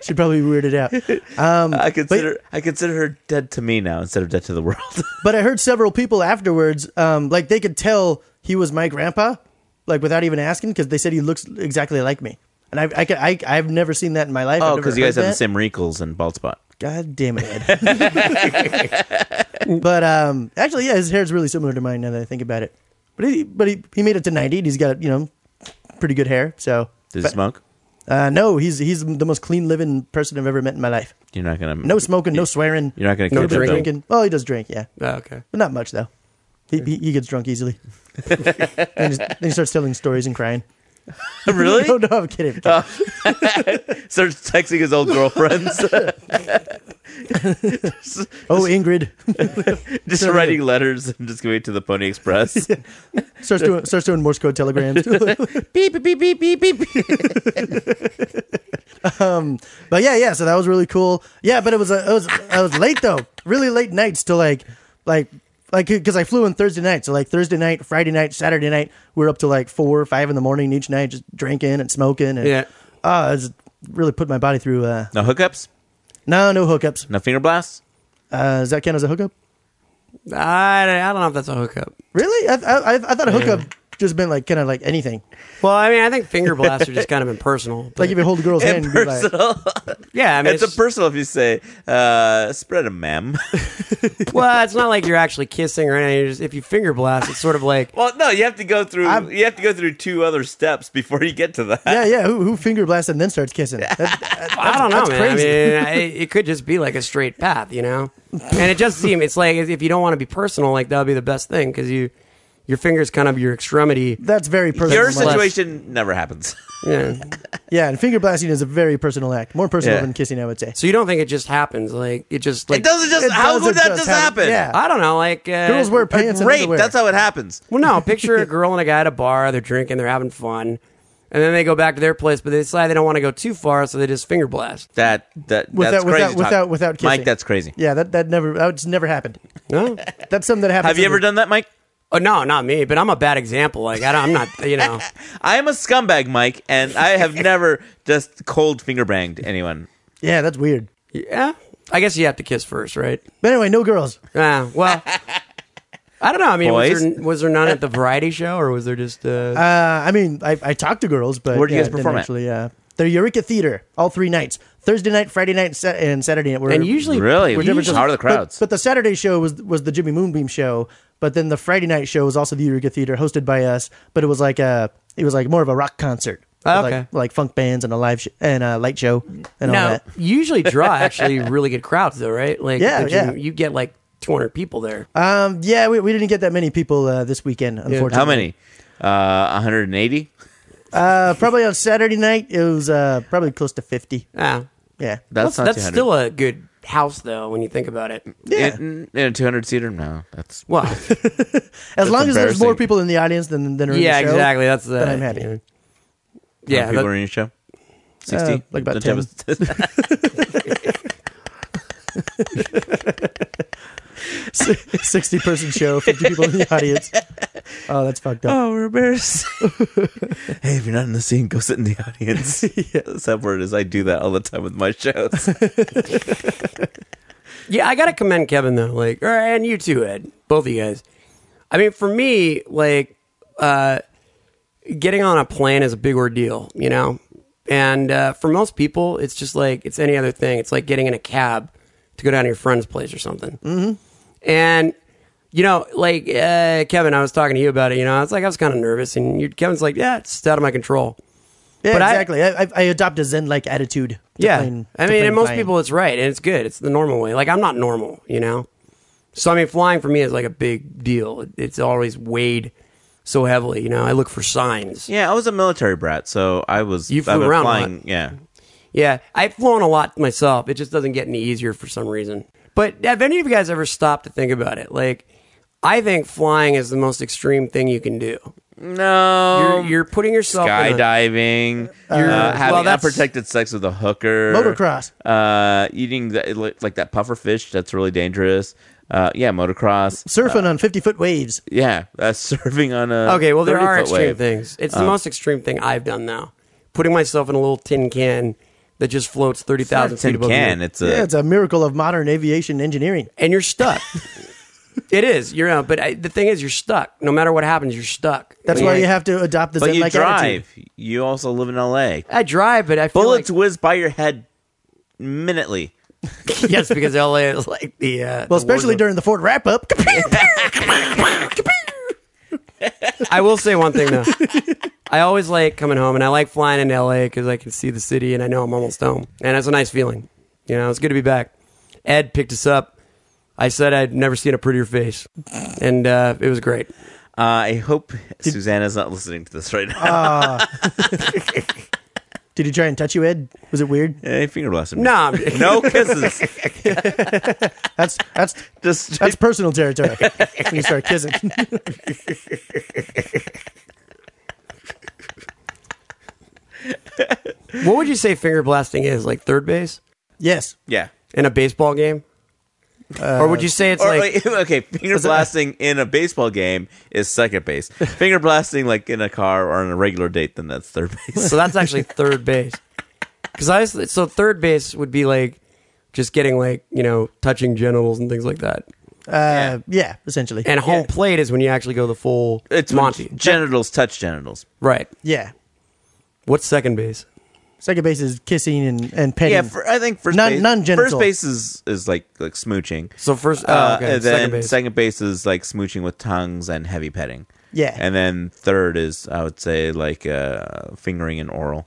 Speaker 2: She'd probably be weirded out. Um,
Speaker 1: I consider I consider her dead to me now instead of dead to the world.
Speaker 2: But I heard several people afterwards, um, like they could tell he was my grandpa, like without even asking, because they said he looks exactly like me. And I've, I, could- I, I've never seen that in my life.
Speaker 1: oh,
Speaker 2: I've never
Speaker 1: because you
Speaker 2: heard
Speaker 1: guys have the
Speaker 2: that.
Speaker 1: same wrinkles and bald spot.
Speaker 2: God damn it, Ed. but um, actually, yeah, his hair's really similar to mine now that I think about it. But he, but he, he made it to 90, and he's got, you know, pretty good hair. So,
Speaker 1: Did you
Speaker 2: But-
Speaker 1: smoke?
Speaker 2: Uh, no, he's he's the most clean living person I've ever met in my life.
Speaker 1: You're not gonna
Speaker 2: No smoking, no swearing.
Speaker 1: You're not gonna
Speaker 2: no
Speaker 1: catch him, though.
Speaker 2: drinking. Well, he does drink, yeah,
Speaker 3: Oh, okay.
Speaker 2: but not much though. He, he, he gets drunk easily. and then he starts telling stories and crying.
Speaker 1: really Uh,
Speaker 2: No, no, I'm kidding.
Speaker 1: starts texting his old girlfriends,
Speaker 2: oh, Ingrid
Speaker 1: just writing letters and just giving it to the Pony Express.
Speaker 2: starts doing starts doing Morse code telegrams.
Speaker 1: Beep beep beep beep beep. beep.
Speaker 2: Um, But yeah, yeah. So that was really cool. Yeah, but it was a, it was I was late though, really late nights to like like like because I flew in Thursday night. So like Thursday night, Friday night, Saturday night, we were up to like four or five in the morning each night, just drinking and smoking. And,
Speaker 3: Yeah.
Speaker 2: uh, it was really put my body through. Uh,
Speaker 1: No hookups.
Speaker 2: no, no hookups.
Speaker 1: No finger blasts.
Speaker 2: Uh, does that count as a hookup?
Speaker 3: I, I don't know if that's a hookup.
Speaker 2: Really? I I, I, I thought a hookup just meant like kind of like anything.
Speaker 3: Well, I mean, I think finger blasts are just kind of impersonal. But
Speaker 2: Like if you hold a girl's hand, and be like,
Speaker 1: Impersonal.
Speaker 3: yeah, I mean,
Speaker 1: it's a personal if you say uh, spread a ma'am.
Speaker 3: well, it's not like you're actually kissing or anything. You're just, if you finger blast, it's sort of like
Speaker 1: well, no, you have to go through.
Speaker 2: I'm-
Speaker 1: you have to go through two other steps before you get to that.
Speaker 2: yeah, yeah. Who, who finger blasts and then starts kissing? That-
Speaker 3: I don't know,
Speaker 2: that's
Speaker 3: man.
Speaker 2: crazy.
Speaker 3: I mean, I, it could just be like a straight path, you know. And it just seems it's like if you don't want to be personal, like that would be the best thing because you your fingers kind of your extremity.
Speaker 2: that's very personal.
Speaker 1: Your
Speaker 2: Like,
Speaker 1: situation never happens.
Speaker 3: Yeah.
Speaker 2: yeah, and finger blasting is a very personal act, more personal
Speaker 1: Yeah.
Speaker 2: than kissing, I would say.
Speaker 3: So you don't think it just happens? Like it just like
Speaker 1: It doesn't just.
Speaker 2: It
Speaker 1: how
Speaker 2: does-
Speaker 1: would
Speaker 2: it
Speaker 1: that
Speaker 2: does
Speaker 1: just
Speaker 2: happen.
Speaker 1: happen?
Speaker 2: Yeah.
Speaker 3: I don't know. Like uh,
Speaker 2: Girls wear pants and
Speaker 1: Rape.
Speaker 2: underwear.
Speaker 1: That's how it happens.
Speaker 3: Well, no. Picture a girl and a guy at a bar. They're drinking. They're having fun. And then they go back to their place, but they decide they don't want to go too far, so they just finger blast.
Speaker 1: That that
Speaker 2: Without-
Speaker 1: that's crazy.
Speaker 2: without-
Speaker 1: talk.
Speaker 2: without- without
Speaker 1: Mike,
Speaker 2: kissing.
Speaker 1: that's crazy.
Speaker 2: yeah, that that never that's never happened.
Speaker 3: No,
Speaker 2: That's something that happened.
Speaker 1: Have you ever done that, Mike?
Speaker 3: oh, no, not me. But I'm a bad example. Like I don't, I'm not, you know.
Speaker 1: I am a scumbag, Mike, and I have never just cold finger banged anyone.
Speaker 2: Yeah, that's weird.
Speaker 3: Yeah, I guess you have to kiss first, right?
Speaker 2: But anyway, no girls.
Speaker 3: Yeah. Well, I don't know. I mean, was
Speaker 1: Boys?
Speaker 3: there, was there none at the variety show, or was there just? Uh,
Speaker 2: Uh, I mean, I, I talked to girls, but
Speaker 1: Where do you
Speaker 2: yeah,
Speaker 1: guys
Speaker 2: didn't
Speaker 1: perform at?
Speaker 2: Actually, uh, the Eureka Theater, all three nights: Thursday night, Friday night, Sa- and Saturday night. We're,
Speaker 3: and usually,
Speaker 1: Really?
Speaker 3: we're
Speaker 1: How
Speaker 3: usually-
Speaker 1: are the crowds?
Speaker 2: But the Saturday show was was the Jimmy Moonbeam show, but then the Friday night show was also the Eureka Theater, hosted by us. But it was like a it was like more of a rock concert,
Speaker 1: Ah,
Speaker 3: Oh,
Speaker 2: With,
Speaker 3: okay.
Speaker 2: like, like funk bands and a live sh- and a light show and all
Speaker 3: no,
Speaker 2: that.
Speaker 3: usually draw actually really good crowds though, right? Like
Speaker 2: Yeah,
Speaker 3: the
Speaker 2: yeah.
Speaker 3: you get like 200 people there.
Speaker 2: Um, yeah, we, we didn't get that many people uh, this weekend, unfortunately.
Speaker 1: How many? Uh, 180.
Speaker 2: Uh, probably on Saturday night it was uh, probably close to fifty.
Speaker 3: yeah.
Speaker 2: Yeah,
Speaker 1: That's not
Speaker 3: that's
Speaker 1: 200.
Speaker 3: still a good house though when you think about it.
Speaker 2: yeah.
Speaker 1: in, in a 200 seater. No, that's
Speaker 3: Well,
Speaker 2: as long as there's
Speaker 1: embarrassing.
Speaker 2: more people in the audience than than are in
Speaker 3: yeah,
Speaker 2: the show,
Speaker 3: exactly. That's the
Speaker 2: then I'm happy.
Speaker 1: yeah.
Speaker 3: Yeah,
Speaker 1: people
Speaker 3: that- Uh,
Speaker 1: are in your show. 60.
Speaker 2: like about
Speaker 1: Don't you have a-
Speaker 2: Sixty person show, fifty people in the audience. Oh, that's fucked up.
Speaker 1: oh, we're embarrassed. hey, if you're not in the scene, go sit in the audience. yeah, that's how word is. I do that all the time with my shows.
Speaker 3: Yeah, I gotta commend Kevin though, like, or, and you too, Ed, both of you guys. I mean, for me, like, uh, getting on a plane is a big ordeal, you know. And uh, for most people, it's just like it's any other thing. It's like getting in a cab to go down to your friend's place or something. Mm-hmm. And you know, like uh, Kevin, I was talking to you about it. You know, I was like, I was kind of nervous, and you, Kevin's like, yeah, it's just out of my control.
Speaker 2: Yeah,
Speaker 3: But I-
Speaker 2: exactly. I, I, I adopt a Zen like attitude. to
Speaker 3: Yeah.
Speaker 2: plane-
Speaker 3: I
Speaker 2: to
Speaker 3: mean,
Speaker 2: plane
Speaker 3: and most
Speaker 2: flying.
Speaker 3: people, it's right. And it's good. It's the normal way. Like, I'm not normal, you know? So, I mean, flying for me is like a big deal. It's always weighed so heavily, you know? I look for signs. Yeah.
Speaker 1: yeah, I was a military brat, so I was.
Speaker 3: You flew
Speaker 1: I was
Speaker 3: around a lot.
Speaker 1: flying. Yeah,
Speaker 3: I've flown a lot myself. It just doesn't get any easier for some reason. But have any of you guys ever stopped to think about it? Like, I think flying is the most extreme thing you can do. You're,
Speaker 1: no,
Speaker 3: you're putting yourself in a-
Speaker 1: skydiving, uh,
Speaker 3: You're-
Speaker 1: having
Speaker 3: well, that's-
Speaker 1: unprotected sex with a hooker,
Speaker 2: Motocross.
Speaker 1: uh, eating the, li- like that puffer fish. That's really dangerous. Uh, yeah, motocross.
Speaker 3: uh,
Speaker 2: surfing on fifty foot waves.
Speaker 1: Yeah, uh, serving on a
Speaker 3: Okay, well, there are
Speaker 1: 30-foot
Speaker 3: extreme
Speaker 1: wave. Um,
Speaker 3: things. It's the most extreme thing I've done now. Putting myself in a little tin can that just floats thirty
Speaker 1: It's not a
Speaker 3: thousand feet
Speaker 1: tin
Speaker 3: above
Speaker 1: can.
Speaker 3: you,
Speaker 1: It's a
Speaker 2: yeah, it's a miracle of modern aviation engineering.
Speaker 3: and you're stuck. it is, you know. But I, the thing is, you're stuck. No matter what happens, you're stuck.
Speaker 2: That's why you have to adopt the
Speaker 1: but
Speaker 2: Zen
Speaker 1: you
Speaker 2: like attitude.
Speaker 1: drive. You also live in L.A.
Speaker 3: I drive, but I feel
Speaker 1: Bullets
Speaker 3: like,
Speaker 1: whiz by your head minutely.
Speaker 3: yes, because LA is like the uh,
Speaker 2: Well, especially during the Ford wrap up.
Speaker 3: I will say one thing though. I always like coming home, and I like flying in LA because I can see the city, and I know I'm almost home, and it's a nice feeling. You know, it's good to be back. Ed picked us up. I said I'd never seen a prettier face, and uh, it was great.
Speaker 1: Uh, I hope Susanna's not listening to this right now.
Speaker 3: Uh,
Speaker 2: Did he try and touch you, Ed? Was it weird?
Speaker 1: hey, finger blasting.
Speaker 3: No, I'm-
Speaker 1: no kisses.
Speaker 2: That's that's
Speaker 1: Just
Speaker 2: that's personal territory. when you start kissing.
Speaker 3: what would you say finger blasting is? Like third base
Speaker 2: yes.
Speaker 1: yeah.
Speaker 3: in a baseball game, or would you say it's
Speaker 1: Uh, Or
Speaker 3: like
Speaker 1: like, okay, finger blasting in a baseball game is second base. Finger blasting like in a car or on a regular date, then that's third base.
Speaker 3: So that's actually third base. Because I was, so third base would be like just getting like you know touching genitals and things like that.
Speaker 2: Uh, yeah. essentially.
Speaker 3: And home plate is when you actually go the full
Speaker 1: It's when
Speaker 3: Monty.
Speaker 1: genitals touch genitals.
Speaker 3: right.
Speaker 2: yeah.
Speaker 3: What's second base?
Speaker 2: Second base is kissing and, and petting.
Speaker 1: Yeah, for, I think first
Speaker 2: Non-
Speaker 1: base.
Speaker 2: non-genital.
Speaker 1: First base is, is like like smooching.
Speaker 3: So first, oh,
Speaker 1: Uh,
Speaker 3: okay,
Speaker 1: and then
Speaker 3: second base.
Speaker 1: is like smooching with tongues and heavy petting.
Speaker 2: Yeah.
Speaker 1: And then third is I would say like uh, fingering and oral.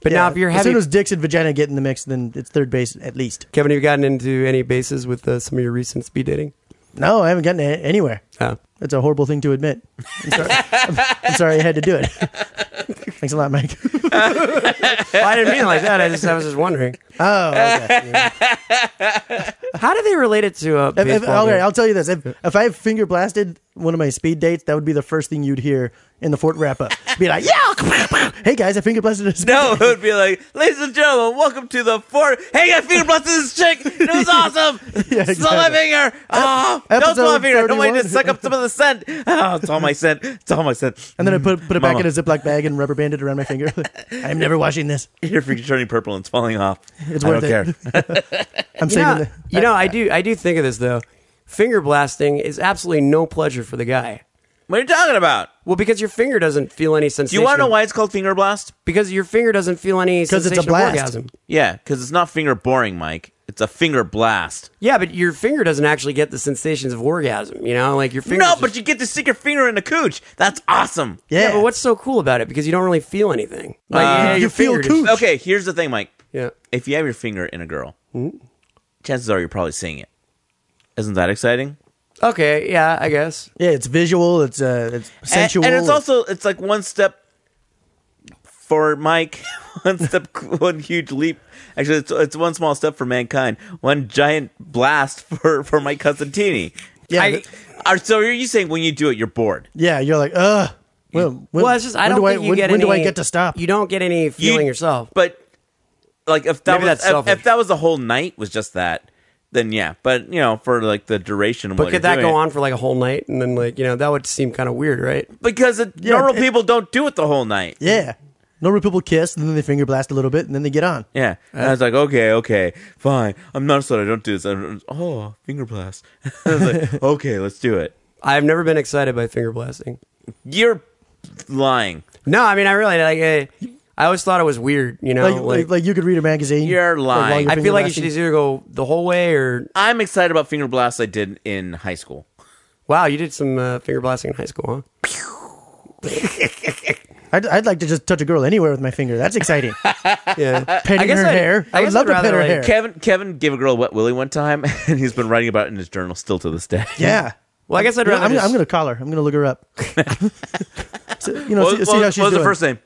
Speaker 3: but now if you're
Speaker 2: as soon
Speaker 3: heavy,
Speaker 2: as dicks and vagina get in the mix, then it's third base at least.
Speaker 3: Kevin, have you gotten into any bases with uh, some of your recent speed dating?
Speaker 2: No, I haven't gotten it anywhere.
Speaker 3: Oh.
Speaker 2: That's a horrible thing to admit. I'm sorry, I'm sorry I had to do it. Thanks a lot, Mike.
Speaker 3: Well, I didn't mean it like that. I just I was just wondering
Speaker 2: Oh, okay.
Speaker 3: how do they relate it to a
Speaker 2: If- if-
Speaker 3: baseball?
Speaker 2: okay,
Speaker 3: game?
Speaker 2: I'll tell you this: if, if I finger blasted one of my speed dates, that would be the first thing you'd hear in the Fort wrap up. Be like, "Yeah, hey guys, I finger blasted a speed
Speaker 1: No, it would be like, ladies and gentlemen, welcome to the fourth. Hey, I finger blasted this chick. It was awesome.
Speaker 2: Yeah,
Speaker 1: Smell my
Speaker 2: exactly.
Speaker 1: finger. Oh, don't
Speaker 2: episode
Speaker 1: smell my finger. Don't wait to
Speaker 2: 31.
Speaker 1: suck up some of the scent. Oh, it's all my scent. It's all my scent.
Speaker 2: And then I put put it back
Speaker 1: Mama.
Speaker 2: in a Ziploc bag and rubber banded it around my finger. I'm never washing this.
Speaker 1: Your finger's turning purple and it's falling off.
Speaker 2: It's
Speaker 1: I
Speaker 2: worth
Speaker 1: don't
Speaker 2: it.
Speaker 1: care.
Speaker 2: I'm
Speaker 3: You know,
Speaker 2: saving
Speaker 3: you know, I do. I do think of this though. Finger blasting is absolutely no pleasure for the guy.
Speaker 1: What are you talking about?
Speaker 3: Well, because your finger doesn't feel any
Speaker 1: Do
Speaker 3: sensation.
Speaker 1: you want to know
Speaker 3: of-
Speaker 1: why it's called finger blast?
Speaker 3: Because your finger doesn't feel any
Speaker 2: it's a
Speaker 3: sensation of
Speaker 2: blast.
Speaker 3: orgasm.
Speaker 1: Yeah, because it's not finger boring, Mike. It's a finger blast.
Speaker 3: Yeah, but your finger doesn't actually get the sensations of orgasm. You know, like your finger.
Speaker 1: no, but you get to stick your finger in a cooch. That's awesome.
Speaker 2: the
Speaker 3: yeah. But what's so cool about it? Because you don't really feel anything. Like yeah,
Speaker 2: Uh, you
Speaker 3: your
Speaker 2: feel
Speaker 3: finger
Speaker 2: cooch.
Speaker 3: Just,
Speaker 1: Okay, here's the thing, Mike.
Speaker 3: yeah.
Speaker 1: If you have your finger in a girl, chances are you're probably seeing it. Isn't that exciting?
Speaker 3: Okay. Yeah, I guess.
Speaker 2: Yeah, it's visual. It's uh, it's sensual.
Speaker 1: And, and it's also it's like one step for Mike, one step, one huge leap. Actually, it's, it's one small step for mankind, one giant blast for for Mike Costantini.
Speaker 2: yeah,
Speaker 3: I-
Speaker 2: th-
Speaker 1: Are, so are you saying when you do it, you're bored?
Speaker 2: yeah. You're like, ugh. When, when,
Speaker 3: well, it's just I
Speaker 2: when
Speaker 3: don't
Speaker 2: do
Speaker 3: think
Speaker 2: I,
Speaker 3: you
Speaker 2: when,
Speaker 3: get.
Speaker 2: when do I
Speaker 3: any-
Speaker 2: get to stop?
Speaker 3: You don't get any
Speaker 1: You-
Speaker 3: feeling yourself.
Speaker 1: but like if that
Speaker 3: Maybe
Speaker 1: was
Speaker 3: that's
Speaker 1: if,
Speaker 3: selfish.
Speaker 1: if that was the whole night was just that, then yeah. But you know, for like the duration, of
Speaker 3: But
Speaker 1: what you're
Speaker 3: could that
Speaker 1: doing
Speaker 3: go
Speaker 1: it-
Speaker 3: on for like a whole night and then like you know that would seem kind of weird, right?
Speaker 1: Because it,
Speaker 2: Yeah,
Speaker 1: normal
Speaker 2: it-
Speaker 1: people don't do it the whole night.
Speaker 2: yeah. Normal people kiss, and then they finger blast a little bit, and then they get on.
Speaker 1: Yeah. And I was like, okay, okay, fine. I'm not sorry. I don't do this. I'm- oh, finger blast. I was like, okay, let's do it.
Speaker 3: I've never been excited by finger blasting.
Speaker 1: You're lying.
Speaker 3: No, I mean I really like. I, I always thought it was weird. You know,
Speaker 2: Like, like, like, you could read a magazine.
Speaker 1: You're
Speaker 2: like, while
Speaker 1: lying.
Speaker 2: you're
Speaker 1: I
Speaker 3: I
Speaker 2: finger
Speaker 3: feel like you
Speaker 2: blasting.
Speaker 3: should either go the whole way or
Speaker 1: I'm excited about finger blasts I did in high school.
Speaker 3: wow, you did some uh, finger blasting in high school, huh?
Speaker 2: I'd, I'd like to just touch a girl anywhere with my finger. That's exciting.
Speaker 3: Yeah,
Speaker 2: Petting her
Speaker 3: I-
Speaker 2: hair.
Speaker 3: I
Speaker 2: I,
Speaker 3: guess
Speaker 2: would love to
Speaker 3: I'd
Speaker 2: pet
Speaker 3: rather,
Speaker 2: her
Speaker 3: like-
Speaker 2: hair.
Speaker 1: Kevin Kevin gave a girl a wet willy one time, and he's been writing about it in his journal still to this day.
Speaker 2: yeah.
Speaker 3: well, I guess I'd
Speaker 2: You know,
Speaker 3: rather.
Speaker 2: I'm,
Speaker 3: just-
Speaker 2: I'm going to call her. I'm going to look her up. So, you know,
Speaker 1: What,
Speaker 2: see,
Speaker 1: what-
Speaker 2: see how
Speaker 1: what
Speaker 2: she's
Speaker 1: was
Speaker 2: doing.
Speaker 1: the first name?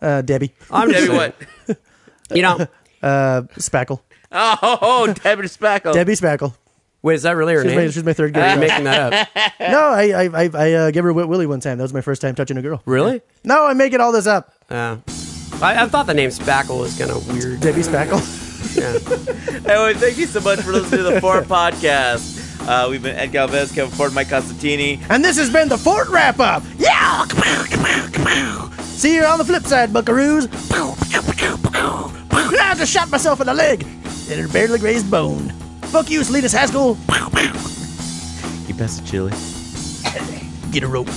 Speaker 2: Uh, Debbie.
Speaker 3: I'm just
Speaker 1: Debbie
Speaker 3: saying,
Speaker 1: what?
Speaker 3: You know,
Speaker 2: Uh, Spackle.
Speaker 1: Oh, oh, oh, Debbie Spackle.
Speaker 2: Debbie Spackle.
Speaker 3: wait, is that really her
Speaker 2: She's my,
Speaker 3: name?
Speaker 2: she's my third
Speaker 3: You're
Speaker 2: grader.
Speaker 3: making that up.
Speaker 2: no, I I, I, I uh, gave her a Wet Willie one time. That was my first time touching a girl.
Speaker 3: Really?
Speaker 2: No, I'm making all this up.
Speaker 3: Yeah. I, I thought the name Spackle was kind of weird.
Speaker 2: Debbie Spackle.
Speaker 1: Anyway, thank you so much for listening to the Ford Podcast. Uh, we've been Ed Galvez, Kevin Ford, Mike Costantini.
Speaker 2: And this has been the Fort Wrap Up. Yeah! See you on the flip side, buckaroos. I just shot myself in the leg. And it barely grazed bone. Fuck you, Salinas Haskell.
Speaker 1: You best of chili.
Speaker 2: Get a rope.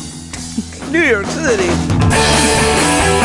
Speaker 1: New York City.